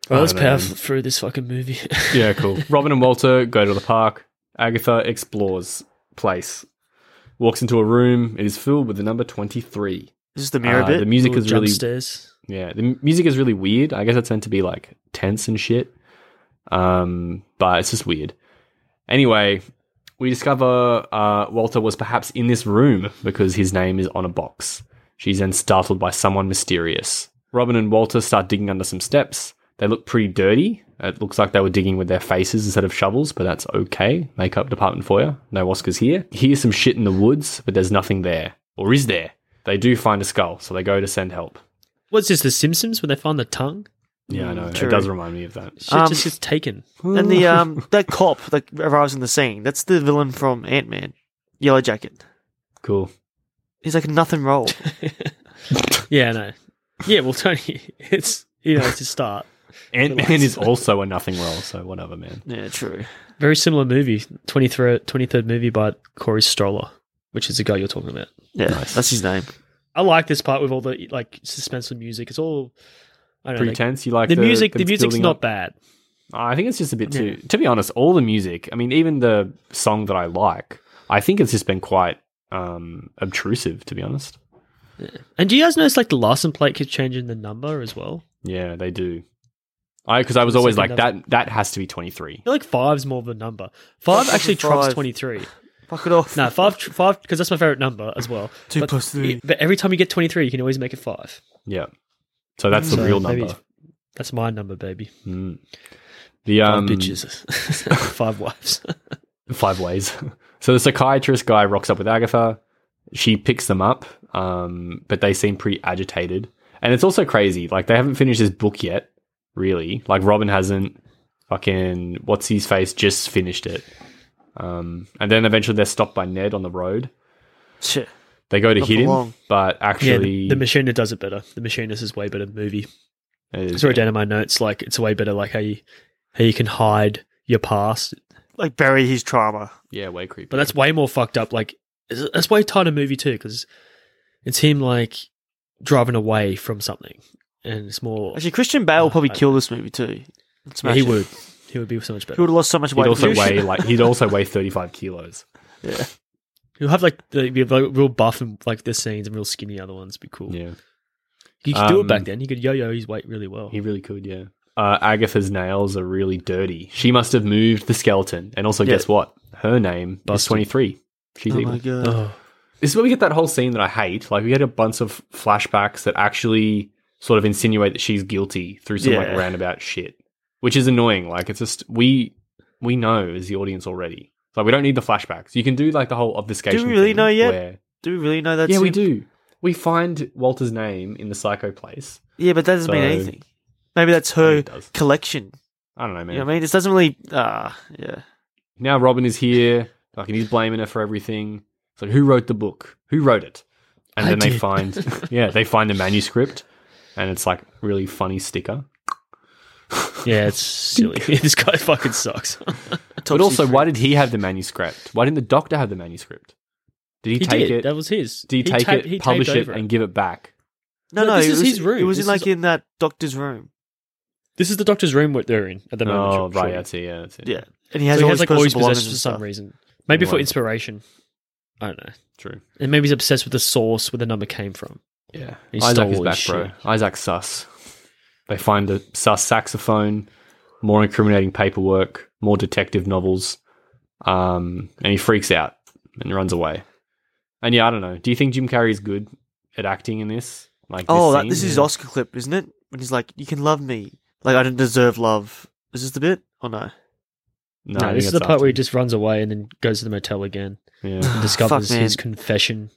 Well, I let's don't know, man. powerful through this fucking movie. Yeah, cool. Robin and Walter go to the park. Agatha explores place. Walks into a room. It is filled with the number twenty-three. Is this the mirror Uh, bit? The music Little is jump really stairs. yeah. The m- music is really weird. I guess it's meant to be like tense and shit. Um, but it's just weird. Anyway, we discover uh, Walter was perhaps in this room because his name is on a box. She's then startled by someone mysterious. Robin and Walter start digging under some steps. They look pretty dirty. It looks like they were digging with their faces instead of shovels, but that's okay. Makeup department for you. No Oscars here. Here's some shit in the woods, but there's nothing there. Or is there? They do find a skull, so they go to send help. What's this? The Simpsons when they find the tongue? Yeah, Mm, I know. True. It does remind me of that. Shit Um, just gets taken. and the um that cop that arrives on the scene. That's the villain from Ant Man, Yellow Jacket. Cool. He's like a nothing role. Yeah, I know. Yeah, well, Tony, it's you know it's a start. Ant Man Relax. is also a nothing role, so whatever, man. yeah, true. Very similar movie, 23rd, 23rd movie by Corey Stroller, which is the guy you're talking about. Yeah, that's his name. I like this part with all the like suspenseful music. It's all I don't know. Pretty like- tense. You like the, music, them the music's building not up- bad. I think it's just a bit too. To be honest, all the music. I mean, even the song that I like, I think it's just been quite um, obtrusive. To be honest, And do you guys notice like the license plate keeps changing the number as well? yeah, they do. I because I was always like Second that. That has to be twenty three. I feel like five's more of a number. Five Fuck, actually this is trumps five. 23. Fuck it off. No, five, tr- five, because that's my favorite number as well. Two but, plus three. But every time you get 23, you can always make it five. Yeah, so that's the So real Mm. maybe number. That's my number, baby. Mm. The Five um, bitches, five wives. five ways. so the psychiatrist guy rocks up with Agatha. She picks them up, um, but they seem pretty agitated. And it's also crazy. Like they haven't finished this book yet, really. Like Robin hasn't. Fucking what's his face just finished it. Um, and then eventually they're stopped by Ned on the road. Shit. They go to Not hit for him, long. but Yeah, actually, the, the Machinist does it better. The Machinist is way better movie. it I is- saw it down in my notes. Like it's way better. Like how you how you can hide your past, Like bury his trauma. yeah, way creepy. but that's way more fucked up. Like it's- that's way tighter movie too because it's him like driving away from something, and it's more. Actually, Christian Bale will probably I- kill this movie too. yeah, Smash he it. would. He would be so much He better. would have lost so much he'd weight. also You should- weigh like he'd also weigh thirty five kilos. He'll have like the, be like, real buff and like this scenes and real skinny other ones. Be cool. Yeah, You could do it back Um, then. You could yo-yo his weight really well. he really could. Yeah, uh, Agatha's nails are really dirty. She must have moved the skeleton, and also Yeah. guess what? Her name is Busted. twenty three. She's Oh evil. my god. oh, this is where we get that whole scene that I hate. Like we get a bunch of flashbacks that actually sort of insinuate that she's guilty through some like Yeah. roundabout shit, which is annoying. Like it's just we we know as the audience already. Like we don't need the flashbacks. You can do like the whole obfuscation. really thing know yet? where- Do we really know that's yeah, we him? do. We find Walter's name in the psycho place. Yeah, but that doesn't mean So- anything. Maybe that's Oh, her it does. collection. I don't know, man. You know what I mean? This doesn't really. Ah, yeah. Now Robin is here, like, and he's blaming her for everything. It's like, who wrote the book? Who wrote it? And I then they did. find, yeah, they find the manuscript, and it's like really funny sticker. yeah, it's silly. this guy fucking sucks. but also, why did he have the manuscript? Why didn't the doctor have the manuscript? Did he, he take did. it? That was his. did he, take taped- it, taped publish it, over and give it back? No, No, no. this it is was- his room. It was This in like is- in that doctor's room. This is the doctor's room what they're in at the moment. Oh, sure- right, sure. that's it. Yeah, that's it. Yeah, and he So has he all has his like all his personal belongings possessions and for stuff. some reason. Maybe for Wonderful. inspiration. I don't know. true. And maybe he's obsessed with the source where the number came from. Yeah, He Isaac stole is his back, bro. Isaac sus. They find a sus saxophone, more incriminating paperwork, more detective novels, um, and he freaks out and runs away. And yeah, I don't know. Do you think Jim Carrey is good at acting in this? Like, Oh, that, scene? this is Oscar clip, isn't it? When he's like, "You can love me, like I don't deserve love." Is this the bit or no? No, I No, think this is it's the part where he after. just runs away and then goes to the motel again Yeah. and discovers Ah, Fuck, man. his confession.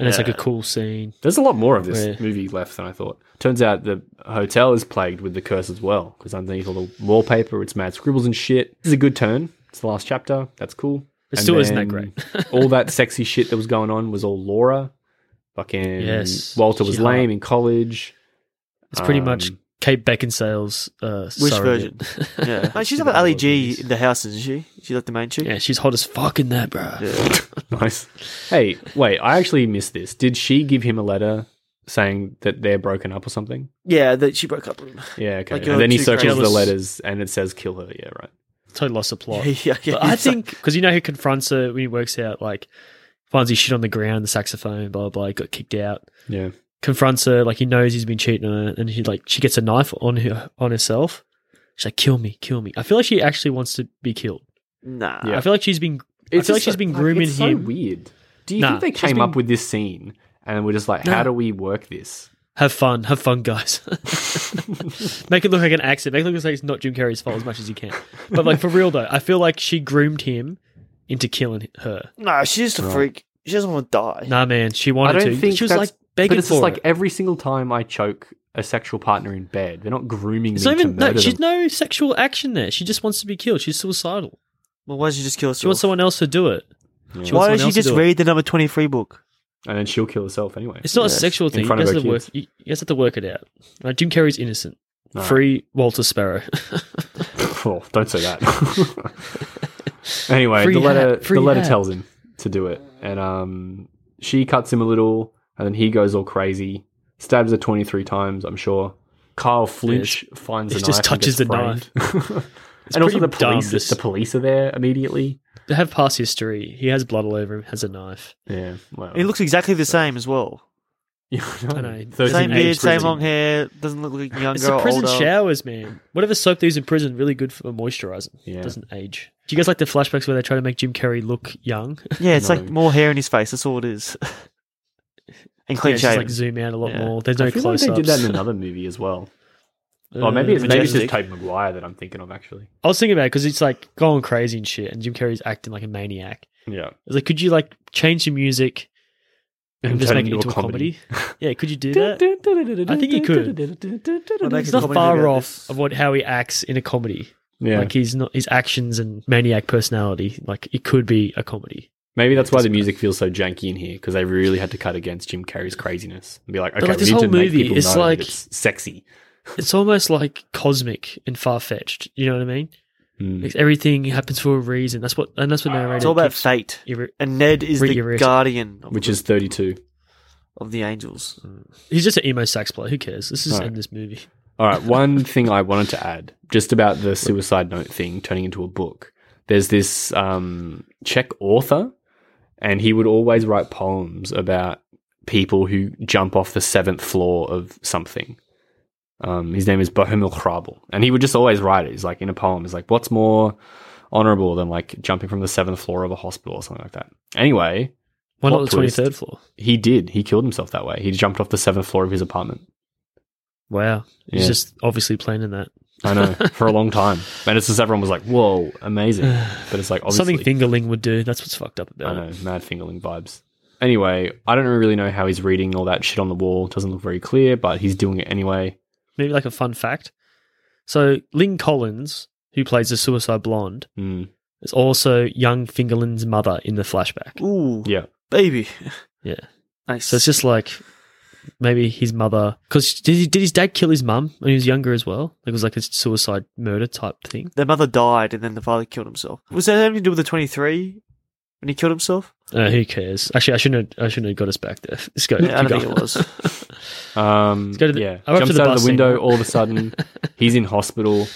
And it's like a cool scene. There's a lot more of this Where- movie left than I thought. Turns out the hotel is plagued with the curse as well, because underneath all the wallpaper, it's mad scribbles and shit. This is a good turn. It's the last chapter. That's cool. It And still isn't that then great. all that sexy shit that was going on was all Laura. Fucking Yes. Walter was Yeah. lame in college. It's pretty much Um, Kate Beckinsale's uh, Which surrogate. Yeah, like, she's She's up at got all Ali of G these. in the house, isn't she? She's like the main chick. yeah, she's hot as fuck in that, bro. Yeah. Um, Nice. Hey, wait, I actually missed this. Did she give him a letter saying that they're broken up or something? Yeah, that she broke up with him. Yeah, okay. Like, and uh, then he two circles the jealous- letters and it says kill her. Yeah, right. Totally lost the plot. Yeah, yeah, yeah. But I It's like- think because you know he confronts her when he works out, like finds his shit on the ground, the saxophone, blah blah, blah got kicked out. Yeah. Confronts her, like he knows he's been cheating on her, and he like she gets a knife on her on herself. She's like, "Kill me, kill me." I feel like she actually wants to be killed. nah. Yeah. I feel like she's been. I feel like she's been grooming it's him. So weird. Do you Nah, think they she's came been- up with this scene and we're just like, how Nah. do we work this? Have fun, have fun, guys. make it look like an accident. Make it look like it's not Jim Carrey's fault as much as you can. But like for real though, I feel like she groomed him into killing her. Nah, she's just a freak. She doesn't want to die. Nah, man, she wanted I don't to. think she was that's- like begging but it's just for like it. every single time I choke a sexual partner in bed, they're not grooming It's me not even to murder no. She's them. no sexual action there. She just wants to be killed. She's suicidal. Well, why does she just kill herself? She wants someone else to do it. She wants why someone does she else to just do it. read the number twenty three book? and then she'll kill herself anyway. It's not a Yeah. sexual thing. You front guys, of have her to work, kids. you you guys have to work it out. Like, Jim Carrey's innocent. No. Free Walter Sparrow. Oh, don't say that. anyway, Free the letter hat, free the letter hat. tells him to do it, and um, she cuts him a little, and then he goes all crazy, stabs her twenty three times. I'm sure. Kyle Flinch finds it the knife just and touches gets the knife. framed. and also pretty the police. dumb, this- The police are there immediately. they have past history. He has blood all over him. Has a knife. Yeah, well, It looks exactly the same as well. Yeah, I know. Same Same beard, age, same prison. long hair. Doesn't look like younger. It's the prison older. showers, man. Whatever soap they use in prison, really good for moisturizing. Yeah. Doesn't age. Do you guys like the flashbacks where they try to make Jim Carrey look young? Yeah, it's like No. more hair in his face. That's all it is. and clean Yeah, just like shaven. zoom out a lot Yeah. more. There's no Uh, I feel like close they ups. did that in another movie as well. Oh, maybe it's, maybe it's just Majestic. Tobe Maguire that I'm thinking of actually. I was thinking about it because it's like going crazy and shit, and Jim Carrey's acting like a maniac. Yeah, It's like, could you like change the music and, just turn make it into a comedy? yeah, could you do that? I I think he could. It's not far off of what how he acts in a comedy. Yeah, Like he's not his actions and maniac personality. Like it could be a comedy. Maybe that's why the music feels so janky in here because they really had to cut against Jim Carrey's craziness and be like, okay, like, we this need to whole make movie people is know that like- it's sexy. It's almost like cosmic and far fetched. You know what I mean? Mm. Like, everything happens for a reason. That's what, and that's what narrator. It's all about keeps fate. irri- And Ned is Really the irritating. guardian of, Which the, is 32. of the angels. He's just an emo sax player. Who cares? This is Right. in this movie. All right, one thing I wanted to add, just about the suicide note thing turning into a book. There's this um, Czech author, and he would always write poems about people who jump off the seventh floor of something. Um, his name is Bohemil Hrabal, and he would just always write it. He's like in a poem. He's like, "What's more honorable than like jumping from the seventh floor of a hospital or something like that?" Anyway, Why Plot not the twenty twist. third floor? he did. He killed himself that way. He jumped off the seventh floor of his apartment. Wow. He's Yeah. just obviously planning that. I know for a long time, and it's just everyone was like, "Whoa, amazing!" But it's like obviously, Something Fingerling would do. That's what's fucked up I about know it. mad fingerling vibes. Anyway, I don't really know how he's reading all that shit on the wall. Doesn't look very clear, but he's doing it anyway. Maybe like a fun fact. So Lynn Collins, who plays the Suicide Blonde, Mm, is also young Fingerling's mother in the flashback. Ooh, Mm. yeah, baby. Yeah. Nice. So it's just like maybe his mother. Because did, he- did his dad kill his mum when he was younger as well? It was like a suicide murder type thing. their mother died and then the father killed himself. Was that having to do with the 23 when he killed himself? Uh, who cares? Actually, I shouldn't. Have, I shouldn't have got us back there. Let's go. Yeah, I keep don't going. think it was. um, go to the- yeah. I'm up to Jumps the out of bus the scene. window. All of a sudden, he's in hospital.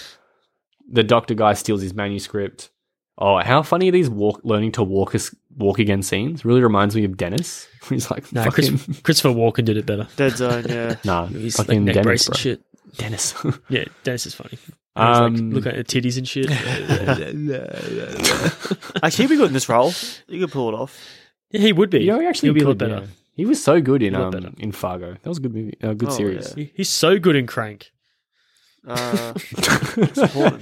The doctor guy steals his manuscript. Oh, how funny are these walk learning to walk us walk again scenes? Really reminds me of Dennis. He's like, Nah, fucking, Chris, Christopher Walken did it better. Dead zone, yeah. nah, He's like fucking neck Dennis, brace and bro. shit. Dennis. Yeah, Dennis is funny. um, He's like, look at her titties and shit. Actually, he'd be good in this role. You could pull it off. yeah, he would be. Yeah, he actually He'll be a lot could, better. yeah. He was so good in He'll be a um, lot better. in Fargo. That was a good movie, a good Oh, series. He- He's so good in Crank. Uh, important.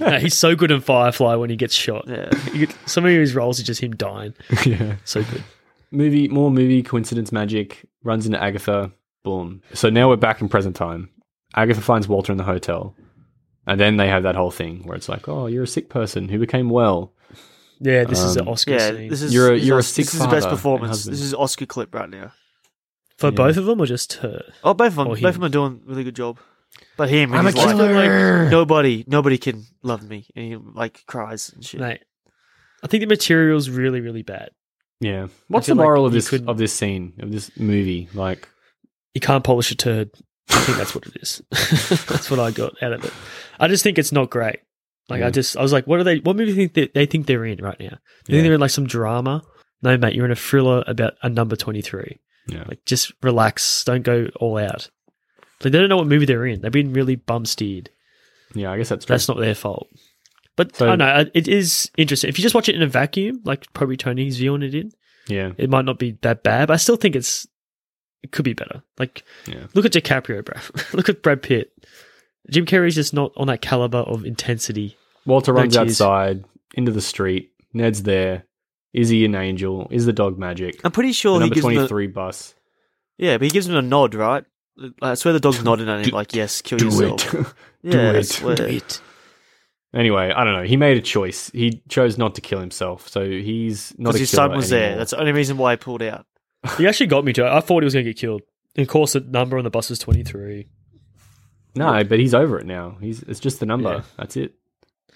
No, he's so good in Firefly when he gets shot. Yeah. You get- Some of his roles are just him dying. Yeah. So good. movie, more movie coincidence magic runs into Agatha. Boom. So now we're back in present time. Agatha finds Walter in the hotel, and then they have that whole thing where it's like, "Oh, you're a sick person who became well." Yeah, this is Um, an Oscar Yeah, scene. this is You're a- this is you're a Os- sick This is the best father and performance. husband. This is Oscar clip right now. For yeah. both of them or just her? Oh, both of them, Or both him. of them are doing a really good job. But him, I'm and a he's like, killer. nobody, nobody can love me, and he like cries and shit. Mate, I think the material's really, really bad. Yeah. What's the feel like moral of you this couldn't- of this scene of this movie? Like, You can't polish a turd. I think that's what it is. that's what I got out of it. I just think it's not great. Like I Yeah. just, I was like, what are they? What movie think they, they think they're in right now? They Yeah. think they're in like some drama. No, mate, you're in a thriller about a number twenty three. yeah. Like, just relax. Don't go all out. Like, they don't know what movie they're in. They've been really bum steered. yeah, I guess that's true. That's not their fault. But So- I don't know. I- It is interesting. If you just watch it in a vacuum, like probably Tony's viewing it in, yeah. it might not be that bad. But I still think it's it could be better. Like, Yeah. look at DiCaprio, bro. look at Brad Pitt. Jim Carrey's just not on that caliber of intensity. Walter No runs cheese. outside into the street. Ned's there. Is he an angel? Is the dog magic? I'm pretty The sure he number gives him. 23 bus. A, yeah, but he gives him a nod, right? I swear the dog's nodding at him, like, "Yes, kill yourself." yeah, I it. swear. It. anyway, I don't know. He made a choice. He chose not to kill himself, so he's not a Because killer his son was there. anymore. That's the only reason why he pulled out. He actually got me to. it. I thought he was going to get killed. Of course, the number on the bus is twenty three. no, but he's over it now. He's it's just the number. That's it.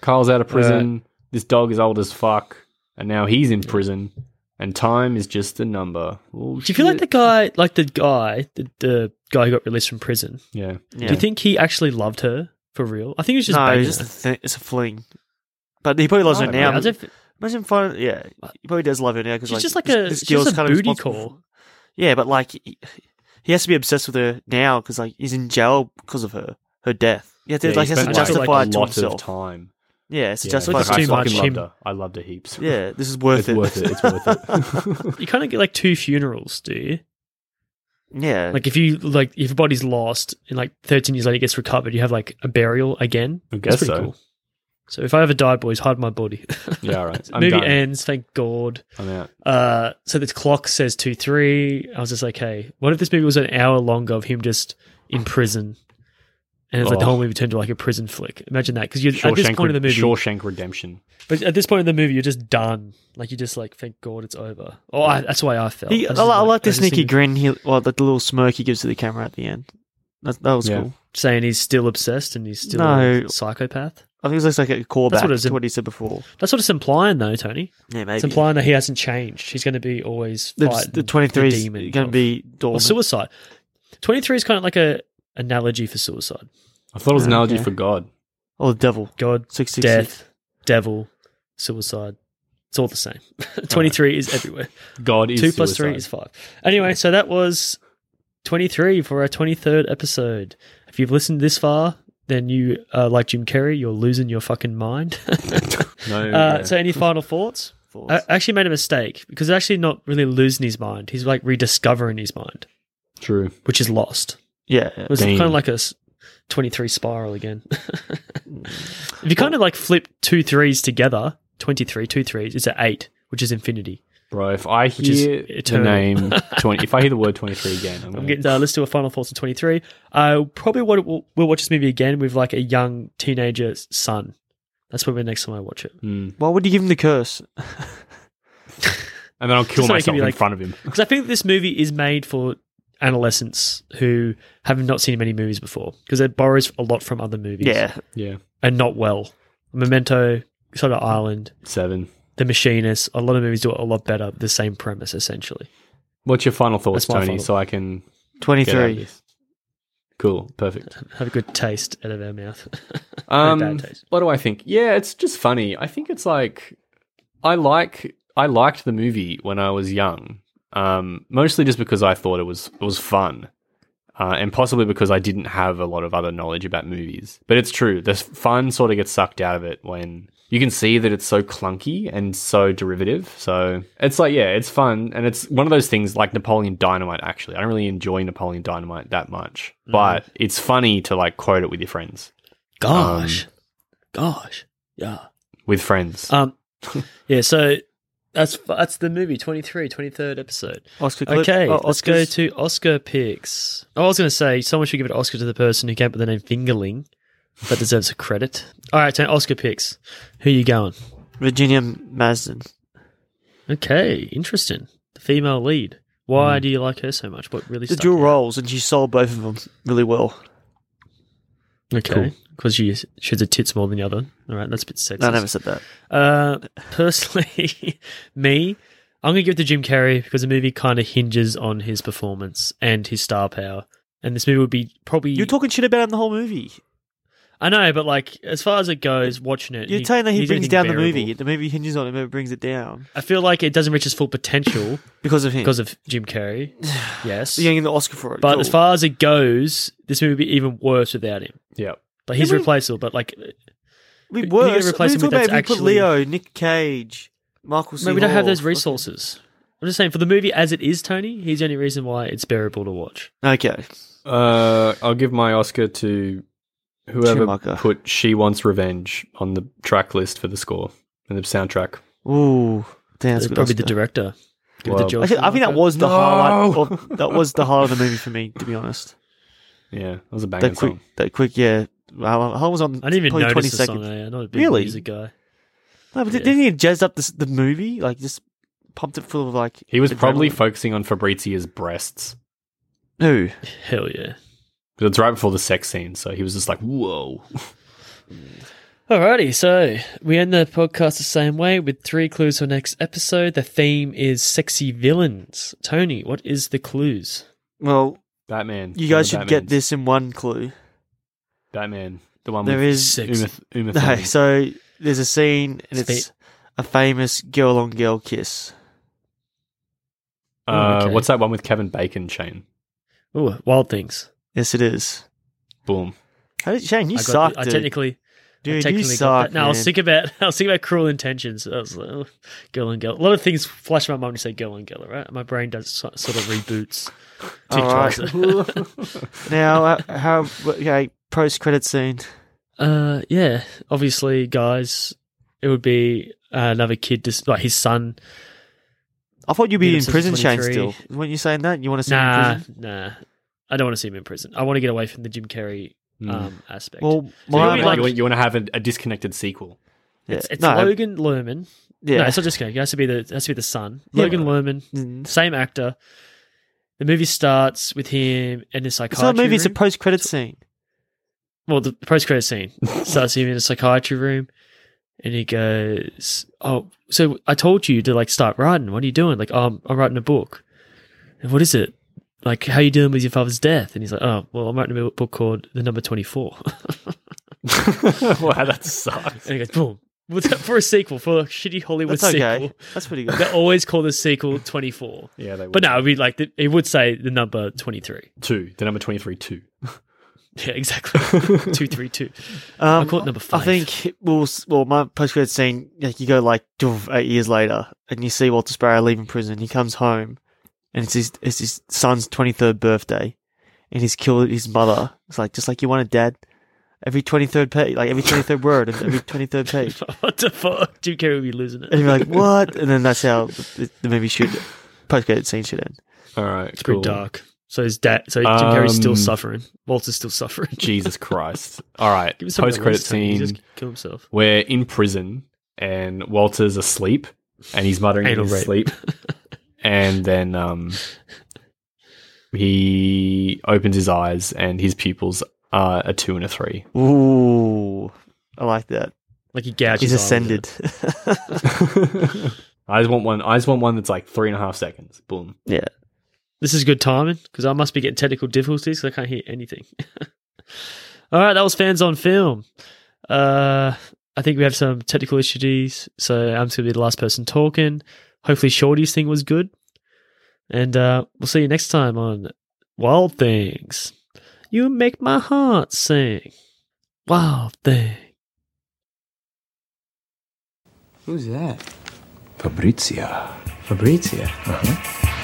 Carl's out of prison. this dog is old as fuck, and now he's in prison. And time is just a number. Oh, Do you feel like the guy, like the guy, the, the guy who got released from prison? yeah, Yeah. Do you think he actually loved her for real? I think he was just no, banging it's just her. a thi- it's a fling. But he probably loves Oh, her now. Yeah, I don't- Imagine finding, yeah, he probably does love her now because She's like, just like this- a- this she's girl's just a kind of booty responsible call. for- Yeah, but like he, he has to be obsessed with her now because like he's in jail because of her her death. Yeah, yeah, to he like has to spent, justify like, it a to lot himself. of time. Yeah, it's to Yeah, justify It's it to I too himself. much. fucking him- Loved her. I loved her heaps. Yeah, this is it's worth it. worth it. It's worth it. you kind of get like two funerals, do you? yeah, Like if you like if your body's lost and like 13 years later it gets recovered, you have like a burial again. I That's guess pretty so. cool. So if I ever die, boys, hide my body. Yeah, all right. I'm Movie done. ends. Thank God. I'm out. Uh, so the clock says two three. I was just like, hey, what if this movie was an hour longer of him just in prison, and it's like the Oh. whole movie turned to like a prison flick. Imagine that because you're Shawshank, at this point in the movie, Shawshank Redemption. but at this point in the movie, you're just done. Like you just like, thank God it's over. Oh, I, that's why I felt. He, I, was li- just I like the I just sneaky think- grin. He, well, the little smirk he gives to the camera at the end. That, that was Yeah. cool. saying he's still obsessed and he's still No. a psychopath. I think it looks like a callback what it is. to what he said before. That's what it's implying, though, Tony. Yeah, It's maybe. implying that he hasn't changed. He's going to be always The, fighting the 23 is demon going to of- be or dormant. suicide. Twenty three is kind of like a analogy for suicide. I thought it was an Yeah, analogy okay. for God. or the devil. God, 666. death, devil, suicide. It's all the same. Twenty three is everywhere. God is Two plus suicide. three is five. Anyway, so that was twenty three for our twenty third episode. If you've listened this far, then you uh, like Jim Carrey, you're losing your fucking mind. No, Uh, yeah. So, any final thoughts? Thoughts. I I actually made a mistake because he's actually not really losing his mind. He's like rediscovering his mind, true. which is lost. Yeah. yeah. It was Damn. kind of like a s- 23 spiral again. if you kind of like flip two threes together, 23, two threes, it's an eight, which is infinity. Bro, if I is hear the eternal. name twenty, if I hear the word twenty three again, I'm, I'm gonna, getting, uh, let's do a final thoughts of 23. Uh, probably what we'll, we'll watch this movie again with like a young teenager's son. That's probably the next time I watch it. Mm. Why would you give him the curse? and then I'll kill Just so I can myself be in like- front of him. Because I think this movie is made for adolescents who have not seen many movies before because it borrows a lot from other movies. Yeah. Yeah, And not well. Memento, Sort of Island, seven. The Machinist. A lot of movies do it a lot better, the same premise, essentially. What's your final thoughts, That's my Tony? final- So I can get out of 23. this. Cool, perfect. Have a good taste out of our mouth. Very bad Um, taste. what do I think? Yeah, it's just funny. I think it's like I like I liked the movie when I was young, um, mostly just because I thought it was it was fun, uh, and possibly because I didn't have a lot of other knowledge about movies. But it's true, the fun sort of gets sucked out of it when you can see that it's so clunky and so derivative. So it's like yeah, it's fun, and it's one of those things like Napoleon Dynamite. Actually, I don't really enjoy Napoleon Dynamite that much, Mm. but it's funny to like quote it with your friends. Gosh. Gosh. Yeah. With friends. Um, yeah, so that's that's the movie, 23, 23rd episode. Oscar clip. Okay, Oh, let's go Oscars. to Oscar picks. Oh, I was going to say someone should give an Oscar to the person who came up with the name Fingerling. That deserves a credit. All right, so Oscar picks. Who you going? Virginia Masden. Okay, interesting. The female lead. Why do you like her so much? What really Hmm. The stuck dual out? roles, and she sold both of them really well. Okay, because she she's a tits more than the other. one. All right, that's a bit sexist. No, I never said that. Uh, personally, me, I'm gonna give it to Jim Carrey because the movie kind of hinges on his performance and his star power. And this movie would be probably You're talking shit about him the whole movie. I know, but like as far as it goes, watching it, You're he- telling that he he's brings anything down the bearable. movie. The movie hinges on him, it brings it down I feel like it doesn't reach its full potential because of him. because of Jim Carrey. Yes, So you're getting the Oscar for it. but Cool. as far as it goes, this movie would be even worse without him. yeah. Like he's Yeah, we- replaceable, but like we you were. gotta replace him talking with about if we that's put Leo, Nick Cage, Michael. C. no, we don't have Hall. those resources. I'm just saying for the movie as it is, Tony, he's the only reason why it's bearable to watch. Okay. Uh, I'll give my Oscar to whoever Schumacher. put "She Wants Revenge" on the track list for the score and the soundtrack. Ooh, damn, that's a It's good probably Oscar. the director. Give it Well, to Joel I think, I think that Schumacher. was the No. highlight. Of, that was the highlight of the movie for me, to be honest. Yeah, that was a banger That quick, song. that quick, yeah. Well, I was on. I didn't even probably notice 20 the seconds. song. eh? I'm not a big Really? music guy. No, but Yeah. didn't he jazz up the the movie? Like just pumped it full of like. He was probably adrenaline? focusing on Fabrizia's breasts. no. Hell yeah! But It's right before the sex scene, so he was just like, "Whoa!" Alrighty, so we end the podcast the same way with three clues for next episode. The theme is sexy villains. Tony, what is the clues? Well, Batman. you One guys of should get Batman's- this in one clue. Batman, the one There with is Six. Uma, Uma no. Thurman. So there's a scene, and Spe- it's a famous girl on girl kiss. uh, Oh, okay. What's that one with Kevin Bacon? Shane. Ooh, Wild Things. Yes, it is. Boom. How did, Shane, you I got suck, the- I dude. technically, I dude, you technically got suck. that. No, I was man. thinking about I was thinking about cruel intentions. I was like, oh, girl and girl. A lot of things flash in my mind when you say girl and girl. Right, my brain does so- sort of reboots. All right. Um, Mm. now, uh, how? Okay, post credit scene. Uh, yeah. Obviously, guys, it would be uh, another kid, just like his son. I thought you'd be Beat in him prison, since Shane. 23. Still, weren't you saying that you want to see him in Nah, prison? nah. I don't want to see him in prison. I want to get away from the Jim Carrey um, aspect. Mm. Well, you my want me, like- you, want, you want to have a, a disconnected sequel. yeah, it's, it's no, Logan Lerman. yeah, No, it's not just It has to be the it has to be the son. Yeah. Logan Lerman, Mm. same actor. The movie starts with him in a it's not a psychiatry. movie. It's a room. post credit scene. well, the post credit scene starts him in a psychiatry room, and he goes, "Oh, so I told you to like start writing. What are you doing? Like, oh, I'm, I'm writing a book. And what is it? Like, how you dealing with your father's death?" And he's like, "Oh, well, I'm writing a book called The Number Twenty Four. wow, that sucks. and he goes, "Boom." What's that for a sequel? For a shitty Hollywood That's okay. sequel, That's pretty they good. always call the sequel Twenty Four. Yeah, they But no, it'd be like the, it would say the number twenty three. two, the number twenty-three, two. Yeah, exactly. two three two. I Um, caught number five. I think well, s- well, my post credit scene. Like you go like doof, eight years later, and you see Walter Sparrow leaving prison. He comes home, and it's his it's his son's twenty third birthday, and he's killed his mother. It's like just like you wanted, Dad. Every twenty third page, like every twenty third word, and every twenty third page, what the fuck? Jim Carrey would be losing it. and you're like, what? And then that's how the, the movie should post credit scene should end. All right, It's cool. pretty dark. So his dad, so Jim Carrey's still Um, suffering. Walter's still suffering. Jesus Christ. All right, Give him something to post-credit lose, Tony. He scene. just killed himself. We're in prison, and Walter's asleep, and he's muttering in Anal his rape. sleep, and then um, he opens his eyes, and his pupils are a two and a three. Ooh, I like that. Like he gouged. he's his eye with ascended. it. I just want one. I just want one that's like three and a half seconds. Boom. yeah, This is good timing because I must be getting technical difficulties because I can't hear anything. All right, that was fans on film. Uh, I think we have some technical issues, so I'm just gonna be the last person talking. Hopefully, Shorty's thing was good, and uh, we'll see you next time on Wild Things. You make my heart sing. Wild thing. Who's that? Fabrizia. Fabrizia.